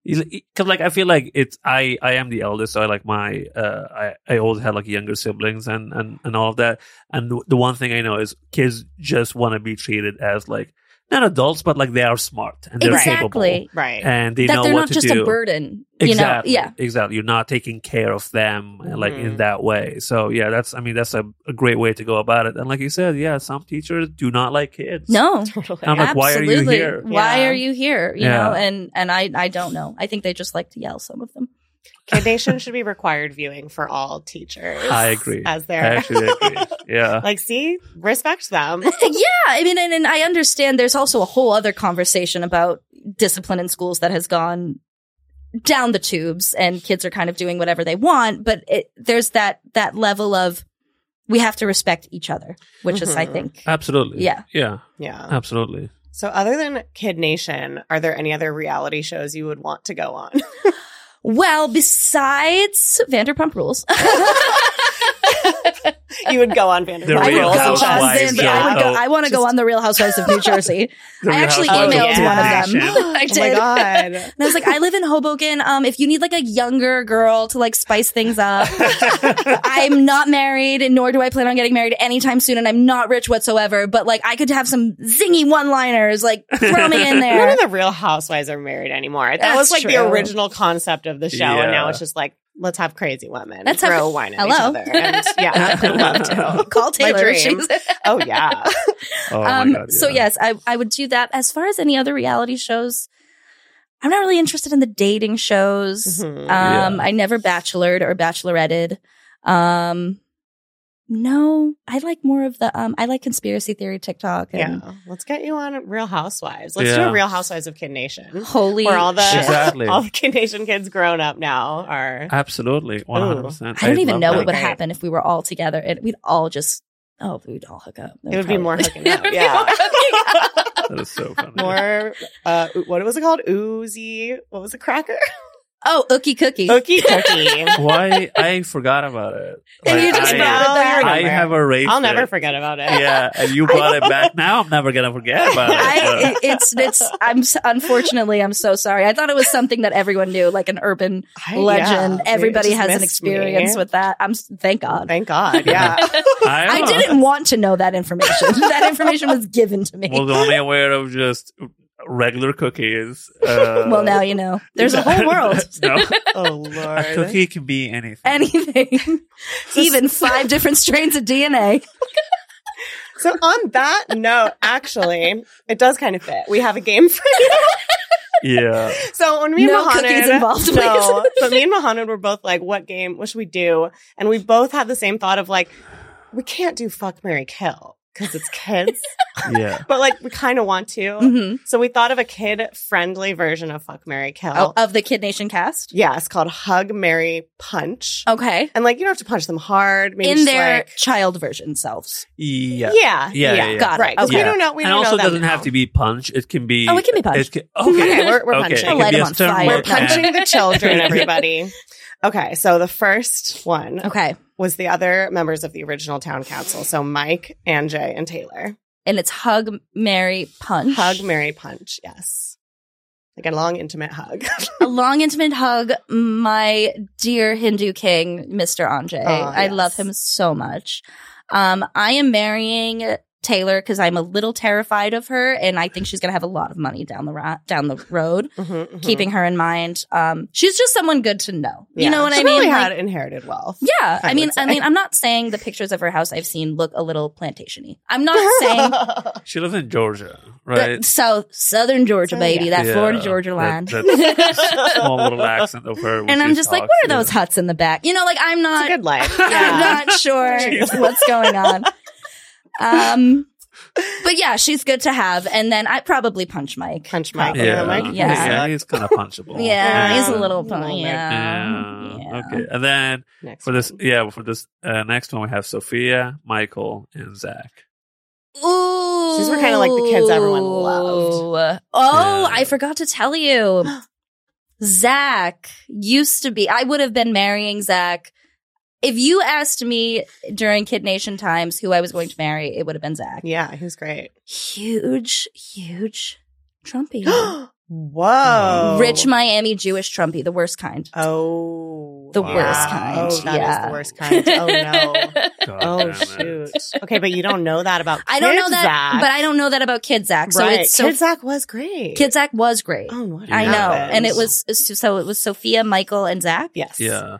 S1: because like I feel like it's I I am the eldest, so I like my uh, I I always had like younger siblings and and and all of that. And the- the one thing I know is kids just want to be treated as like not adults, but like they are smart and they're capable.
S3: exactly.
S2: Right.
S1: And they
S3: That
S1: know
S3: they're
S1: what
S3: not
S1: to
S3: just
S1: do.
S3: a burden.
S1: Exactly.
S3: You know? Yeah.
S1: Exactly. You're not taking care of them uh, like in
S2: Mhm.
S1: that way. So yeah, that's I mean that's a, a great way to go about it. And like you said, yeah, some teachers do not like kids.
S3: No.
S2: *laughs* totally.
S1: I'm like, why are you here?
S3: Why
S2: Yeah.
S3: are you here? You know,
S1: Yeah.
S3: and and I I don't know. I think they just like to yell. Some of them.
S2: Kid Nation should be required viewing for all teachers.
S1: I agree.
S2: As
S1: I
S2: their
S1: actually agree. Yeah.
S2: *laughs* like, see, respect them.
S3: yeah, I mean, and, and I understand. There's also a whole other conversation about discipline in schools that has gone down the tubes, and kids are kind of doing whatever they want. But it, there's that that level of we have to respect each other, which is, I
S2: Mhm.
S3: think,
S1: Absolutely.
S3: Yeah.
S1: Yeah.
S2: Yeah.
S1: Absolutely.
S2: So, other than Kid Nation, are there any other reality shows you would want to go on? *laughs*
S3: well, besides Vanderpump Rules. *laughs*
S2: you would go on Vanderpump.
S1: The
S3: I,
S1: Real
S3: would go on
S1: Housewives
S3: Xander. I would go.
S1: show.
S3: I want to go on the Real Housewives of New Jersey.
S1: The
S3: I
S1: Real
S3: actually
S1: Housewives
S3: emailed
S1: of Kid
S3: one of
S1: Nation.
S3: them. *laughs* I
S2: Oh
S3: did.
S2: my
S3: *laughs*
S2: god!
S3: And I was like, I live in Hoboken. Um, if you need like a younger girl to like spice things up, *laughs* I'm not married, nor do I plan on getting married anytime soon, and I'm not rich whatsoever. But like, I could have some zingy one-liners. Like, throw me
S2: None
S3: in there.
S2: of the Real Housewives are married anymore. That
S3: That's
S2: was like
S3: true.
S2: the original concept of the show, and now
S1: Yeah.
S2: it's just like let's have crazy women
S3: Let's have-
S2: throw wine at
S3: Hello.
S2: each other.
S3: *laughs*
S2: And, yeah, I'd love to.
S3: Call Taylor.
S2: dream.
S3: She's-
S2: *laughs*
S3: *laughs*
S2: Oh yeah,
S1: Oh my
S3: um,
S1: God,
S3: So
S1: yeah.
S3: yes, I I would do that. As far as any other reality shows, I'm not really interested in the dating shows.
S2: Mhm.
S3: Um,
S1: Yeah.
S3: I never bachelored or bacheloretted. Um, no, I like more of the. Um, I like conspiracy theory TikTok. And
S2: yeah. Let's get you on Real Housewives. Let's do
S1: Yeah.
S2: a Real Housewives of Kid Nation,
S3: Holy
S2: where all the
S1: *laughs*
S3: shit.
S1: Exactly.
S2: all the Kid Nation kids grown up now are.
S1: Absolutely. One hundred percent.
S3: I don't even know what would
S2: that.
S3: happen if we were all together. It, we'd all just oh, we'd all hook up.
S2: It would be
S3: probably- *laughs*
S2: more hooking up.
S3: It'd be
S2: yeah.
S3: more
S2: *laughs*
S3: hooking
S1: That is
S3: *laughs*
S1: so funny.
S2: more uh what was it called oozy what was it cracker
S3: oh, ookie cookie.
S2: ookie cookie
S1: Why I forgot about it.
S3: And you
S1: Like,
S3: just
S1: I,
S3: brought it back.
S1: I have erased
S2: i'll never
S1: it.
S2: forget about it
S1: Yeah, and you brought it back. Now I'm never gonna forget about it.
S3: *laughs* I, it's it's I'm s- unfortunately I'm so sorry. I thought it was something that everyone knew, like an urban
S2: I-
S3: legend.
S2: yeah,
S3: Everybody
S2: it just
S3: has an
S2: missed
S3: experience
S2: me.
S3: with that. I'm s- thank
S2: *laughs*
S3: God.
S2: thank god yeah
S1: I,
S3: I
S1: am.
S3: didn't want to know that information. *laughs* that information was given to me.
S1: *laughs* was only aware of just regular cookies. Uh,
S3: *laughs* well, now you know. There's a
S1: *laughs*
S3: whole world. *laughs*
S1: no,
S2: *laughs* oh
S1: a
S2: lord
S1: cookie can be anything.
S2: *laughs*
S3: Anything, even five different strains of DNA.
S2: so on that note actually it does kind of fit we have a game for *laughs* you
S1: *laughs* yeah,
S2: So when me
S3: No
S2: and
S3: cookies
S2: Mahanan, *laughs*
S3: involved,
S2: no, but me and Mahanan were both like, "What game? What should we do?" And we both had the same thought of like, "We can't do fuck, Mary kill because it's
S3: *laughs*
S2: kids,
S1: yeah.
S2: but like we kind of want to."
S3: hmm
S2: So we thought of a kid-friendly version of fuck, Mary kill.
S3: Oh, of the Kid Nation cast.
S2: Yeah, it's called Hug Mary Punch.
S3: Okay.
S2: And like you don't have to punch them hard. Maybe
S3: In
S2: just,
S3: their
S2: like-
S3: child version selves.
S1: yeah,
S2: yeah,
S1: Yeah, yeah, yeah.
S3: Got it.
S2: right. 'cause
S1: Okay.
S2: we don't know. We
S1: And
S2: don't
S1: also
S2: know them
S1: doesn't have
S2: now.
S1: to be punch. It can be.
S3: Oh, it can be punch.
S1: It can,
S3: *laughs*
S1: okay,
S2: Okay, *laughs* we're- we're
S1: okay.
S2: punching.
S1: It
S2: Light
S1: can be
S3: them
S1: a
S3: on
S1: stern
S3: fire.
S2: We're
S1: look at-
S2: punching
S1: *laughs*
S2: the
S3: *laughs*
S2: children, everybody. Okay, so the first one
S3: Okay.
S2: was the other members of the original town council. So Mike, Anjay, and Taylor.
S3: And it's Hug, Mary, Punch.
S2: Hug Mary Punch. Yes, like a long, intimate hug.
S3: A long, intimate hug, my dear Hindu king, Mr. Andre.
S2: Aw,
S3: I
S2: Ah, yes.
S3: love him so much. Um, I am marrying Taylor because I'm a little terrified of her, and I think she's gonna have a lot of money down the ro- down the road.
S2: Mhm, mhm.
S3: Keeping her in mind, um, she's just someone good to know.
S2: Yeah.
S3: You know what
S2: she
S3: I mean?
S2: Really
S3: Like-
S2: had inherited wealth.
S3: yeah,
S2: I
S3: I mean,
S2: would
S3: I
S2: say.
S3: mean, I'm not saying the pictures of her house I've seen look a little plantationy.
S2: *laughs*
S3: I'm not saying
S1: She lives in Georgia,
S3: But
S1: right?
S3: South Southern Georgia,
S2: So,
S3: baby,
S1: yeah.
S3: that Florida
S1: Yeah,
S3: Georgia
S1: that-
S3: line. *laughs*
S1: that Small little accent of her. when
S3: and I'm
S1: she
S3: just like,
S1: talks,
S3: where are
S1: yeah.
S3: those huts in the back? You know, like I'm
S2: it's a
S3: not,
S2: good *laughs* life.
S3: I'm
S2: Yeah.
S3: not sure
S1: Jeez.
S3: what's going on. Um, but yeah, she's good to have. And then I probably punch Mike.
S2: Punch Mike.
S1: Yeah,
S2: Yeah, Mike.
S3: Yeah.
S1: yeah, he's kind of punchable.
S3: Yeah, he's a little punch.
S2: Little
S3: Yeah.
S1: Yeah. Okay. And then
S2: Next
S1: for this,
S2: one.
S1: yeah, for this uh, next one, we have Sophia, Michael, and Zach.
S3: Ooh,
S2: These were kinda like the kids everyone loved.
S3: Oh,
S1: Yeah.
S3: I forgot to
S2: *gasps*
S3: tell you, Zach used to be. I would have been marrying Zach if you asked me during Kid Nation times who I was going to marry. It would have been Zach.
S2: Yeah, he was great.
S3: Huge, huge
S2: *gasps*
S3: Trumpy,
S2: Oh. Whoa.
S3: rich Miami Jewish Trumpy, the worst kind.
S2: Oh.
S3: The
S1: worst
S2: Oh,
S1: kind,
S2: that is
S3: yeah.
S2: the worst kind. Oh,
S3: *laughs*
S2: no.
S1: God damn
S2: oh,
S1: it.
S2: shoot. Okay, but you don't know that about
S3: I don't
S2: Kid
S3: know that,
S2: Zach.
S3: but I don't know that about Kid Zach. So
S2: right.
S3: it's so
S2: Kid Zach was great.
S3: Kid Zach was great.
S2: Oh, what
S3: I
S1: Yeah.
S3: know.
S1: happened.
S3: And it was so it was Sophia, Michael, and Zach.
S2: Yes.
S1: Yeah.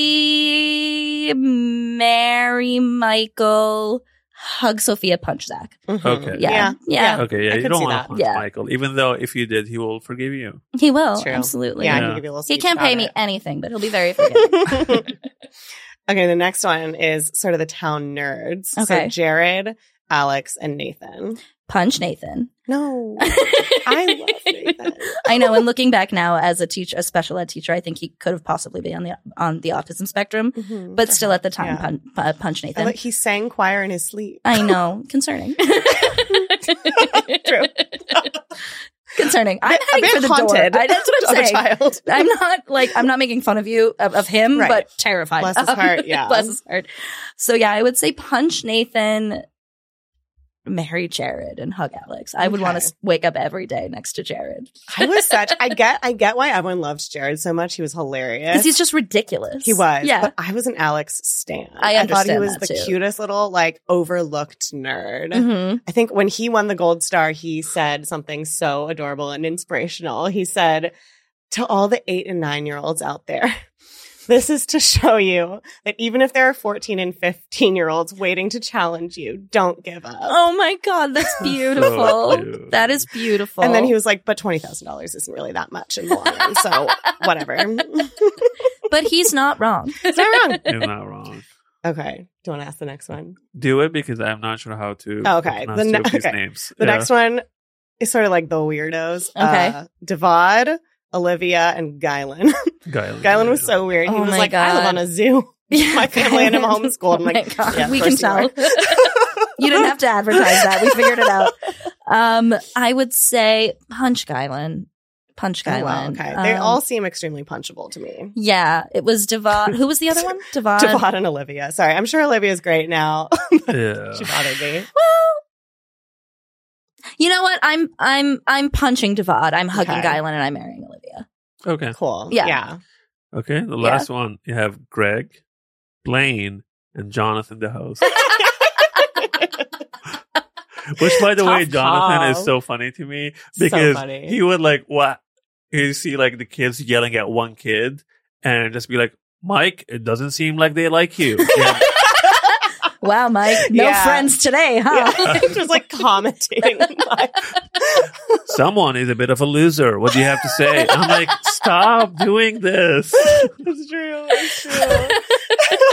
S3: Probably marry Michael, hug Sophia, punch Zach.
S2: Mhm.
S1: Okay.
S3: Yeah.
S2: Yeah.
S3: Yeah.
S2: Yeah.
S1: Okay. Yeah.
S2: Oh, I
S1: You
S2: could
S1: don't
S2: see
S1: want
S2: that.
S1: to punch
S3: Yeah.
S1: Michael, even though if you did, he will forgive you.
S3: He will.
S2: True.
S3: Absolutely.
S2: Yeah, I can
S1: Yeah.
S2: give you a little
S3: He
S2: speech
S3: can't pay
S2: about
S3: me
S2: it.
S3: anything, but he'll be very
S2: *laughs*
S3: forgiving.
S2: okay, the next one is sort of the town nerds. So
S3: Okay.
S2: Jared, Alex, and Nathan.
S3: punch Nathan. *laughs*
S2: No, I
S3: I *laughs*
S2: love Nathan.
S3: I know, and looking back now as a teacher, a special ed teacher, I think he could have possibly been on the on the autism spectrum,
S2: Mhm.
S3: but still at the time,
S2: Yeah.
S3: pun, uh, punch
S2: I
S3: Nathan.
S2: like- he sang choir in his sleep.
S3: I know, concerning.
S2: *laughs* True.
S3: *laughs* concerning. I'm
S2: A
S3: heading
S2: bit
S3: for the
S2: haunted
S3: door.
S2: *laughs*
S3: I, that's what
S2: of
S3: I'm
S2: a
S3: saying.
S2: child.
S3: *laughs* I'm not like I'm not making fun of you of, of him,
S2: Right.
S3: but terrified.
S2: Bless his
S3: Um, *laughs*
S2: heart, yeah.
S3: bless his heart. So yeah, I would say punch Nathan, marry Jared, and hug Alex. I would
S2: Okay.
S3: want to wake up every day next to Jared
S2: I was such. I get. I get why everyone loved Jared so much. He was hilarious.
S3: because he's just ridiculous.
S2: he was.
S3: Yeah.
S2: But I was an Alex stan.
S3: I
S2: thought he
S3: understand
S2: was
S3: that,
S2: the
S3: too.
S2: cutest little like overlooked nerd.
S3: Mhm.
S2: I think when he won the gold star, he said something so adorable and inspirational. He said, To all the eight and nine year olds out there, *laughs* this is to show you that even if there are 14 and 15 year olds waiting to challenge you, don't give up.
S3: Oh my
S2: *laughs*
S3: god, that's beautiful.
S1: cute.
S3: that is beautiful.
S2: And then
S3: *laughs*
S2: he was like, But $20,000 isn't really that much in the long run. So whatever. *laughs* Is
S3: but he's not wrong.
S2: that wrong? *laughs*
S1: You're not wrong.
S2: Okay. Do you want to ask the next one?
S1: Do it because I'm not sure how to
S2: Oh, Okay,
S1: pronounce
S2: the
S1: two
S2: ne-
S1: of these
S2: okay.
S1: names.
S2: The next one is sort of like the weirdos.
S3: Okay.
S2: Uh, Devad, Olivia, and *laughs* Guylin.
S1: Guylin.
S2: Guylin was so weird. He
S3: Oh
S2: was
S3: my
S2: like, I live
S3: God.
S2: on a zoo. *laughs* My family
S3: *laughs*
S2: and I'm homeschooled. I'm
S3: Oh my
S2: like,
S3: God,
S2: yeah, of
S3: we can
S2: course you
S3: tell.
S2: are. *laughs*
S3: You didn't have to advertise that. We figured it out. Um, I would say Punch Guylin. Punch
S2: Oh,
S3: Guylin.
S2: wow, okay. they
S3: Um,
S2: all seem extremely punchable to me.
S3: Yeah, it was Devad. Who was
S2: *laughs*
S3: the other one? Devad.
S2: Devad and Olivia. Sorry, I'm sure Olivia's great now. *laughs*
S1: Yeah.
S2: she bothered
S3: *laughs*
S2: me.
S3: Well, you know what? I'm I'm I'm punching Devad. I'm hugging
S2: Okay.
S3: Guylin, and I'm marrying Olivia.
S1: Okay.
S2: Cool.
S3: Yeah.
S2: Yeah. *laughs*
S3: *laughs*
S1: Okay. The last one you have Greg, Blaine, and Jonathan the
S2: *laughs*
S1: host. Which, by the
S3: Tough
S1: way, Jonathan
S2: call.
S1: is so funny to me
S2: So
S1: because
S2: funny.
S1: he would like what you see like the kids yelling at one kid and just be like, "Mike, it doesn't seem like they like
S3: *laughs*
S1: you." And
S3: Wow, Mike, no
S2: Yeah.
S3: friends today, *laughs* huh?
S2: Yeah. *laughs* Just like *laughs* commentating. Like,
S1: Someone is a bit of a loser. What do you have to say? And I'm like, stop doing this.
S2: it's true. It's true.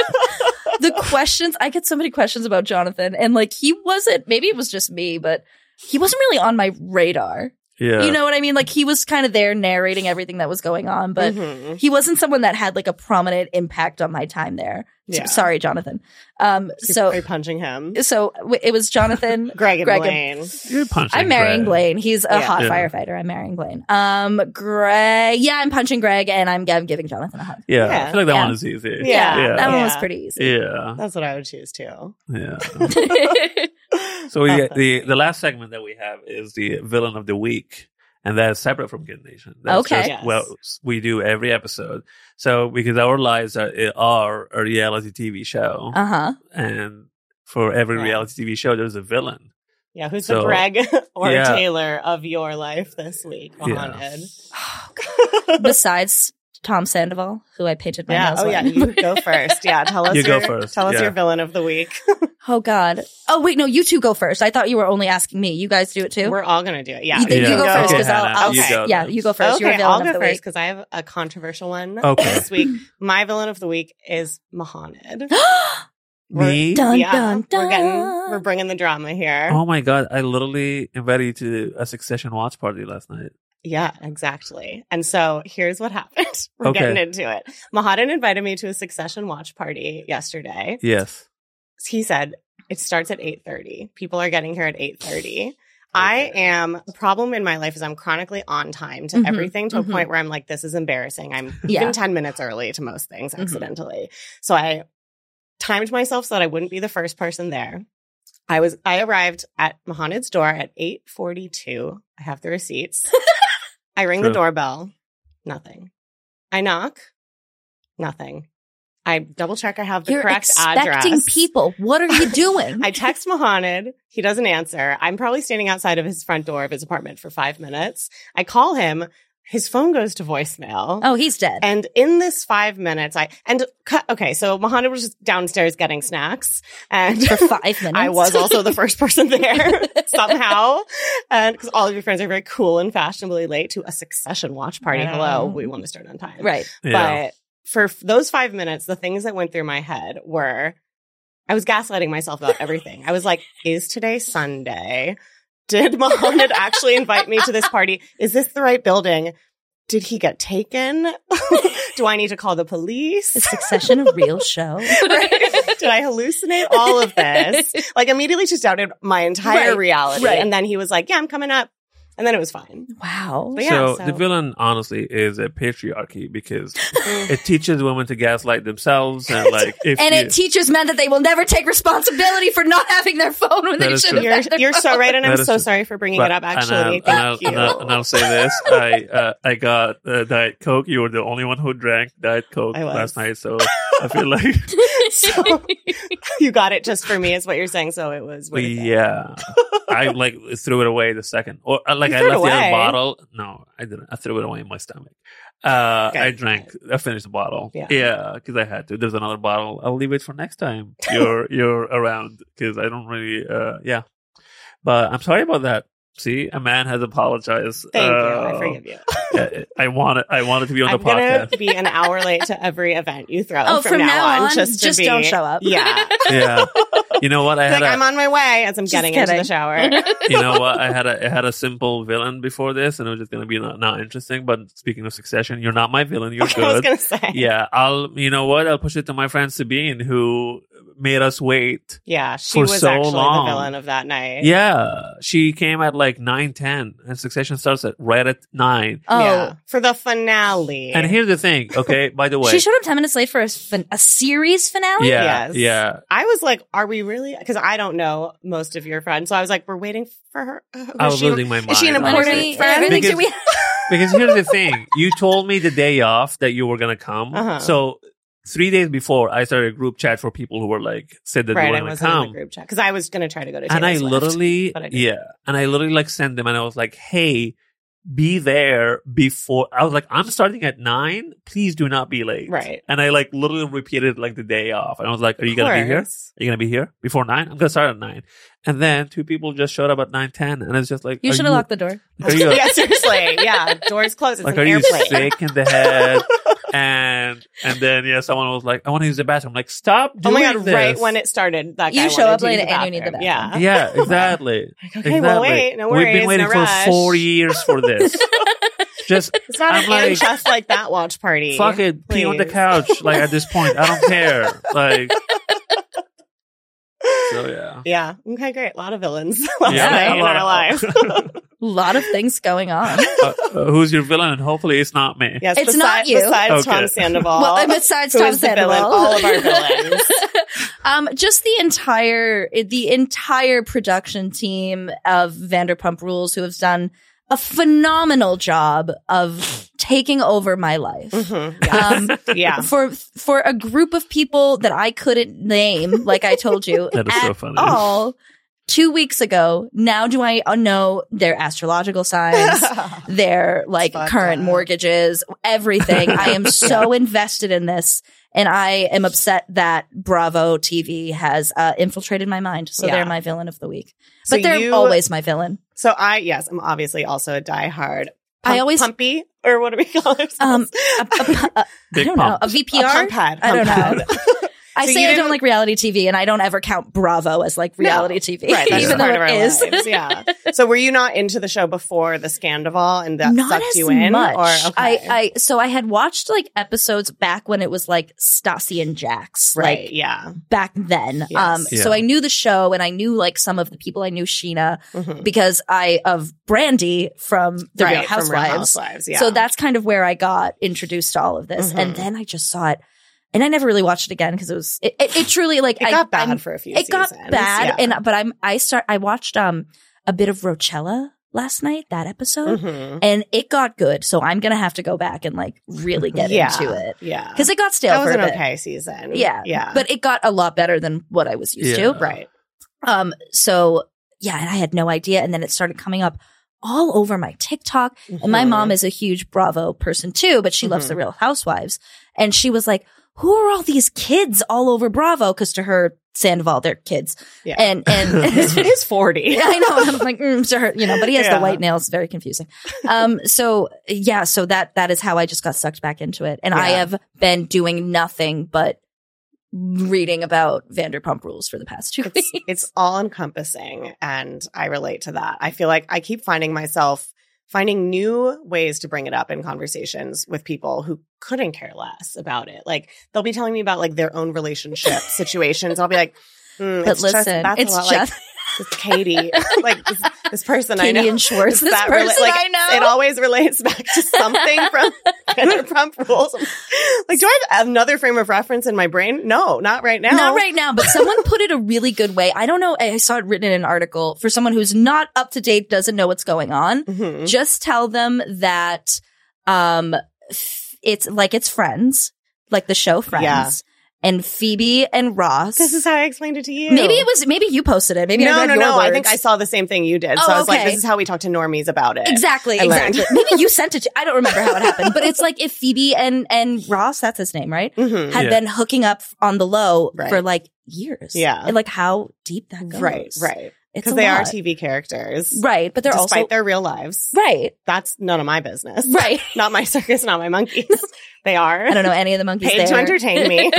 S3: the questions I get so many questions about Jonathan, and like he wasn't. Maybe it was just me, but he wasn't really on my radar.
S1: Yeah.
S3: You know what I mean? Like he was kind of there narrating everything that was going on, *laughs* but
S2: Mhm.
S3: he wasn't someone that had like a prominent impact on my time there. So-
S2: Yeah.
S3: sorry, Jonathan. Um,
S2: She's
S3: so
S2: probably punching him.
S3: so w- it
S1: *laughs*
S3: was Jonathan.
S2: Greg and
S3: Greg
S2: Blaine.
S1: You're punching
S3: I'm marrying
S1: Greg.
S3: Blaine. He's a
S2: Yeah.
S3: hot
S1: Yeah.
S3: firefighter. I'm marrying Blaine. Um, Greg. Yeah, I'm punching Greg, and I'm, I'm giving Jonathan a hug.
S1: Yeah,
S2: Yeah.
S1: I feel like that
S3: Yeah.
S1: one is easy.
S2: Yeah.
S1: Yeah.
S3: that one was
S2: Yeah.
S3: pretty easy.
S1: Yeah.
S2: That's what I would choose
S3: *laughs*
S2: too.
S1: Yeah. So we, the the last segment that we have is the villain of the week, and that's separate from Kid Nation. That's
S3: Okay.
S1: just
S2: Yes.
S1: what we do every episode. So because our lives are, are a reality TV show,
S2: *sighs*
S3: Uh huh.
S1: and for every
S2: Yeah.
S1: reality TV show, there's a villain.
S2: Yeah, who's
S1: So-
S2: the Greg *laughs* or
S1: Yeah.
S2: Taylor of your life this week,
S1: Yeah.
S2: Mohammed?
S3: *laughs*
S2: *laughs*
S3: Besides Tom Sandoval, who I painted my
S2: yeah.
S3: nails
S2: Oh yeah.
S3: on.
S2: You go first. Yeah. Tell
S1: *laughs*
S2: us.
S1: You go
S2: your,
S1: first,
S2: Tell us
S1: yeah.
S2: your villain of the week.
S3: *laughs* Oh God. Oh wait, no, you two go first. I thought you were only asking me. You guys do it too.
S2: We're all gonna do it. Yeah.
S3: You, think
S1: Yeah.
S3: you go
S1: Okay,
S3: first because
S1: Hannah,
S3: I'll, I'll
S2: you
S3: okay.
S1: go
S3: yeah,
S1: then.
S3: you go first. You're
S2: okay,
S3: villain
S2: I'll
S3: of
S2: go
S3: the
S2: first
S3: week.
S2: because I have a controversial one
S1: Okay.
S2: this week. My villain of the week is Mohammed.
S1: Me?
S3: Dun,
S2: yeah,
S3: dun,
S2: We're, getting,
S3: dun.
S2: we're bringing the drama here.
S1: Oh my god! I literally invited you to a Succession watch party last night.
S2: Yeah, exactly. And so here's what *laughs* happened. We're
S1: Okay.
S2: getting into it. Mahadan invited me to a Succession watch party yesterday.
S1: Yes.
S2: He said it starts at 8:30. People are getting here at 8:30.
S1: Oh,
S2: I
S1: Okay.
S2: am the problem in my life is I'm chronically on time to
S3: Mhm,
S2: everything to
S3: mhm.
S2: a point where I'm like this is embarrassing. I'm
S3: *gasps* Yeah. Mm-hmm.
S2: even 10 minutes early to most things
S1: Mhm.
S2: accidentally. So I timed myself so that I wouldn't be the first person there. I was I arrived at Mohaned's door at 8:42. I have the
S3: *laughs*
S2: receipts. I ring the
S1: True.
S2: doorbell. Nothing. I knock. Nothing. I double check I have the
S3: You're
S2: correct
S3: expecting
S2: address.
S3: people. What
S2: *laughs*
S3: are you doing?
S2: I text Mohaned. He doesn't answer. I'm probably standing outside of his front door of his apartment for 5 minutes. I call him. His phone goes to voicemail.
S3: oh, he's dead.
S2: And in this five minutes, I and cu- okay, so Mahana was just downstairs getting snacks, and
S3: for five minutes.
S2: *laughs* I was also the first person
S3: *laughs*
S2: there somehow, and because all of your friends are very cool and fashionably late to a Succession watch party.
S3: Yeah.
S2: Hello, we want to start on time,
S3: *laughs* right.
S1: Yeah.
S2: But for f- those five minutes, the things that went through my head were. I was gaslighting myself about everything. I was like, is today Sunday? Did Mohammed actually invite me to this party? Is this the right building? Did he get taken? *laughs* Do I need to call the *laughs*
S3: Is
S2: police?
S3: Succession a real show?
S2: Right? Did I hallucinate all of
S3: *laughs*
S2: this? Like immediately just doubted my entire
S3: Right,
S2: reality.
S3: right.
S2: And then he was like, yeah, I'm coming up. And then it was fine.
S3: Wow.
S2: But yeah,
S1: so, the
S2: so-
S1: villain, honestly, is a patriarchy because it teaches women to gaslight themselves and like if
S3: And
S1: you,
S3: it teaches men that they will never take responsibility for not having their phone when
S1: That
S3: they
S1: is
S3: should
S1: true.
S3: have.
S2: You're,
S3: had their *laughs*
S2: you're so
S3: phone.
S2: right. And I'm
S1: That is
S2: so
S1: true.
S2: sorry for bringing
S1: But-
S2: it up,
S1: and
S2: actually.
S1: I'll,
S2: Thank
S1: and I'll,
S2: you.
S1: And, I'll, and I'll say this: I uh, I got uh, Diet Coke. You were the only one who drank Diet Coke
S2: I was.
S1: last night,
S2: *laughs*
S1: so I feel like
S2: So- you got it just for me, is what you're saying. So it was worth
S1: *laughs*
S2: it.
S1: yeah, I like threw it away the second, or uh, like
S2: You
S1: I
S2: threw it
S1: left the
S2: away?
S1: other bottle. No, I didn't. I threw it away in my stomach. Uh,
S2: Okay.
S1: I drank. I finished the bottle.
S2: Yeah.
S1: because I had to. There's another bottle. I'll leave it for next
S2: *laughs*
S1: time you're you're around because I don't really. Uh, yeah, but I'm sorry about that. See, a man has apologized.
S2: Thank you. I
S1: Uh,
S2: forgive you.
S1: I, I want it. I wanted to be on the
S2: I'm *laughs*
S1: podcast.
S2: gonna be an hour late to every event you throw.
S3: Oh,
S2: from, now, on, just, to
S3: just
S2: be-
S3: don't show up. *laughs*
S2: Yeah,
S1: yeah. You know what? I had
S2: like I'm
S1: a.
S2: on my way as I'm getting into
S3: kidding.
S2: the
S3: *laughs*
S2: shower. *laughs*
S1: You know what? I had a. I had a simple villain before this, and it was just gonna be not, not interesting. But speaking of Succession, you're not my villain. You're
S2: *laughs* I was
S1: good.
S2: gonna say,
S1: yeah. I'll. You know what? I'll push it to my friend Sabine, who made us wait.
S2: Yeah, She
S1: For
S2: was
S1: so
S2: actually
S1: long.
S2: the villain of that night.
S1: Yeah, she came at like nine ten, and Succession starts at right at nine.
S3: Oh,
S2: Yeah, for the finale.
S1: And here's the thing. Okay, by
S2: *laughs*
S1: the way.
S3: she showed up ten minutes late for a, fin- a series finale.
S1: yeah,
S2: Yes.
S1: yeah.
S2: I was like, "Are we really?" Because I don't know most of your friends, so I was like, "We're waiting for her." Uh, who
S1: I
S2: is
S1: was
S2: she-
S1: losing my mind.
S2: is she an important
S1: honestly.
S3: for everything?
S1: Because-
S3: Do we? *laughs*
S1: Because here's the thing: you told me the day off that you were gonna come.
S2: Uh-huh.
S1: So three days before, I started a group chat for people who were like said that
S2: right,
S1: they
S2: I
S1: were gonna
S2: wasn't in the
S1: come,
S2: group chat because I was gonna try to go to.
S1: and
S2: Taylor
S1: I
S2: Swift.
S1: literally,
S2: but I didn't.
S1: yeah, and I literally like sent them, and I was like, "Hey, be there before." I was like, "I'm starting at nine. Please do not be late."
S2: Right.
S1: And I like literally repeated like the day off, and I was like, "Are you gonna be here?"
S2: Course.
S1: Are you gonna be here before nine? I'm gonna start at nine, and then two people just showed up at nine ten, and it's just like
S3: You
S1: are
S3: should have locked the door.
S1: Are you,
S2: *laughs* yeah, seriously. Yeah, doors closed. It's
S1: like,
S2: an
S1: are you
S2: airplane.
S1: sick in the head? and and then yeah, someone was like, I want to use the bathroom. Like, stop
S2: Oh
S1: doing
S2: my god!
S1: this.
S2: Right when it started, that
S3: You
S2: guy
S3: show
S2: wanted
S3: up
S2: to use
S3: late
S2: the
S3: and you need the
S2: Yeah.
S1: yeah, exactly.
S2: *laughs* Like, okay,
S1: exactly.
S2: well, wait. No worries.
S1: We've been waiting
S2: no
S1: for
S2: rush.
S1: four years for this.
S2: *laughs*
S1: Just
S2: It's not
S1: I'm
S2: an like,
S1: like-
S2: just like that watch party.
S1: fuck it, pee on the
S2: please.
S1: couch. Like at this point, I don't
S2: *laughs*
S1: care. Like, so yeah,
S2: Yeah. Okay. Great. A lot of villains *laughs* last
S1: Yeah,
S2: night
S1: a
S2: in
S1: *laughs* lot
S2: our
S1: of-
S2: lives.
S3: A lot of things going on.
S1: Uh, uh, who's your villain? And hopefully, it's not me.
S2: yes.
S3: It's
S2: besi-
S3: not you.
S2: Besides
S1: Okay.
S2: Tom Sandoval.
S3: well, and besides
S2: who
S3: Tom
S2: is the
S3: Sandoval,
S2: villain? All of
S3: *laughs*
S2: our villains.
S3: um, just the entire the entire production team of Vanderpump Rules, who has done a phenomenal job of taking over my life.
S2: Mhm. *laughs*
S3: Um, *laughs*
S2: Yeah.
S3: for for a group of people that I couldn't name, like I told you
S1: *laughs* That is so
S3: at
S1: funny.
S3: all two weeks ago. Now do I know their
S2: *laughs*
S3: astrological signs, their like
S2: Fucked
S3: current
S2: up.
S3: mortgages, everything.
S2: *laughs*
S3: I am so invested in this, and I am upset that Bravo TV has uh, infiltrated my mind. So
S2: Yeah.
S3: they're my villain of the week,
S2: So
S3: but they're
S2: you-
S3: always my villain.
S2: So I, yes, I'm obviously also a diehard. Pump,
S3: I always-
S2: pumpy or what do we call it? *laughs*
S3: Um, A, a- a- I
S1: Big
S3: don't know
S1: pump.
S3: a
S2: A pump
S3: VPR.
S2: pad.
S3: I don't
S2: pump
S3: know.
S2: pad.
S3: I
S2: So
S3: say
S2: you
S3: I don't
S2: didn't-
S3: like reality TV, and I don't ever count Bravo as like reality TV,
S2: right, that's
S3: *laughs* even
S2: part
S3: though
S2: of our
S3: it is.
S2: lives. Yeah. So were you not into the show before the Scandival and that
S3: Not
S2: sucked
S3: as
S2: you in?
S3: much.
S2: Or okay.
S3: I, I so I had watched like episodes back when it was like Stassi and Jax,
S2: right,
S3: like
S2: yeah.
S3: back then.
S2: Yes.
S3: Um, so
S1: Yeah.
S3: I knew the show, and I knew like some of the people. I knew Sheena
S2: Mhm.
S3: because I of Brandy from The
S2: Right,
S3: Real
S2: from Real
S3: Housewives.
S2: Housewives, yeah.
S3: So that's kind of where I got introduced to all of this, and
S2: Mhm.
S3: then I just saw it, and I never really watched it again because it was it, it, it truly like
S2: it
S3: I
S2: got bad
S3: I'm-
S2: for a few
S3: it got
S2: seasons,
S3: bad
S2: yeah.
S3: and but i'm i start i watched um a bit of rochella last night that episode
S2: Mhm.
S3: and it got good so i'm gonna have to go back and like really get
S2: *laughs* Yeah.
S3: into it
S2: Yeah.
S3: because it got stale
S2: that was
S3: for
S2: an
S3: a bit
S2: okay season.
S3: Yeah.
S2: Yeah.
S3: but it got a lot better than what i was used
S1: Yeah.
S3: to
S2: right.
S3: um so yeah and i had no idea and then it started coming up all over my tiktok and my
S2: Mhm.
S3: mom is a huge Bravo person too, but she loves
S2: Mhm.
S3: The Real Housewives. And she was like, who are all these kids all over Bravo? Cause to her, Sandoval, they're kids.
S2: Yeah.
S3: And,
S2: *laughs*
S3: and *laughs*
S2: Mm-hmm. it is 40.
S3: I know. And I'm like, mm, to her, you know, but he has
S2: Yeah.
S3: the white nails. Very confusing. Um, so yeah, so that, that is how I just got sucked back into it. And I
S2: Yeah.
S3: have been doing nothing but reading about Vanderpump rules for the past two
S2: it's,
S3: *laughs* weeks.
S2: it's all encompassing and i relate to that i feel like i keep finding myself finding new ways to bring it up in conversations with people who couldn't care less about it like they'll be telling me about like their own
S3: *laughs*
S2: relationship situations i'll be like mm,
S3: But
S2: it's
S3: listen,
S2: just, that's
S3: it's
S2: a lot
S3: just
S2: like this
S3: *laughs*
S2: katie like this, this person *laughs* i *laughs*
S3: Katie
S2: know
S3: and Schwartz,
S2: It's
S3: this
S2: that
S3: person
S2: rela- like,
S3: I know.
S2: it always relates back to something
S3: *laughs*
S2: from *laughs* Vanderpump Rules. Like, do I have another frame of reference in my brain? No, not right now.
S3: Not right now, but someone put it a really good way. I don't know. I I saw it written in an article for someone who's not up to date, doesn't know what's going on.
S2: Mhm.
S3: Just tell them that um, f- it's like it's friends, like the show Friends,
S2: Yeah.
S3: and Phoebe and Ross.
S2: This is how I explained it to you.
S3: maybe it was. Maybe you posted it. Maybe
S2: no,
S3: I read
S2: no,
S3: your
S2: no. I
S3: words.
S2: think I saw the same thing you did.
S3: Oh,
S2: so I was like,
S3: okay.
S2: this is how we talk to normies about it.
S3: Exactly,
S2: I learned.
S3: exactly. Maybe you sent it. To, I don't remember how it happened, but it's like if Phoebe and and Ross, that's his name, right?
S2: Mhm.
S3: Had
S1: Yeah.
S3: been hooking up on the low
S2: Right.
S3: for like years.
S2: Yeah.
S3: And, like how deep that goes.
S2: Right, right.
S3: It's
S2: Because
S3: a
S2: they are
S3: lot.
S2: TV characters.
S3: Right, but they're
S2: despite
S3: also
S2: their real lives.
S3: right,
S2: That's none of my business.
S3: right. *laughs*
S2: Not my circus, not my monkeys. they are
S3: I don't know any of the monkeys
S2: paid
S3: there.
S2: to entertain
S3: *laughs*
S2: me.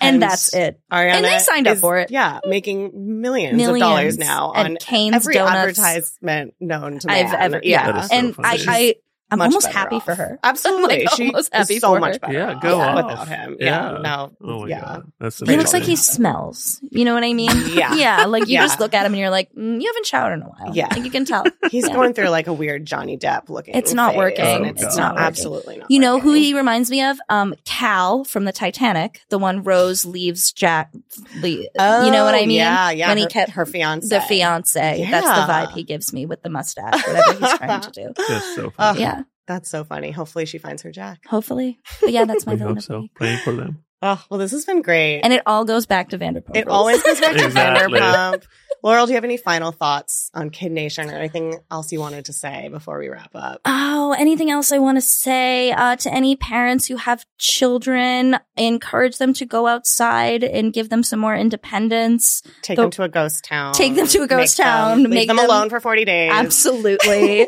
S3: and that's it.
S2: Ariana
S3: And they signed up
S2: is-
S3: for it.
S2: Yeah, making millions,
S3: Millions
S2: of dollars now
S3: and
S2: on
S3: Cane's
S2: every
S3: donuts
S2: advertisement known to man.
S3: I've ever. Yeah,
S1: That is so
S3: and I,
S1: funny.
S3: I, I'm
S2: Much
S3: almost
S2: better
S3: happy
S2: off.
S3: for her. *laughs*
S2: Absolutely,
S3: like,
S2: she
S3: almost
S2: is
S3: happy
S2: so
S3: for
S2: much
S3: her.
S2: better.
S1: Yeah,
S2: off
S1: go
S2: without
S1: off.
S2: him. Yeah,
S1: Yeah.
S2: no,
S1: Oh my
S2: yeah.
S1: god, that's
S3: He looks like he
S1: amazing.
S3: smells. You know what I mean?
S2: *laughs* Yeah.
S3: yeah. Like you
S2: Yeah.
S3: just look at him and you're like, mm, you haven't showered in a while.
S2: Yeah.
S3: like, you
S2: *laughs*
S3: can tell.
S2: He's
S3: Yeah.
S2: going through like a weird Johnny Depp looking.
S3: It's not
S2: phase,
S3: working.
S2: and
S1: It's
S2: It's,
S1: not
S2: not,
S3: working.
S2: absolutely not.
S3: You know who
S2: working.
S3: he reminds me of? Um, Cal from the Titanic, the one Rose leaves Jack. Le- you know what I
S2: Oh,
S3: mean?
S2: Yeah, yeah.
S3: When he
S2: her,
S3: kept
S2: her fiance,
S3: The fiance. That's the
S2: Yeah.
S3: vibe he gives me with the mustache, whatever he's trying to do.
S1: That's so
S2: *laughs* *gasps* Ugh,
S1: funny.
S3: Yeah,
S2: that's so funny. Hopefully, she finds her Jack.
S3: hopefully. But yeah, that's my
S1: we
S3: villain
S1: hope
S3: of the
S1: so.
S3: week.
S1: Praying for them.
S2: Oh well, this has been great.
S3: And it all goes back to Vanderpump.
S2: it
S3: Rules.
S2: always goes back to
S1: Exactly.
S2: Vanderpump. Laurel, do you have any final thoughts on Kid Nation or anything else you wanted to say before we wrap up?
S3: Oh, anything else I want to say uh, to any parents who have children? Encourage them to go outside and give them some more independence.
S2: Take
S3: The-
S2: them to a ghost town.
S3: Take them to a ghost
S2: Make them-
S3: town.
S2: leave
S3: Make
S2: them,
S3: them-
S2: alone for forty days. *laughs*
S3: Absolutely.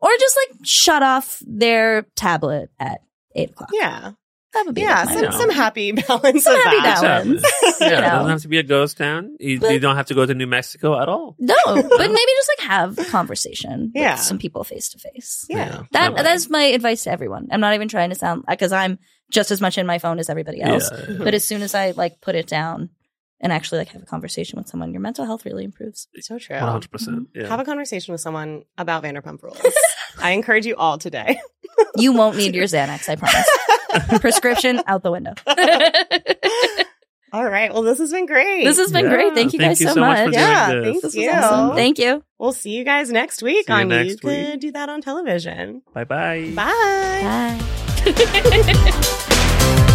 S3: or just like shut off their tablet at eight o'clock.
S2: Yeah,
S3: That would be
S2: yeah.
S3: like my
S2: Some,
S1: mom.
S2: some happy *laughs* balance
S3: Some
S2: of
S3: happy
S2: that.
S3: balance.
S1: Exactly.
S3: Balance.
S1: *laughs* Yeah,
S3: *laughs* You
S1: it
S3: know.
S1: doesn't have to be a ghost town. You,
S3: But-
S1: you don't have to go to New Mexico at all.
S3: No, but maybe just like have a conversation
S2: Yeah.
S3: with some people face to face.
S2: Yeah.
S3: That
S1: Yeah.
S3: that's my advice to everyone. I'm not even trying to sound because I'm just as much in my phone as everybody else.
S1: Yeah.
S3: But as soon as I like put it down and actually like have a conversation with someone, your mental health really improves.
S2: So true.
S1: One hundred percent. *laughs* Yeah.
S2: Have a conversation with someone about
S1: *laughs*
S2: Vanderpump Rules. I encourage you all today. *laughs*
S3: You won't need your Xanax, I promise. Prescription out the window.
S2: All right. Well, this has been great.
S3: This has been
S1: Yeah.
S3: great. Thank you guys so,
S1: for
S3: much.
S1: doing
S2: Yeah,
S1: this.
S2: thank
S3: This was
S2: you.
S3: awesome. Thank you.
S2: we'll see you guys next week
S1: See you
S2: on
S1: next
S2: You Could Do That on Television.
S1: Bye bye.
S2: Bye.
S3: Bye.